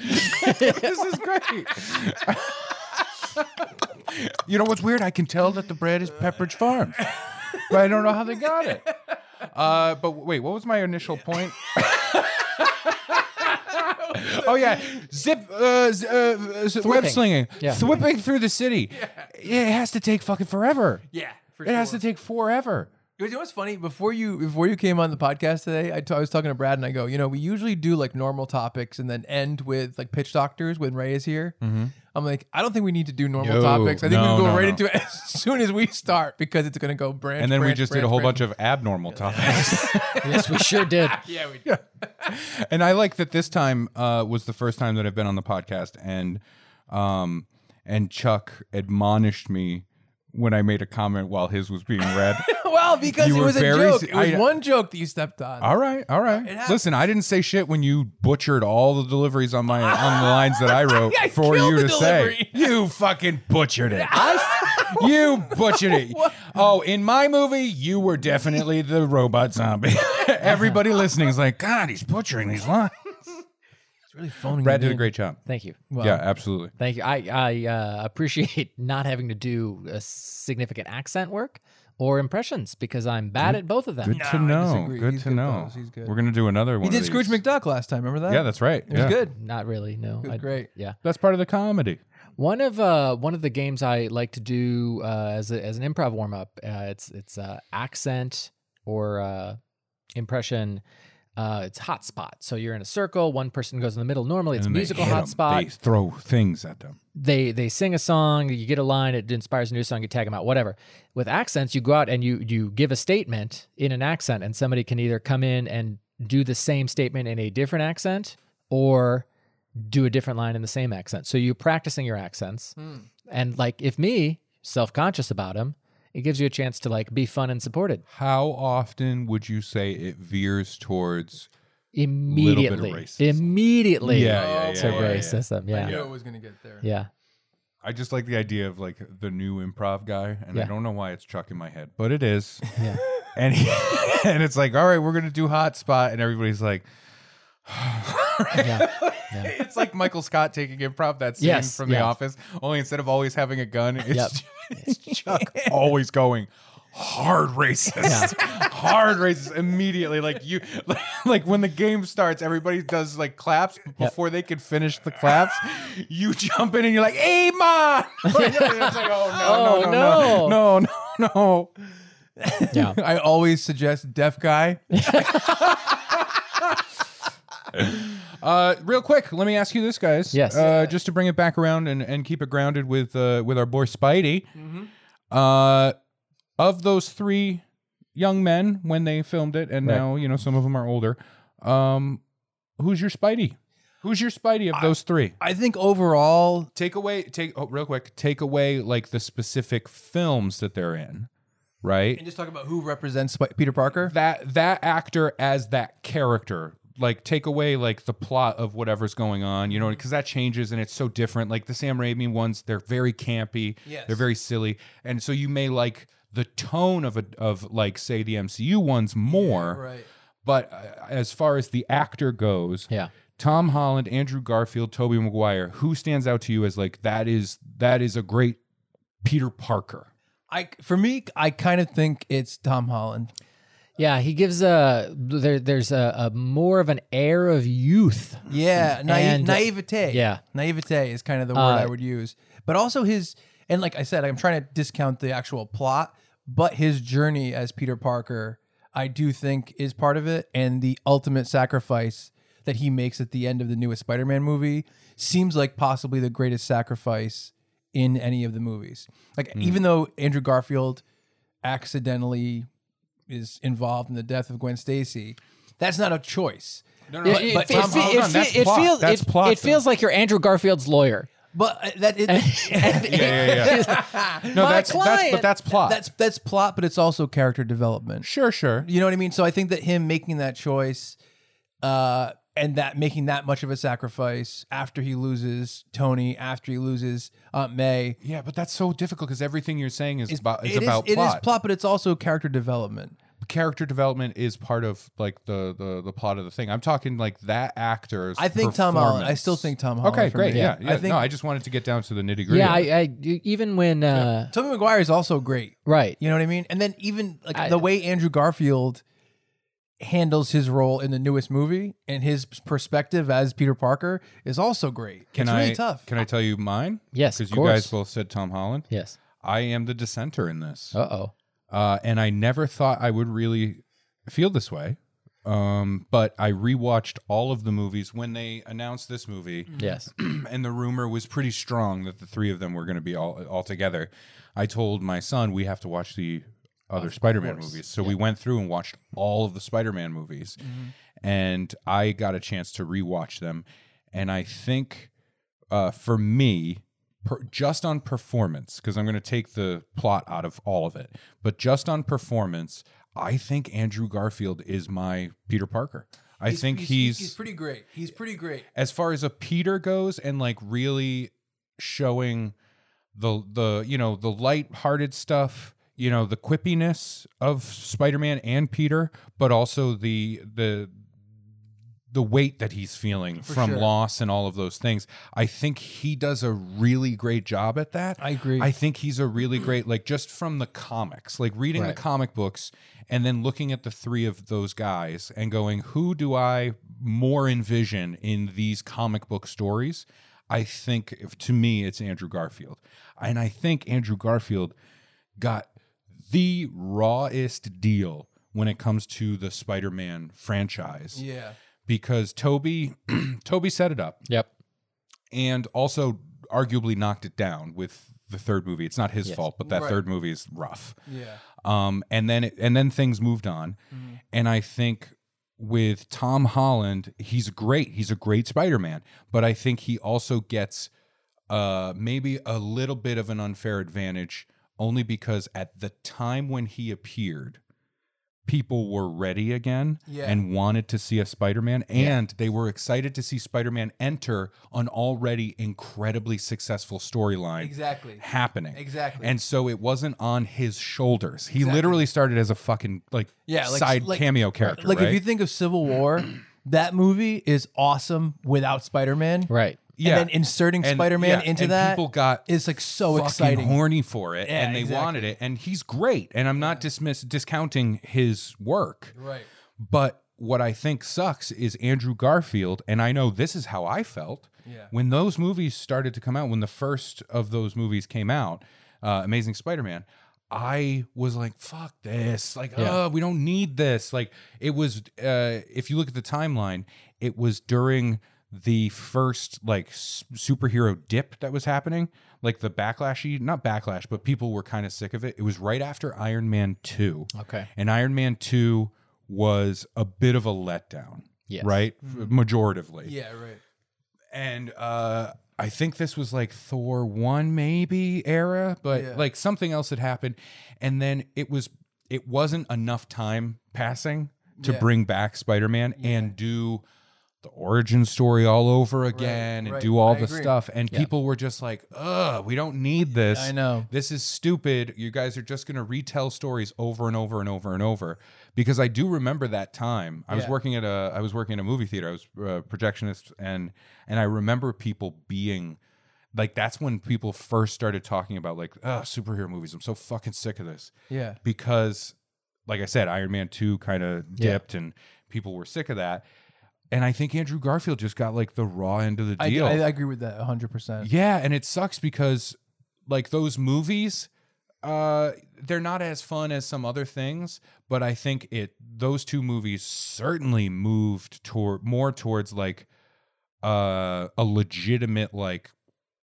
Speaker 6: this is great. you know what's weird? I can tell that the bread is Pepperidge Farm, but I don't know how they got it. Uh, but wait, what was my initial point? oh yeah, zip, uh, z- uh, z- web slinging,
Speaker 2: Yeah.
Speaker 6: whipping through the city. It has to take fucking forever.
Speaker 3: yeah. For
Speaker 6: it has to take forever.
Speaker 3: You know what's funny? Before you before you came on the podcast today, I t- I was talking to Brad and I go, you know, we usually do like normal topics and then end with like pitch doctors when Ray is here. I'm like, I don't think we need to do normal
Speaker 6: No,
Speaker 3: topics. I think
Speaker 6: Mm-hmm. no,
Speaker 3: we go
Speaker 6: no,
Speaker 3: right
Speaker 6: no.
Speaker 3: into it as soon as we start because it's going to go branch.
Speaker 6: And then we
Speaker 3: branch,
Speaker 6: just did
Speaker 3: branch,
Speaker 6: a whole
Speaker 3: branch.
Speaker 6: bunch of abnormal topics.
Speaker 2: yes, we sure did.
Speaker 3: Yeah, we did.
Speaker 6: and I like that this time uh, was the first time that I've been on the podcast, and um, and Chuck admonished me when I made a comment while his was being read.
Speaker 3: Well, because
Speaker 6: You
Speaker 3: it
Speaker 6: were
Speaker 3: was a
Speaker 6: very
Speaker 3: joke.
Speaker 6: se-
Speaker 3: it was
Speaker 6: I-
Speaker 3: one joke that you stepped on.
Speaker 6: all right, all right.
Speaker 3: happens.
Speaker 6: Listen, I didn't say shit when you butchered all the deliveries on my on the lines that I wrote
Speaker 3: I
Speaker 6: for
Speaker 3: killed
Speaker 6: you
Speaker 3: the
Speaker 6: to
Speaker 3: delivery.
Speaker 6: say. You fucking butchered it.
Speaker 2: I
Speaker 4: You butchered it. Oh, in my movie, you were definitely the robot zombie. Everybody listening is like, God, he's butchering these lines.
Speaker 3: It's really phoning.
Speaker 4: Brad
Speaker 3: it
Speaker 4: did a
Speaker 3: in.
Speaker 4: great job.
Speaker 2: Thank you.
Speaker 3: Wow.
Speaker 4: Yeah, absolutely.
Speaker 2: Thank you. I I uh, appreciate not having to do a significant accent work or impressions because I'm bad at both of them.
Speaker 4: Good to
Speaker 3: No, I
Speaker 4: know.
Speaker 3: disagree.
Speaker 4: Good
Speaker 3: He's
Speaker 4: to
Speaker 3: good
Speaker 4: know.
Speaker 3: balls. He's good.
Speaker 4: We're gonna do another one.
Speaker 3: He
Speaker 4: of
Speaker 3: did
Speaker 4: these.
Speaker 3: Scrooge McDuck last time. Remember that?
Speaker 4: Yeah, that's right.
Speaker 3: It was
Speaker 4: yeah.
Speaker 3: good.
Speaker 2: Not really. No.
Speaker 3: It
Speaker 2: I-
Speaker 3: was great.
Speaker 2: Yeah.
Speaker 4: That's part of the comedy.
Speaker 2: One of uh one of the games I like to do uh, as a, as an improv warm up. Uh, it's it's uh, accent or uh, impression. Uh, it's hotspot. So you're in a circle. One person goes in the middle. Normally, it's
Speaker 4: And
Speaker 2: a
Speaker 4: they
Speaker 2: musical
Speaker 4: hit 'em.
Speaker 2: hotspot.
Speaker 4: They throw things at them.
Speaker 2: they they sing a song you get a line it inspires a new song you tag them out whatever with accents you go out and you you give a statement in an accent and somebody can either come in and do the same statement in a different accent or do a different line in the same accent so you're practicing your accents
Speaker 3: Hmm.
Speaker 2: and like if me self-conscious about them it gives you a chance to like be fun and supported
Speaker 4: How often would you say it veers towards?
Speaker 2: immediately
Speaker 4: racist.
Speaker 2: immediately
Speaker 4: Yeah,
Speaker 3: Oh,
Speaker 4: yeah, yeah,
Speaker 2: to
Speaker 4: yeah, yeah, yeah.
Speaker 2: racism yeah
Speaker 3: I
Speaker 2: yeah,
Speaker 3: knew it was gonna get there.
Speaker 4: I just like the idea of like the new improv guy, and
Speaker 2: Yeah.
Speaker 4: I don't know why it's Chuck in my head, but it is.
Speaker 2: Yeah.
Speaker 4: and he, and it's like, all right, we're gonna do hot spot, and everybody's like,
Speaker 2: yeah.
Speaker 4: it's like Michael Scott taking improv that scene
Speaker 2: Yes,
Speaker 4: from
Speaker 2: yes.
Speaker 4: The Office, only instead of always having a gun, it's,
Speaker 2: Yep.
Speaker 4: it's Chuck always going hard racist, hard racist immediately. Like you, like, like when the game starts, everybody does like claps but before they can finish the claps. You jump in and you're like, "Eh." "Amon!" it's like, oh no,
Speaker 2: Oh,
Speaker 4: no, no, no, no, no, no.
Speaker 2: yeah.
Speaker 3: I always suggest deaf guy.
Speaker 4: Uh, real quick, let me ask you this, guys.
Speaker 2: Yes.
Speaker 4: Uh, just to bring it back around and, and keep it grounded with uh, with our boy Spidey. Uh, of those three young men when they filmed it, and
Speaker 2: Right.
Speaker 4: now you know some of them are older. Um, who's your Spidey? Who's your Spidey of those three?
Speaker 3: I think overall,
Speaker 4: Take away, take oh, real quick. Take away like the specific films that they're in, right?
Speaker 3: and just talk about who represents Sp- Peter Parker.
Speaker 4: that that actor as that character like take away like the plot of whatever's going on you know because that changes and it's so different like the sam raimi ones they're very campy
Speaker 3: Yes.
Speaker 4: they're very silly and so you may like the tone of a of like say the mcu ones more
Speaker 3: Right.
Speaker 4: but uh, as far as the actor goes
Speaker 2: yeah
Speaker 4: tom holland andrew garfield toby maguire who stands out to you as like that is that is a great peter parker
Speaker 3: I for me, I kind of think it's Tom Holland.
Speaker 2: Yeah, he gives a there. There's a, a more of an air of youth.
Speaker 3: Yeah, naive,
Speaker 2: And-
Speaker 3: naivete.
Speaker 2: yeah.
Speaker 3: naivete is kind of the word I would use. But also his, and like I said, I'm trying to discount the actual plot, but his journey as Peter Parker, I do think is part of it, and the ultimate sacrifice that he makes at the end of the newest Spider-Man movie seems like possibly the greatest sacrifice in any of the movies. Like even though Andrew Garfield accidentally is involved in the death of Gwen Stacy, that's not a choice.
Speaker 4: no, But-
Speaker 2: It-
Speaker 4: but
Speaker 2: it-
Speaker 4: Tom
Speaker 2: it fe-
Speaker 4: Holland-
Speaker 2: it fe-
Speaker 4: that's
Speaker 2: it
Speaker 4: plot.
Speaker 2: feels
Speaker 4: That's
Speaker 2: it,
Speaker 4: plot,
Speaker 2: it feels like you're Andrew Garfield's lawyer.
Speaker 3: But uh, that it,
Speaker 4: no that's that's but
Speaker 2: client-
Speaker 4: that's plot
Speaker 3: that's that's plot, but it's also character development.
Speaker 4: sure sure
Speaker 3: You know what I mean? So I think that him making that choice, uh, and that making that much of a sacrifice after he loses Tony, after he loses Aunt May,
Speaker 4: Yeah, but that's so difficult because everything you're saying is about is
Speaker 3: it is-
Speaker 4: about
Speaker 3: it
Speaker 4: plot.
Speaker 3: is plot, but it's also character development.
Speaker 4: Character development is part of like the the the plot of the thing. I'm talking like that actor's.
Speaker 3: I think Tom Holland. I
Speaker 4: performance.
Speaker 3: still think Tom Holland.
Speaker 4: Okay,
Speaker 3: for
Speaker 4: great.
Speaker 3: me.
Speaker 4: Yeah, yeah.
Speaker 3: I think
Speaker 4: no, I just wanted to get down to the nitty gritty.
Speaker 2: Yeah, I, I e, even when uh,
Speaker 3: Tobey Maguire is also great.
Speaker 2: right.
Speaker 3: You know what I mean? And then even like
Speaker 2: I-
Speaker 3: the way Andrew Garfield handles his role in the newest movie and his perspective as Peter Parker is also great.
Speaker 4: can
Speaker 3: it's
Speaker 4: I
Speaker 3: really tough.
Speaker 4: can I tell you mine?
Speaker 2: Yes,
Speaker 4: because
Speaker 2: of
Speaker 4: you guys
Speaker 2: course.
Speaker 4: both said Tom Holland.
Speaker 2: Yes.
Speaker 4: I am the dissenter in this,
Speaker 2: Uh oh.
Speaker 4: uh, and I never thought I would really feel this way. Um, but I rewatched all of the movies when they announced this movie.
Speaker 3: Mm-hmm.
Speaker 2: Yes.
Speaker 4: and the rumor was pretty strong that the three of them were going to be all all together. I told my son we have to watch the other Spider-Man movies, so we went through and watched all of the Spider-Man movies,
Speaker 3: Mm-hmm.
Speaker 4: and I got a chance to rewatch them, and I think uh, for me. Per, just on performance, because I'm going to take the plot out of all of it, but just on performance, I think Andrew Garfield is my Peter Parker. I think
Speaker 3: he's pretty great. He's pretty great.
Speaker 4: as far as a Peter goes and like really showing the the you know the light-hearted stuff, you know the quippiness of Spider-Man and Peter, but also the the the weight that he's feeling from
Speaker 3: sure.
Speaker 4: loss and all of those things. I think he does a really great job at that.
Speaker 3: I agree.
Speaker 4: I think he's a really great like just from the comics, like reading
Speaker 2: Right.
Speaker 4: the comic books and then looking at the three of those guys and going, who do I more envision in these comic book stories? I think if, to me it's Andrew Garfield. And I think Andrew Garfield got the rawest deal when it comes to the Spider-Man franchise
Speaker 3: Yeah.
Speaker 4: because Toby Toby set it up
Speaker 2: Yep.
Speaker 4: and also arguably knocked it down with the third movie. It's not his
Speaker 2: Yes.
Speaker 4: fault, but that
Speaker 3: Right.
Speaker 4: third movie is rough.
Speaker 3: Yeah.
Speaker 4: Um, and then it, and then things moved on,
Speaker 3: Mm-hmm.
Speaker 4: and I think with Tom Holland, he's great. He's a great Spider Man, but I think he also gets uh, maybe a little bit of an unfair advantage only because at the time when he appeared. People were ready again
Speaker 3: Yeah.
Speaker 4: and wanted to see a Spider Man, and they were excited to see Spider Man enter an already incredibly successful storyline
Speaker 3: Exactly.
Speaker 4: happening.
Speaker 3: Exactly.
Speaker 4: And so it wasn't on his shoulders. He
Speaker 3: Exactly.
Speaker 4: literally started as a fucking like,
Speaker 3: Yeah, like-
Speaker 4: side
Speaker 3: like-
Speaker 4: cameo character.
Speaker 3: like if
Speaker 4: right?
Speaker 3: you think of Civil War, that movie is awesome without Spider Man.
Speaker 2: Right.
Speaker 4: yeah.
Speaker 3: And then inserting
Speaker 4: And-
Speaker 3: Spider Man
Speaker 4: yeah,
Speaker 3: into
Speaker 4: and
Speaker 3: that
Speaker 4: people got
Speaker 3: is like so
Speaker 4: fucking
Speaker 3: exciting.
Speaker 4: horny for it,
Speaker 3: Yeah,
Speaker 4: and they
Speaker 3: exactly.
Speaker 4: wanted it, and he's great. And I'm not dismiss discounting his work,
Speaker 3: Right.
Speaker 4: but what I think sucks is Andrew Garfield, and I know this is how I felt
Speaker 3: Yeah.
Speaker 4: when those movies started to come out. When the first of those movies came out, uh, Amazing Spider-Man, I was like, "Fuck this! Like,
Speaker 2: Yeah.
Speaker 4: oh, we don't need this." Like, it was. Uh, if you look at the timeline, it was during the first like s- superhero dip that was happening like the backlashy not backlash but people were kind of sick of it it was right after iron man 2
Speaker 2: Okay.
Speaker 4: and Iron Man 2 was a bit of a letdown,
Speaker 2: Yes.
Speaker 4: right? Majoritively.
Speaker 3: Yeah. Right.
Speaker 4: And uh, I think this was like Thor 1 maybe era, but
Speaker 3: Yeah.
Speaker 4: like something else had happened and then it was it wasn't enough time passing to
Speaker 3: Yeah.
Speaker 4: bring back Spider-Man and do the origin story all over again and
Speaker 3: right.
Speaker 4: do all
Speaker 3: I
Speaker 4: the
Speaker 3: agree.
Speaker 4: stuff and people were just like, "Ugh, we don't need this."
Speaker 3: I know.
Speaker 4: This is stupid. You guys are just going to retell stories over and over and over and over. Because I do remember that time. I was
Speaker 3: Yeah.
Speaker 4: working at a I was working at a movie theater. I was a projectionist and and I remember people being like that's when people first started talking about like ah superhero movies. I'm so fucking sick of this
Speaker 3: Yeah.
Speaker 4: because like I said Iron Man 2 kind of
Speaker 2: Yeah.
Speaker 4: dipped and people were sick of that. And I think Andrew Garfield just got like the raw end of the
Speaker 3: I,
Speaker 4: deal.
Speaker 3: I, I agree with that 100%.
Speaker 4: Yeah, and it sucks because like those movies uh they're not as fun as some other things, but I think it those two movies certainly moved toward more towards like uh a legitimate like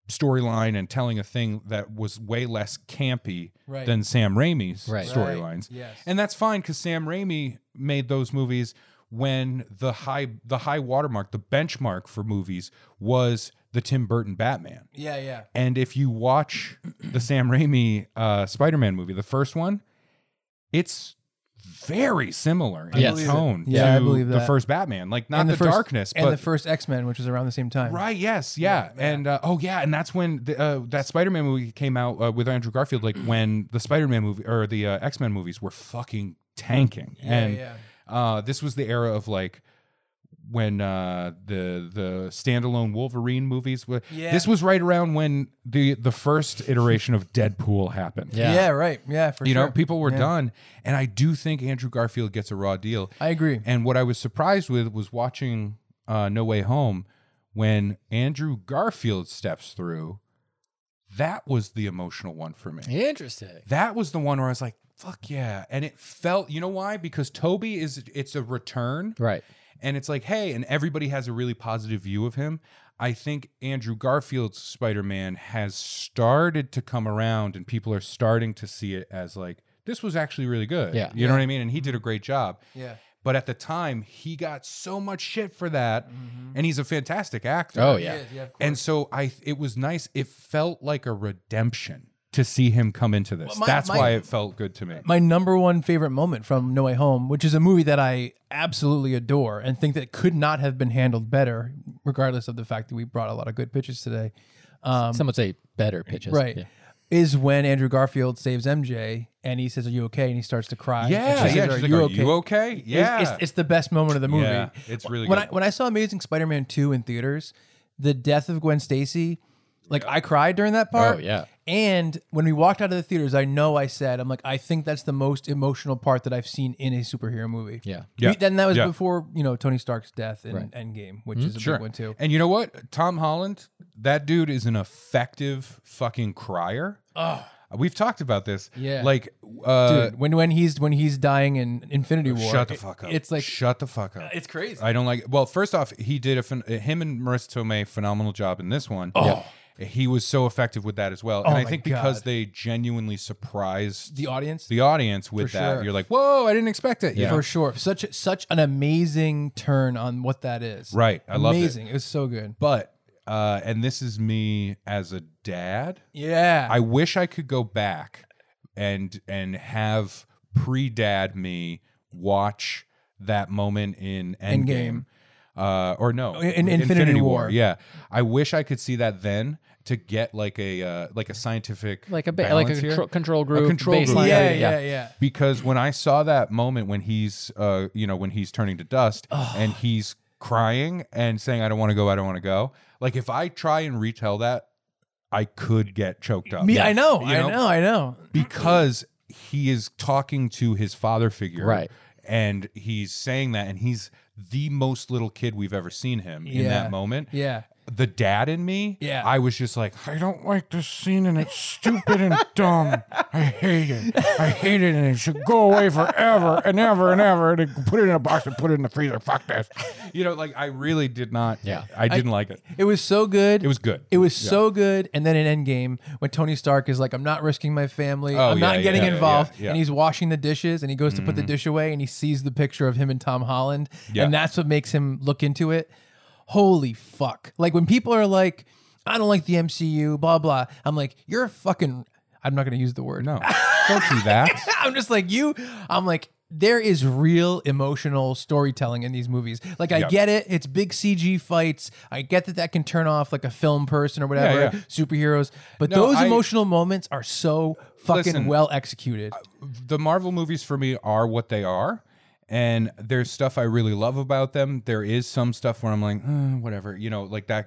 Speaker 4: storyline and telling a thing that was way less campy
Speaker 3: Right.
Speaker 4: than Sam Raimi's
Speaker 2: Right.
Speaker 4: storylines.
Speaker 3: Yes.
Speaker 4: And that's fine because Sam Raimi made those movies when the high the high watermark, the benchmark for movies was the Tim Burton Batman.
Speaker 3: yeah. Yeah.
Speaker 4: And if you watch the Sam Raimi uh, Spider-Man movie, the first one, it's very similar in
Speaker 2: Yes.
Speaker 4: its
Speaker 2: believe
Speaker 3: it.
Speaker 4: tone
Speaker 3: Yeah, I
Speaker 4: to
Speaker 3: believe
Speaker 4: the
Speaker 3: that.
Speaker 4: first Batman. Like not
Speaker 3: and
Speaker 4: the,
Speaker 3: first,
Speaker 4: darkness,
Speaker 3: and
Speaker 4: but
Speaker 3: the first X Men, which was around the same time.
Speaker 4: Right. Yes. Yeah.
Speaker 3: Yeah, yeah.
Speaker 4: And uh, oh yeah, and that's when the, uh, that Spider-Man movie came out uh, with Andrew Garfield. Like when the Spider-Man movie or the uh, X-Men movies were fucking tanking.
Speaker 3: Yeah,
Speaker 4: and
Speaker 3: yeah.
Speaker 4: Uh, this was the era of like when uh, the the standalone Wolverine movies were.
Speaker 3: Yeah.
Speaker 4: This was right around when the the first iteration of Deadpool happened.
Speaker 2: Yeah.
Speaker 3: Yeah. right. Yeah, for
Speaker 4: You
Speaker 3: sure.
Speaker 4: know, people were done, and I do think Andrew Garfield gets a raw deal.
Speaker 3: I agree.
Speaker 4: And what I was surprised with was watching uh, No Way Home when Andrew Garfield steps through. That was the emotional one for me.
Speaker 2: Interesting.
Speaker 4: That was the one where I was like, fuck yeah. And it felt, you know why? Because Toby is, it's a return
Speaker 2: Right.
Speaker 4: and it's like, hey, and everybody has a really positive view of him. I think Andrew Garfield's Spider Man has started to come around, and people are starting to see it as like, this was actually really good.
Speaker 2: Yeah.
Speaker 4: You know what I mean? And he did a great job.
Speaker 3: Yeah.
Speaker 4: But at the time, he got so much shit for that, and he's a fantastic actor.
Speaker 2: Oh yeah.
Speaker 3: yeah.
Speaker 4: And so I, it was nice. It felt like a redemption to see him come into this.
Speaker 3: Well, my-
Speaker 4: That's
Speaker 3: my-
Speaker 4: why it felt good to me.
Speaker 3: my number one favorite moment from No Way Home, which is a movie that I absolutely adore and think that could not have been handled better, regardless of the fact that we brought a lot of good pitches today, Um,
Speaker 2: Some would say better pitches.
Speaker 3: right.
Speaker 2: Yeah.
Speaker 3: Is when Andrew Garfield saves MJ and he says, "Are you okay?" and he starts to cry. And she says,
Speaker 4: she's like, "Are you okay? Yeah.
Speaker 3: It's, it's, it's the best moment of the movie.
Speaker 4: Yeah, it's really
Speaker 3: when
Speaker 4: good.
Speaker 3: I when I saw Amazing Spider-Man 2 in theaters, the death of Gwen Stacy, like I cried during that part.
Speaker 2: Oh, yeah.
Speaker 3: And when we walked out of the theaters, I know I said, I'm like, I think that's the most emotional part that I've seen in a superhero movie.
Speaker 2: Yeah.
Speaker 4: Yeah.
Speaker 3: We- then that was
Speaker 4: Yeah. Mm-hmm.
Speaker 3: before, you know, Tony Stark's death in Endgame, which is a
Speaker 4: Sure.
Speaker 3: big one too.
Speaker 4: And you know what? Tom Holland, that dude is an effective fucking crier. Oh. We've talked about this.
Speaker 2: Yeah.
Speaker 4: Like, uh,
Speaker 3: Dude, when when he's when he's dying in Infinity War.
Speaker 4: shut the
Speaker 3: it-
Speaker 4: fuck up.
Speaker 3: It's like
Speaker 4: shut the fuck up.
Speaker 3: it's crazy.
Speaker 4: I don't like. Well, first off, he did a phen- him and Marissa Tomei phenomenal job in this one. Yeah. He was so effective with that as well, and I
Speaker 3: Oh. my
Speaker 4: think because
Speaker 3: God.
Speaker 4: they genuinely surprised
Speaker 3: the audience.
Speaker 4: the audience with
Speaker 3: For
Speaker 4: that,
Speaker 3: sure.
Speaker 4: you're like, "Whoa, I didn't expect it." Yeah,
Speaker 3: For sure. Such such an amazing turn on what that is.
Speaker 4: right. I love it.
Speaker 3: Amazing. It was so good.
Speaker 4: But uh, and this is me as a dad.
Speaker 3: Yeah.
Speaker 4: I wish I could go back and and have pre dad me watch that moment in Endgame.
Speaker 3: Endgame.
Speaker 4: Uh, or no,
Speaker 3: in- in Infinity War.
Speaker 4: Yeah, I wish I could see that then to get like a uh, like a scientific
Speaker 2: Like a ba- like a
Speaker 4: balance here.
Speaker 2: control, control group.
Speaker 4: control group.
Speaker 2: baseline.
Speaker 3: yeah,
Speaker 2: Yeah.
Speaker 3: yeah, yeah.
Speaker 4: because when I saw that moment when he's uh you know when he's turning to dust and he's crying and saying I don't want to go I don't want to go like if I try and retell that I could get choked up
Speaker 3: Me, I know,
Speaker 4: You
Speaker 3: I know, I know.
Speaker 4: because he is talking to his father figure
Speaker 2: Right.
Speaker 4: and he's saying that and he's the most little kid we've ever seen him in
Speaker 3: Yeah.
Speaker 4: that moment
Speaker 3: Yeah.
Speaker 4: the dad in me
Speaker 3: Yeah.
Speaker 4: i was just like i don't like this scene and it's stupid and dumb i hate it i hate it and it should go away forever and ever and ever and put it in a box and put it in the freezer fuck this you know like i really did not
Speaker 2: Yeah.
Speaker 4: i didn't like it
Speaker 3: It was so good.
Speaker 4: it was good
Speaker 3: It was so good. And then in Endgame, when Tony Stark is like, I'm not risking my family.
Speaker 4: Oh,
Speaker 3: I'm
Speaker 4: yeah,
Speaker 3: not getting
Speaker 4: yeah, yeah,
Speaker 3: involved.
Speaker 4: yeah, yeah.
Speaker 3: And he's washing the dishes and he goes to put the dish away and he sees the picture of him and Tom Holland.
Speaker 4: Yeah.
Speaker 3: And that's what makes him look into it. Holy fuck. Like when people are like, I don't like the MCU, blah, blah. I'm like, you're a fucking. I'm not going to use the word.
Speaker 4: no don't do that
Speaker 3: I'm just like you. I'm like there is real emotional storytelling in these movies. Like I
Speaker 4: Yeah.
Speaker 3: get it. It's big CG fights. I get that that can turn off like a film person or whatever
Speaker 4: Yeah, yeah.
Speaker 3: superheroes. But
Speaker 4: No,
Speaker 3: those
Speaker 4: I-
Speaker 3: emotional moments are so fucking
Speaker 4: Listen,
Speaker 3: well executed.
Speaker 4: the Marvel movies for me are what they are. And there's stuff I really love about them. There is some stuff where I'm like, "Uh, whatever, you know, like that.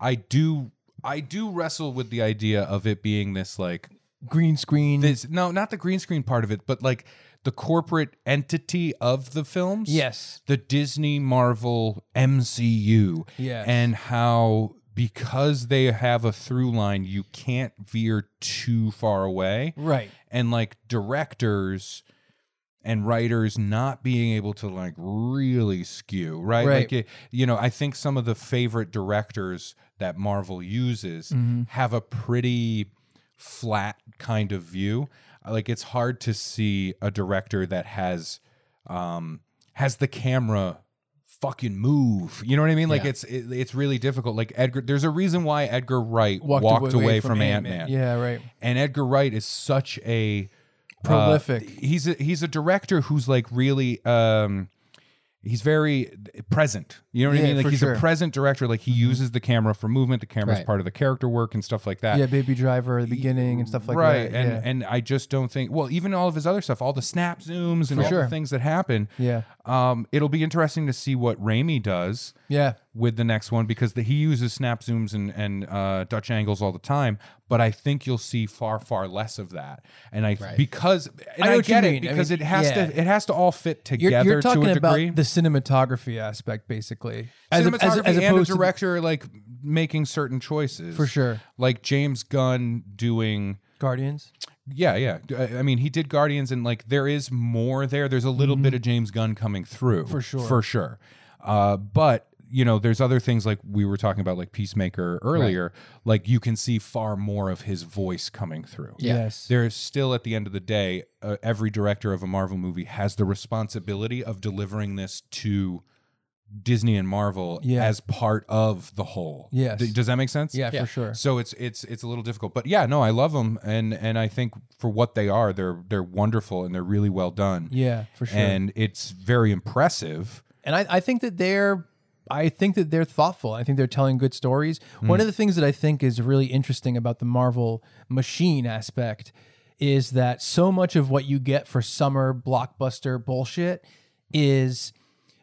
Speaker 4: I do, I do wrestle with the idea of it being this like
Speaker 3: Green screen.
Speaker 4: this. No, not the green screen part of it, but like the corporate entity of the films.
Speaker 3: Yes.
Speaker 4: the Disney Marvel MCU.
Speaker 3: Yes.
Speaker 4: and how because they have a through line, you can't veer too far away
Speaker 3: right.
Speaker 4: and like directors and writers not being able to like really skew right,
Speaker 3: Right.
Speaker 4: like it- you know i think some of the favorite directors that marvel uses have a pretty flat kind of view like it's hard to see a director that has um has the camera fucking move you know what i mean like
Speaker 2: Yeah.
Speaker 4: it's it, it's really difficult like edgar there's a reason why edgar wright walked, away, from, ant-man,
Speaker 3: Yeah. Right.
Speaker 4: and Edgar Wright is such a
Speaker 3: Prolific.
Speaker 4: uh, he's a, he's a director who's like really um he's very present. You know what I
Speaker 3: Yeah,
Speaker 4: mean? Like
Speaker 3: for
Speaker 4: he's
Speaker 3: sure. Mm-hmm.
Speaker 4: a present director. Like he uses the camera for movement. The camera's
Speaker 2: Right.
Speaker 4: part of the character work and stuff like that.
Speaker 3: yeah. Baby Driver, at the beginning and stuff like
Speaker 4: right.
Speaker 3: that.
Speaker 4: and
Speaker 3: yeah.
Speaker 4: and I just don't think. Well, even all of his other stuff, all the snap zooms and
Speaker 3: For
Speaker 4: all the
Speaker 3: sure.
Speaker 4: things that happen.
Speaker 3: yeah.
Speaker 4: Um, it'll be interesting to see what Raimi does
Speaker 3: Yeah.
Speaker 4: with the next one because the, he uses snap zooms and, and uh, Dutch angles all the time. But I think you'll see far far less of that. And I because and
Speaker 3: I
Speaker 4: I,
Speaker 3: know what you
Speaker 4: get it
Speaker 3: mean. I
Speaker 4: because
Speaker 3: mean,
Speaker 4: it has
Speaker 3: yeah.
Speaker 4: to it has to all fit
Speaker 3: You're,
Speaker 4: together
Speaker 3: you're talking
Speaker 4: to a
Speaker 3: about
Speaker 4: degree.
Speaker 3: the cinematography aspect, basically.
Speaker 4: Cinematography and a
Speaker 3: to-
Speaker 4: director like making certain choices
Speaker 3: For sure.
Speaker 4: Like James Gunn doing.
Speaker 3: Guardians.
Speaker 4: Yeah, yeah. D- I I mean, he did Guardians, and like there is more there. There's a little bit of James Gunn coming through for
Speaker 3: Mm-hmm. sure.
Speaker 4: for sure. Uh, but you know, there's other things like we were talking about, like Peacemaker earlier. Like you can see far more of his voice coming through.
Speaker 2: Yeah.
Speaker 3: Yes.
Speaker 4: There is still, at the end of the day, uh, every director of a Marvel movie has the responsibility of delivering this to Disney and Marvel
Speaker 3: Yeah.
Speaker 4: as part of the whole.
Speaker 3: Yes.
Speaker 4: Th- Does that make sense?
Speaker 3: Yeah,
Speaker 2: Yeah.
Speaker 3: for sure.
Speaker 4: So it's it's it's a little difficult, but yeah, no, I love them, and and I think for what they are, they're they're wonderful and they're really well done.
Speaker 3: Yeah, for sure. And,
Speaker 4: and it's very impressive.
Speaker 3: I, I think that they're I think that they're thoughtful. I think they're telling good stories. One of the things that I think is really interesting about the Marvel machine aspect is that so much of what you get for summer blockbuster bullshit is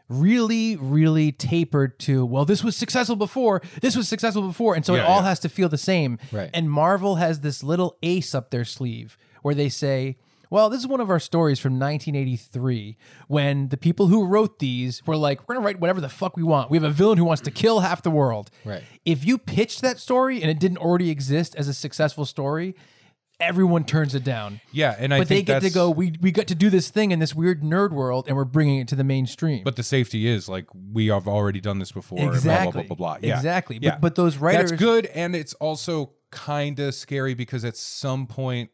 Speaker 3: really really tapered to well this was successful before this was successful before and so it
Speaker 4: Yeah,
Speaker 3: all
Speaker 4: yeah.
Speaker 3: has to feel the same
Speaker 2: Right.
Speaker 3: and marvel has this little ace up their sleeve where they say well this is one of our stories from 1983 when the people who wrote these were like we're gonna write whatever the fuck we want we have a villain who wants to kill half the world
Speaker 2: Right.
Speaker 3: if you pitched that story and it didn't already exist as a successful story everyone turns it down
Speaker 4: Yeah, and I
Speaker 3: but they
Speaker 4: think
Speaker 3: get to
Speaker 4: that's-
Speaker 3: go we, we got to do this thing in this weird nerd world and we're bringing it to the mainstream
Speaker 4: But the safety is like we have already done this before. and
Speaker 3: Exactly.
Speaker 4: Blah blah blah blah. blah. Yeah.
Speaker 3: Exactly. But-
Speaker 4: Yeah.
Speaker 3: but those writers-
Speaker 4: That's good, and it's also kind of scary because at some point,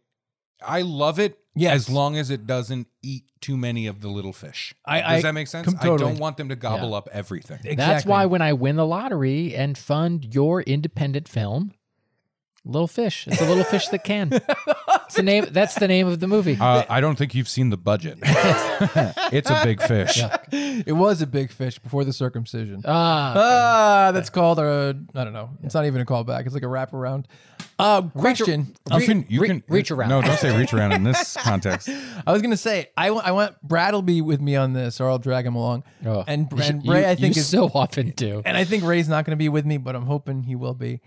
Speaker 4: I love it.
Speaker 3: Yes.
Speaker 4: As long as it doesn't eat too many of the little fish.
Speaker 3: I- I-
Speaker 4: Does that make sense?
Speaker 3: com- totally.
Speaker 4: I don't want them to gobble up everything.
Speaker 2: That's why when I win the lottery and fund your independent film, Little Fish. It's a little fish that can. It's the name. That's the name of the movie.
Speaker 4: Uh, I don't think you've seen the budget. it's a big fish.
Speaker 3: it was a big fish before the circumcision.
Speaker 2: Ah,
Speaker 3: Ah, that's called a. I don't know. It's not even a callback. It's like a wraparound. Uh, question.
Speaker 4: You can you
Speaker 2: re-
Speaker 4: can
Speaker 2: reach around.
Speaker 4: No, don't say reach around in this context.
Speaker 3: I was gonna say I want I want Brad will be with me on this, or I'll drag him along.
Speaker 2: oh.
Speaker 3: And,
Speaker 2: You-
Speaker 3: and Ray,
Speaker 2: you-
Speaker 3: I think
Speaker 2: you
Speaker 3: is
Speaker 2: so often do.
Speaker 3: and I think Ray's not gonna be with me, but I'm hoping he will be.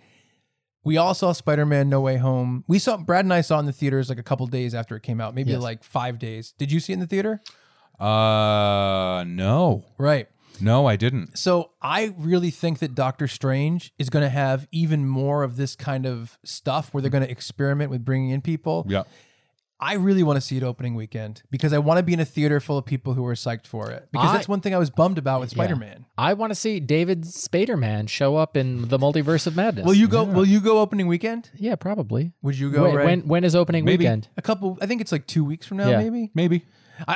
Speaker 3: We all saw Spider-Man: No Way Home. We saw Brad and I saw it in the theaters like a couple days after it came out, maybe
Speaker 2: Yes.
Speaker 3: like five days. Did you see it in the theater?
Speaker 4: Uh, no,
Speaker 3: Right.
Speaker 4: no, I didn't.
Speaker 3: So I really think that Doctor Strange is going to have even more of this kind of stuff where they're going to experiment with bringing in people.
Speaker 4: Yeah.
Speaker 3: I really want to see it opening weekend because I want to be in a theater full of people who are psyched for it. Because
Speaker 2: I-
Speaker 3: that's one thing I was bummed about with Spider Man.
Speaker 2: I want to see David Spaderman show up in the Multiverse of Madness.
Speaker 3: Will you go? Will you go opening weekend?
Speaker 2: Yeah, probably.
Speaker 3: Would you go?
Speaker 2: Wait,
Speaker 3: Ray?
Speaker 2: when when is opening
Speaker 4: Maybe.
Speaker 2: weekend?
Speaker 3: a couple? I think it's like two weeks from now,
Speaker 2: Yeah.
Speaker 3: maybe.
Speaker 4: Maybe.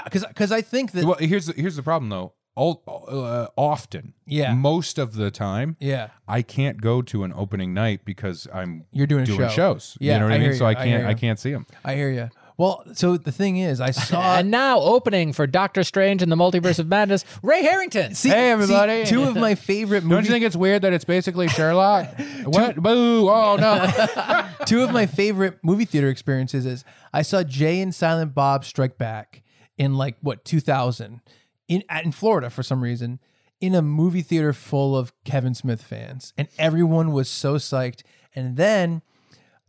Speaker 3: Because because I think that
Speaker 4: Well, here's the, here's the problem though. All, uh, often,
Speaker 3: Yeah.
Speaker 4: most of the time,
Speaker 3: yeah,
Speaker 4: I can't go to an opening night because I'm
Speaker 3: You're doing a show.
Speaker 4: shows.
Speaker 3: Yeah,
Speaker 4: you know what
Speaker 3: I
Speaker 4: I mean.
Speaker 3: hear
Speaker 4: so
Speaker 3: you.
Speaker 4: I
Speaker 3: I
Speaker 4: can't
Speaker 3: hear
Speaker 4: I,
Speaker 3: you.
Speaker 4: can't see them.
Speaker 3: I hear you. Well, so the thing is, I saw
Speaker 2: And now opening for Doctor Strange in the Multiverse of Madness, Ray Harrington.
Speaker 3: See-
Speaker 4: Hey,
Speaker 3: see,
Speaker 4: everybody.
Speaker 3: two of my favorite movies.
Speaker 4: it's weird that it's basically Sherlock? what? Boo! Oh no!
Speaker 3: two of my favorite movie theater experiences is I saw Jay and Silent Bob Strike Back in like what 2000 in at- in Florida for some reason in a movie theater full of Kevin Smith fans and everyone was so psyched and then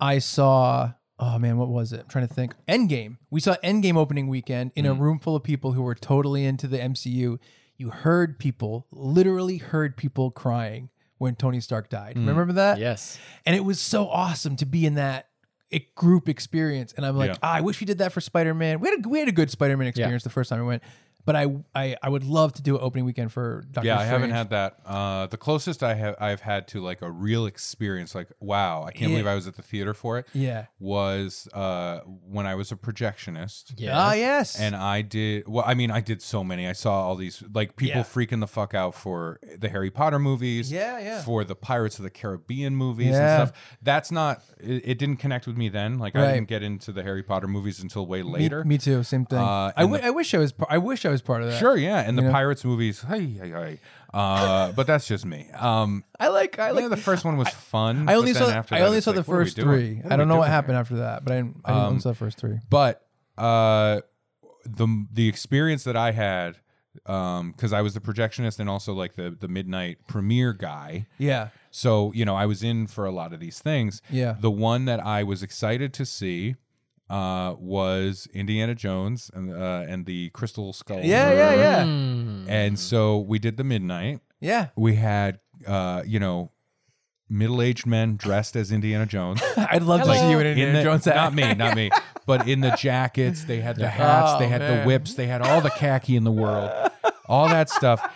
Speaker 3: I saw oh man what was it I'm trying to think Endgame we saw Endgame opening weekend in a room full of people who were totally into the MCU you heard people literally heard people crying when Tony Stark died remember that
Speaker 2: Yes.
Speaker 3: and it was so awesome to be in that e- group experience. And I'm like,
Speaker 4: Yeah.
Speaker 3: "Ah, I wish we did that for Spider Man. We had a, we had a good Spider Man experience the first time we went, but I, I I would love to do an opening weekend for Doctor.
Speaker 4: yeah, I haven't
Speaker 3: Strange.
Speaker 4: had that. Uh, the closest I have I've had to like a real experience, like wow, I can't
Speaker 3: Yeah.
Speaker 4: believe I was at the theater for it.
Speaker 3: Yeah.
Speaker 4: was uh, when I was a projectionist.
Speaker 2: Yeah.
Speaker 3: Ah, yes.
Speaker 4: And I did well. I mean, I did so many. I saw all these like people
Speaker 3: Yeah.
Speaker 4: freaking the fuck out for the Harry Potter movies.
Speaker 3: Yeah, yeah.
Speaker 4: For the Pirates of the Caribbean movies
Speaker 3: Yeah.
Speaker 4: and stuff. That's not. It, it didn't connect with me then. Like
Speaker 3: Right.
Speaker 4: I didn't get into the Harry Potter movies until way
Speaker 3: me,
Speaker 4: later.
Speaker 3: me too. Same thing.
Speaker 4: Uh,
Speaker 3: I,
Speaker 4: and
Speaker 3: w- I wish I was. par- I wish I was part of that.
Speaker 4: Sure, yeah, and the
Speaker 3: know?
Speaker 4: Pirates movies, hey, hey, hey. Uh, but that's just me. Um,
Speaker 3: I like. I
Speaker 4: yeah,
Speaker 3: like.
Speaker 4: the first one was fun.
Speaker 3: I only
Speaker 4: but then
Speaker 3: saw.
Speaker 4: after
Speaker 3: I
Speaker 4: that,
Speaker 3: only
Speaker 4: it's
Speaker 3: saw
Speaker 4: like,
Speaker 3: the
Speaker 4: what are we
Speaker 3: first
Speaker 4: doing?
Speaker 3: three.
Speaker 4: What
Speaker 3: I
Speaker 4: are
Speaker 3: don't
Speaker 4: we
Speaker 3: know what
Speaker 4: doing
Speaker 3: happened
Speaker 4: here? Um,
Speaker 3: after that, but I didn't, I didn't only saw the first three.
Speaker 4: But uh, the the experience that I had, um, because I was the projectionist and also like the the midnight premiere guy.
Speaker 3: Yeah.
Speaker 4: So you know, I was in for a lot of these things.
Speaker 3: Yeah.
Speaker 4: The one that I was excited to see uh, was Indiana Jones and uh, and the Crystal Skull.
Speaker 3: Yeah. Yeah. Yeah.
Speaker 2: Hmm.
Speaker 4: And so we did the midnight.
Speaker 3: Yeah.
Speaker 4: We had uh, you know. Middle-aged men dressed as Indiana Jones.
Speaker 3: I'd love to see you in Indiana
Speaker 4: the,
Speaker 3: Jones.
Speaker 4: Not me, not me. But in the jackets, they had the hats,
Speaker 3: Oh,
Speaker 4: they had
Speaker 3: man.
Speaker 4: the whips, they had all the khaki in the world, all that stuff.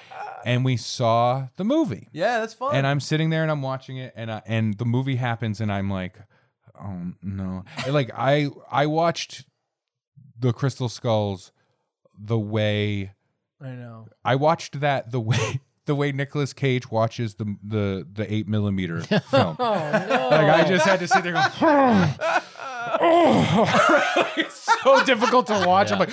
Speaker 4: And we saw the movie.
Speaker 3: Yeah, that's fun.
Speaker 4: And I'm sitting there and I'm watching it, and I, and the movie happens, and I'm like, oh no, And, like I I watched the Crystal Skulls the way
Speaker 3: I know.
Speaker 4: I watched that the way. The way Nicolas Cage watches the the the eight millimeter film,
Speaker 2: Oh no.
Speaker 4: like I just had to sit there. Going, so difficult to watch. I'm like,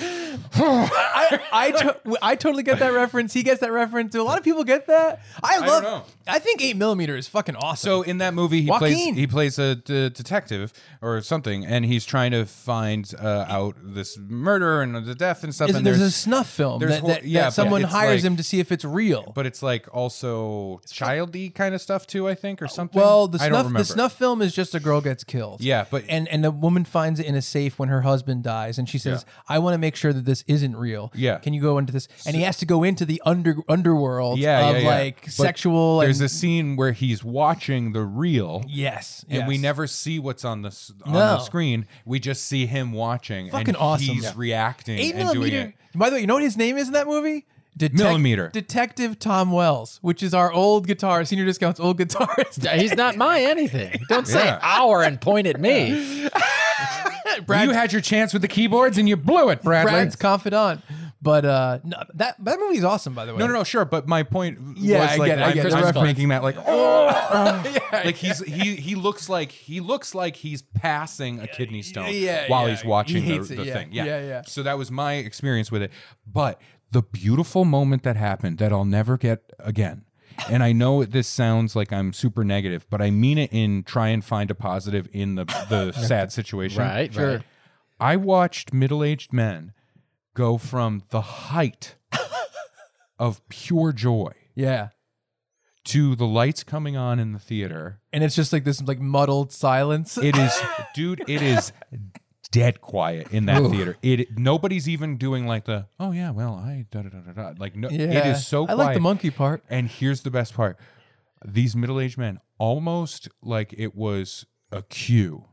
Speaker 3: I I, to- I totally get that reference. He gets that reference. Do a lot of people get that? I
Speaker 4: don't
Speaker 3: love. I,
Speaker 4: know.
Speaker 3: think eight millimeter is fucking awesome.
Speaker 4: so in that movie, he
Speaker 3: Joaquin.
Speaker 4: plays he plays a d- detective or something, and he's trying to find uh, out this murder and the death and stuff.
Speaker 3: Is-
Speaker 4: and
Speaker 3: there's a snuff film
Speaker 4: there's
Speaker 3: that,
Speaker 4: hor-
Speaker 3: that,
Speaker 4: yeah,
Speaker 3: that
Speaker 4: but
Speaker 3: someone
Speaker 4: it's
Speaker 3: hires
Speaker 4: like-
Speaker 3: him to see if it's real.
Speaker 4: but it's like also childy kind of stuff too. I think or something.
Speaker 3: Uh, well, the
Speaker 4: I don't
Speaker 3: snuff the
Speaker 4: remember.
Speaker 3: snuff film is just a girl gets killed.
Speaker 4: Yeah, but-
Speaker 3: and and the woman finds it in a safe when her husband dies, and she says, "I want to make sure that this isn't real.
Speaker 4: Yeah.
Speaker 3: can you go into this?" And he has to go into the under underworld
Speaker 4: Yeah,
Speaker 3: of
Speaker 4: yeah, yeah.
Speaker 3: like
Speaker 4: But
Speaker 3: sexual.
Speaker 4: There's
Speaker 3: and,
Speaker 4: a scene where he's watching the real.
Speaker 3: yes,
Speaker 4: And
Speaker 3: yes.
Speaker 4: we never see what's on the s- on
Speaker 3: No.
Speaker 4: the screen. We just see him watching.
Speaker 3: Fucking
Speaker 4: and
Speaker 3: awesome.
Speaker 4: He's
Speaker 3: Yeah.
Speaker 4: reacting
Speaker 3: eight
Speaker 4: and doing it.
Speaker 3: millimeter. By the way, you know what his name is in that movie? Detec-
Speaker 4: Millimeter.
Speaker 3: Detective Tom Wells, which is our old guitar, senior discounts old guitarist.
Speaker 2: He's not my anything. Don't say
Speaker 4: Yeah.
Speaker 2: our and point at me.
Speaker 4: you had your chance with the keyboards and you blew it, Bradley.
Speaker 3: Brad's confidant. But uh, no, that that movie is awesome, by the way.
Speaker 4: no, no, no, sure, but my point
Speaker 3: Yeah,
Speaker 4: was
Speaker 3: I
Speaker 4: like
Speaker 3: get it, I
Speaker 4: I'm,
Speaker 3: get
Speaker 2: it.
Speaker 4: I'm
Speaker 2: Christmas
Speaker 4: making that like oh, like he's he he looks like he looks like he's passing a kidney stone
Speaker 3: yeah,
Speaker 4: while
Speaker 3: yeah.
Speaker 4: he's watching
Speaker 3: He
Speaker 4: the,
Speaker 3: hates it,
Speaker 4: the
Speaker 3: yeah.
Speaker 4: thing. Yeah.
Speaker 3: Yeah, yeah.
Speaker 4: So that was my experience with it. But the beautiful moment that happened that I'll never get again. And I know this sounds like I'm super negative, but I mean it in try and find a positive in the the sad situation.
Speaker 2: Right, Sure. right.
Speaker 4: I watched middle-aged men go from the height of pure joy
Speaker 3: Yeah.
Speaker 4: to the lights coming on in the theater.
Speaker 3: And it's just like this like muddled silence.
Speaker 4: It is, dude, it is dead quiet in that theater. It nobody's even doing like the oh yeah, well I da da da da da. Like no, it
Speaker 3: Yeah.
Speaker 4: is so.
Speaker 3: I
Speaker 4: Quiet.
Speaker 3: like the monkey part.
Speaker 4: And here's the best part: these middle-aged men, almost like it was a cue.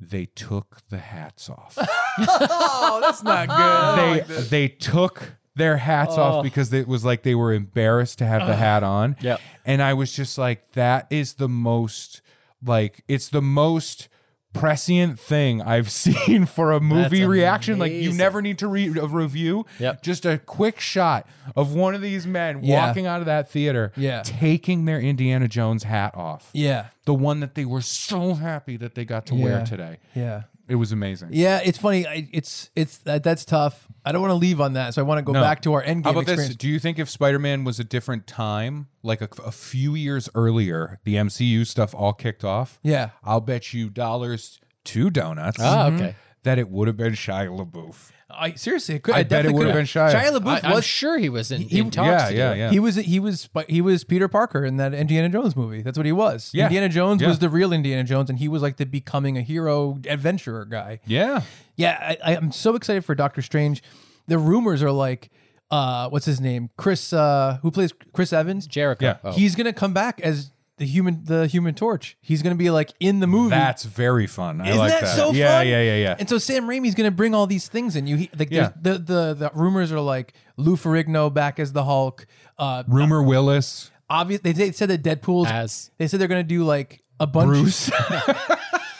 Speaker 4: They took the hats off.
Speaker 3: oh, Oh. that's not good.
Speaker 4: they they took their hats off because it was like they were embarrassed to
Speaker 3: Uh.
Speaker 4: have the hat on.
Speaker 2: Yep.
Speaker 4: And I was just like, that is the most like it's the most prescient thing I've seen for a movie reaction. Like you
Speaker 2: amazing.
Speaker 4: never need to read a review.
Speaker 2: Yep.
Speaker 4: Just a quick shot of one of these men
Speaker 3: Yeah.
Speaker 4: walking out of that theater,
Speaker 3: Yeah.
Speaker 4: taking their Indiana Jones hat off.
Speaker 3: Yeah.
Speaker 4: The one that they were so happy that they got to
Speaker 3: Yeah.
Speaker 4: wear today.
Speaker 3: Yeah.
Speaker 4: It was amazing.
Speaker 3: Yeah, it's funny. I, it's it's that, that's tough. I don't want to leave on that, so I want to go
Speaker 4: No.
Speaker 3: back to our end
Speaker 4: How
Speaker 3: game
Speaker 4: about
Speaker 3: experience.
Speaker 4: this? Do you think if Spider Man was a different time, like a, a few years earlier, the MCU stuff all kicked off?
Speaker 3: Yeah.
Speaker 4: I'll bet you dollars to donuts Mhm.
Speaker 2: Ah, okay.
Speaker 4: that it would have been Shia LaBeouf.
Speaker 3: I seriously, it could,
Speaker 4: I bet it
Speaker 3: definitely
Speaker 4: would've
Speaker 3: could
Speaker 4: been Shia.
Speaker 3: Shia LaBeouf
Speaker 2: I, am
Speaker 3: was
Speaker 2: sure he was in,
Speaker 3: he-
Speaker 2: in talks.
Speaker 4: yeah,
Speaker 2: to do
Speaker 4: yeah,
Speaker 2: it.
Speaker 4: yeah.
Speaker 3: He was he was he was Peter Parker in that Indiana Jones movie. That's what he was.
Speaker 4: Yeah.
Speaker 3: Indiana Jones
Speaker 4: Yeah.
Speaker 3: was the real Indiana Jones, and he was like the becoming a hero adventurer guy.
Speaker 4: Yeah.
Speaker 3: Yeah, I, I'm so excited for Doctor Strange. The rumors are like, uh, what's his name? Chris, uh, who plays Chris Evans?
Speaker 2: Jericho.
Speaker 4: Yeah.
Speaker 2: Oh.
Speaker 3: He's gonna come back as the human, the Human Torch. He's gonna be like in the movie.
Speaker 4: That's very fun. I
Speaker 3: Isn't
Speaker 4: like
Speaker 3: that,
Speaker 4: that.
Speaker 3: so
Speaker 4: yeah,
Speaker 3: fun?
Speaker 4: Yeah, yeah, yeah,
Speaker 3: And so Sam Raimi's going to bring all these things in. You, he, like,
Speaker 4: Yeah.
Speaker 3: there's- the, the the rumors are like Lou Ferrigno back as the Hulk. Uh,
Speaker 4: Rumor Willis.
Speaker 3: obvious. They, they said that Deadpool's.
Speaker 2: As-
Speaker 3: they said they're going to do like a bunch.
Speaker 4: Bruce.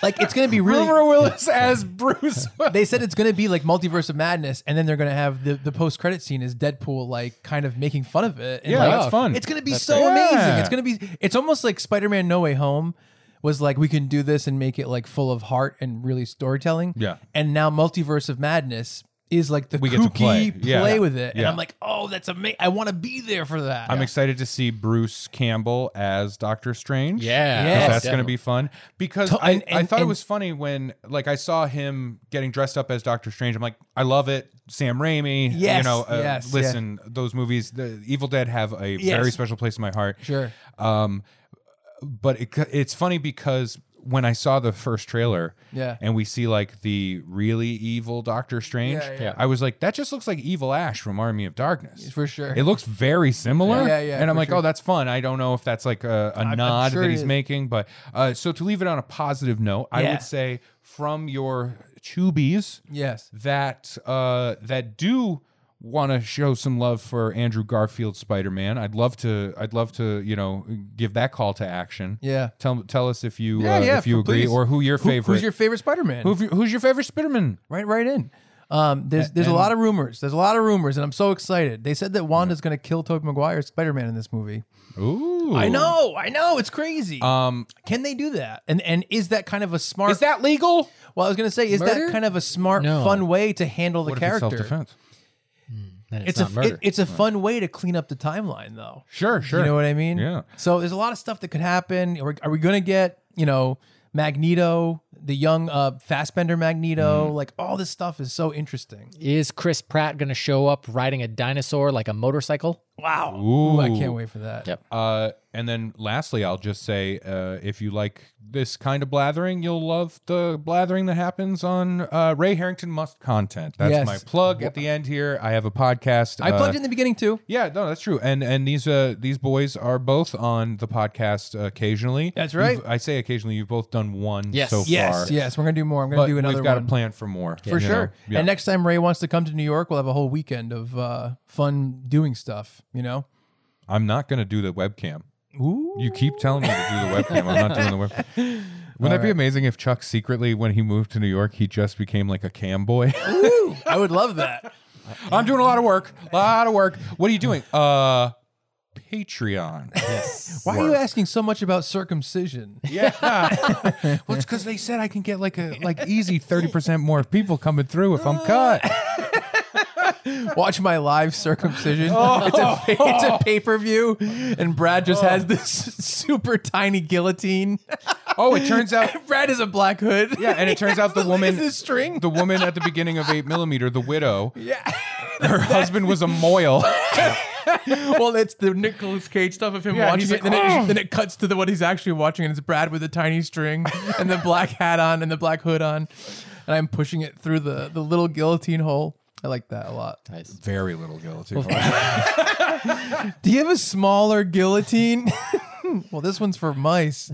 Speaker 3: Like it's going to be really.
Speaker 4: Rumor Willis as Bruce.
Speaker 3: They said it's going to be like multiverse of madness, and then they're going to have the, the post credit scene is Deadpool like kind of making fun of it. And,
Speaker 4: Yeah,
Speaker 3: like, "Oh,
Speaker 4: that's fun.
Speaker 3: It's going to be so
Speaker 4: great.
Speaker 3: amazing.
Speaker 4: Yeah.
Speaker 3: It's going to be. It's almost like Spider Man No Way Home was like we can do this and make it like full of heart and really storytelling.
Speaker 4: Yeah.
Speaker 3: And now Multiverse of Madness is like the
Speaker 4: We get to
Speaker 3: kooky
Speaker 4: play.
Speaker 3: play,
Speaker 4: Yeah.
Speaker 3: with it, and
Speaker 4: Yeah.
Speaker 3: I'm like, oh, that's amazing. I want to be there for that.
Speaker 4: I'm excited to see Bruce Campbell as Doctor Strange.
Speaker 2: Yeah.
Speaker 4: 'Cause
Speaker 3: Yes.
Speaker 4: that's going to be fun. Because
Speaker 3: To-
Speaker 4: I,
Speaker 3: and-
Speaker 4: I
Speaker 3: and-
Speaker 4: thought it
Speaker 3: and-
Speaker 4: was funny when like I saw him getting dressed up as Doctor Strange. I'm like, I love it. Sam Raimi. You
Speaker 3: Yes,
Speaker 4: know, uh,
Speaker 3: yes, yeah.
Speaker 4: listen, those movies, the Evil Dead have a
Speaker 3: Yes.
Speaker 4: very special place in my heart.
Speaker 3: Sure.
Speaker 4: Um, but it, it's funny because when I saw the first trailer,
Speaker 3: Yeah.
Speaker 4: and we see like the really evil Doctor Strange,
Speaker 3: Yeah,
Speaker 2: yeah.
Speaker 4: I was like, that just looks like Evil Ash from Army of Darkness
Speaker 3: for sure.
Speaker 4: It looks very similar.
Speaker 3: Yeah, yeah,
Speaker 4: And I'm
Speaker 3: for
Speaker 4: like,
Speaker 3: sure.
Speaker 4: oh, that's fun. I don't know if that's like a, a nod
Speaker 3: sure
Speaker 4: that
Speaker 3: it
Speaker 4: he's
Speaker 3: is.
Speaker 4: making, but uh, so to leave it on a positive note, I
Speaker 3: Yeah.
Speaker 4: would say from your Chubies
Speaker 3: yes.
Speaker 4: that uh, that do want to show some love for Andrew Garfield Spider Man, I'd love to. I'd love to. You know, give that call to action.
Speaker 3: Yeah.
Speaker 4: Tell tell us if you
Speaker 3: Yeah,
Speaker 4: uh,
Speaker 3: yeah,
Speaker 4: if you
Speaker 3: for-
Speaker 4: agree
Speaker 3: please.
Speaker 4: or who your
Speaker 3: Who-
Speaker 4: favorite.
Speaker 3: Who's your favorite Spider Man?
Speaker 4: who- who's your favorite Spider Man?
Speaker 3: Right, right in. Um, there's there's a lot of rumors. There's a lot of rumors, and I'm so excited. They said that Wanda's going to kill Tobey Maguire's Spider-Man in this movie.
Speaker 4: Ooh,
Speaker 3: I know, I know, it's crazy.
Speaker 4: Um,
Speaker 3: Can they do that? And and is that kind of a smart?
Speaker 4: is that legal?
Speaker 3: Well, I was gonna say, is
Speaker 2: Murder?
Speaker 3: that kind of a smart,
Speaker 2: No.
Speaker 3: fun way to handle the
Speaker 4: What if it's
Speaker 3: character?
Speaker 4: self-defense?
Speaker 2: Then it's,
Speaker 3: it's
Speaker 2: not
Speaker 3: a
Speaker 2: murder.
Speaker 3: it- it's a fun way to clean up the timeline, though.
Speaker 4: Sure, sure.
Speaker 3: You know what I mean?
Speaker 4: Yeah.
Speaker 3: So there's a lot of stuff that could happen. Are we, are we gonna get you know Magneto, the young uh, Fastbender Magneto? Like all this stuff is so interesting.
Speaker 2: Is Chris Pratt going to show up riding a dinosaur like a motorcycle?
Speaker 3: Wow.
Speaker 4: Ooh.
Speaker 3: I can't wait for that.
Speaker 2: Yep.
Speaker 4: Uh, and then lastly, I'll just say uh, if you like this kind of blathering, you'll love the blathering that happens on uh, Ray Harrington Must content. That's
Speaker 3: Yes.
Speaker 4: my plug at the end here. I have a podcast.
Speaker 3: I
Speaker 4: uh,
Speaker 3: plugged in the beginning too.
Speaker 4: Yeah, no, that's true. And and these uh these boys are both on the podcast occasionally.
Speaker 3: That's right.
Speaker 4: You've- I say occasionally. You've both done one
Speaker 2: Yes.
Speaker 4: so far.
Speaker 3: Yes, yes, we're gonna do more. I'm gonna
Speaker 4: But
Speaker 3: do another
Speaker 4: we've got
Speaker 3: one
Speaker 4: a plan for more
Speaker 3: for
Speaker 4: you know?
Speaker 3: sure.
Speaker 4: Yeah.
Speaker 3: And next time Ray wants to come to New York, we'll have a whole weekend of uh, fun doing stuff. You know.
Speaker 4: I'm not gonna do the webcam.
Speaker 3: Ooh.
Speaker 4: You keep telling me to do the webcam. I'm not doing the webcam. Wouldn't that be amazing if Chuck secretly, when he moved to New York, he just became like a cam boy?
Speaker 3: I would love that.
Speaker 4: I'm doing a lot of work. A lot of work. What are you doing? Uh, Patreon.
Speaker 3: Why are you asking so much about circumcision?
Speaker 4: Yeah. well, it's because they said I can get like a like easy thirty percent more people coming through if I'm cut.
Speaker 3: Watch my live circumcision.
Speaker 4: Oh.
Speaker 3: It's a, it's a pay per view, and Brad just has this super tiny guillotine.
Speaker 4: Oh, it turns out.
Speaker 3: Brad is a black hood.
Speaker 4: Yeah, and it turns out the woman,
Speaker 3: Is this string?
Speaker 4: the woman at the beginning of Eight Millimeter, the widow. Yeah. Her husband was a moil.
Speaker 3: well, it's the Nicolas Cage stuff of him
Speaker 4: Yeah,
Speaker 3: watching
Speaker 4: he's
Speaker 3: it,
Speaker 4: like,
Speaker 3: then,
Speaker 4: "Oh."
Speaker 3: it, then it cuts to the what he's actually watching, and it's Brad with a tiny string and the black hat on and the black hood on, and I'm pushing it through the the little guillotine hole. I like that a lot.
Speaker 2: Nice.
Speaker 4: Very little guillotine.
Speaker 3: Do you have a smaller guillotine? well, this one's for mice.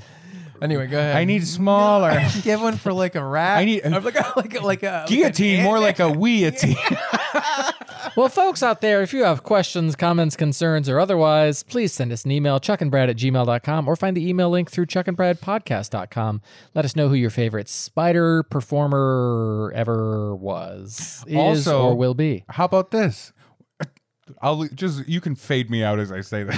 Speaker 3: Anyway, go ahead.
Speaker 4: I need smaller.
Speaker 3: You have one for like a rat.
Speaker 4: I need-
Speaker 3: Or like a like a, like a
Speaker 4: guillotine, more like a weatine.
Speaker 2: Well, folks out there, if you have questions, comments, concerns, or otherwise, please send us an email, chuckandbrad at gmail.com, or find the email link through chuckandbradpodcast.com. Let us know who your favorite spider performer ever was, is,
Speaker 4: Also-
Speaker 2: or will be.
Speaker 4: How about this? I'll just you can fade me out as I say that.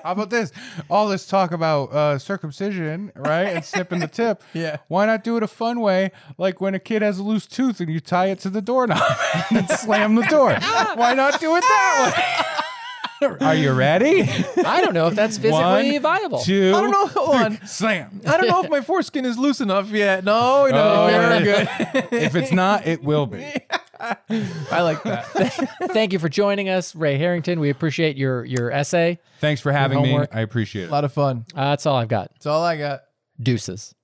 Speaker 4: How about this? All this talk about uh, circumcision, right, and snipping the tip.
Speaker 3: Yeah.
Speaker 4: Why not do it a fun way, like when a kid has a loose tooth and you tie it to the doorknob and slam the door? Why not do it that way? Are you ready?
Speaker 2: I don't know if that's physically
Speaker 4: One,
Speaker 2: viable.
Speaker 4: Two.
Speaker 3: I don't know. Hold on.
Speaker 4: Slam.
Speaker 3: I don't know if my foreskin is loose enough yet. No, no,
Speaker 4: Oh,
Speaker 3: very
Speaker 4: yeah.
Speaker 3: good.
Speaker 4: If it's not, it will be.
Speaker 3: I like that.
Speaker 2: Thank you for joining us, Ray Harrington. We appreciate your your essay.
Speaker 4: Thanks for having me.
Speaker 2: homework.
Speaker 4: I appreciate it.
Speaker 3: A lot of fun.
Speaker 2: Uh, that's all I've got.
Speaker 3: That's all I got.
Speaker 2: Deuces.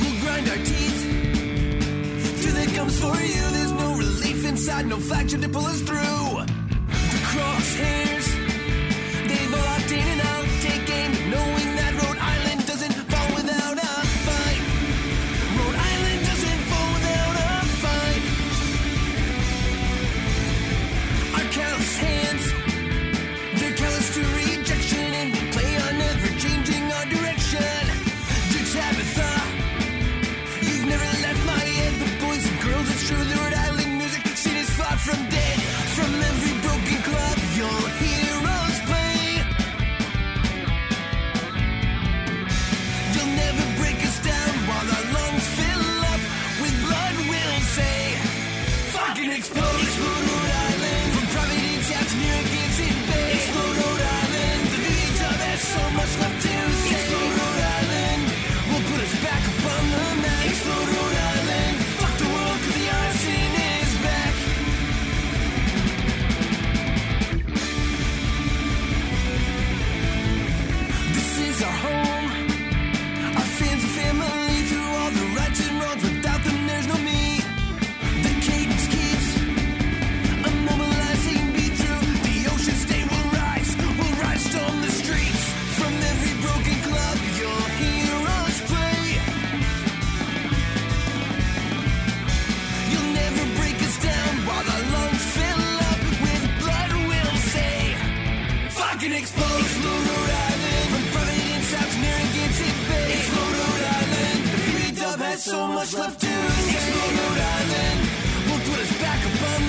Speaker 5: We'll grind our teeth till it comes for you. There's no relief inside, no faction to pull us through. The crosshairs, they've all opted in and out, taking knowing that Rhode Island doesn't fall without a fight. Rhode Island doesn't fall without a fight. Our callous hands, they're callous to rejection, and we play on never changing our direction. Dear Tabitha. You've never left my head, but boys and girls, it's true. The Rhode Island music scene is far from dead. From every broken club, your heroes play. You'll never break us down while our lungs fill up with blood. We'll say, fucking explode, explode Rhode Island. From poverty taps near gives it bay. Explode Rhode Island. The needs are there's so much left to say. Explode Rhode Island. We'll put us back upon the map. Explode Rhode Island. Fuck the world, cause the arson is back. much left to explore Rhode Island. We'll put us back up on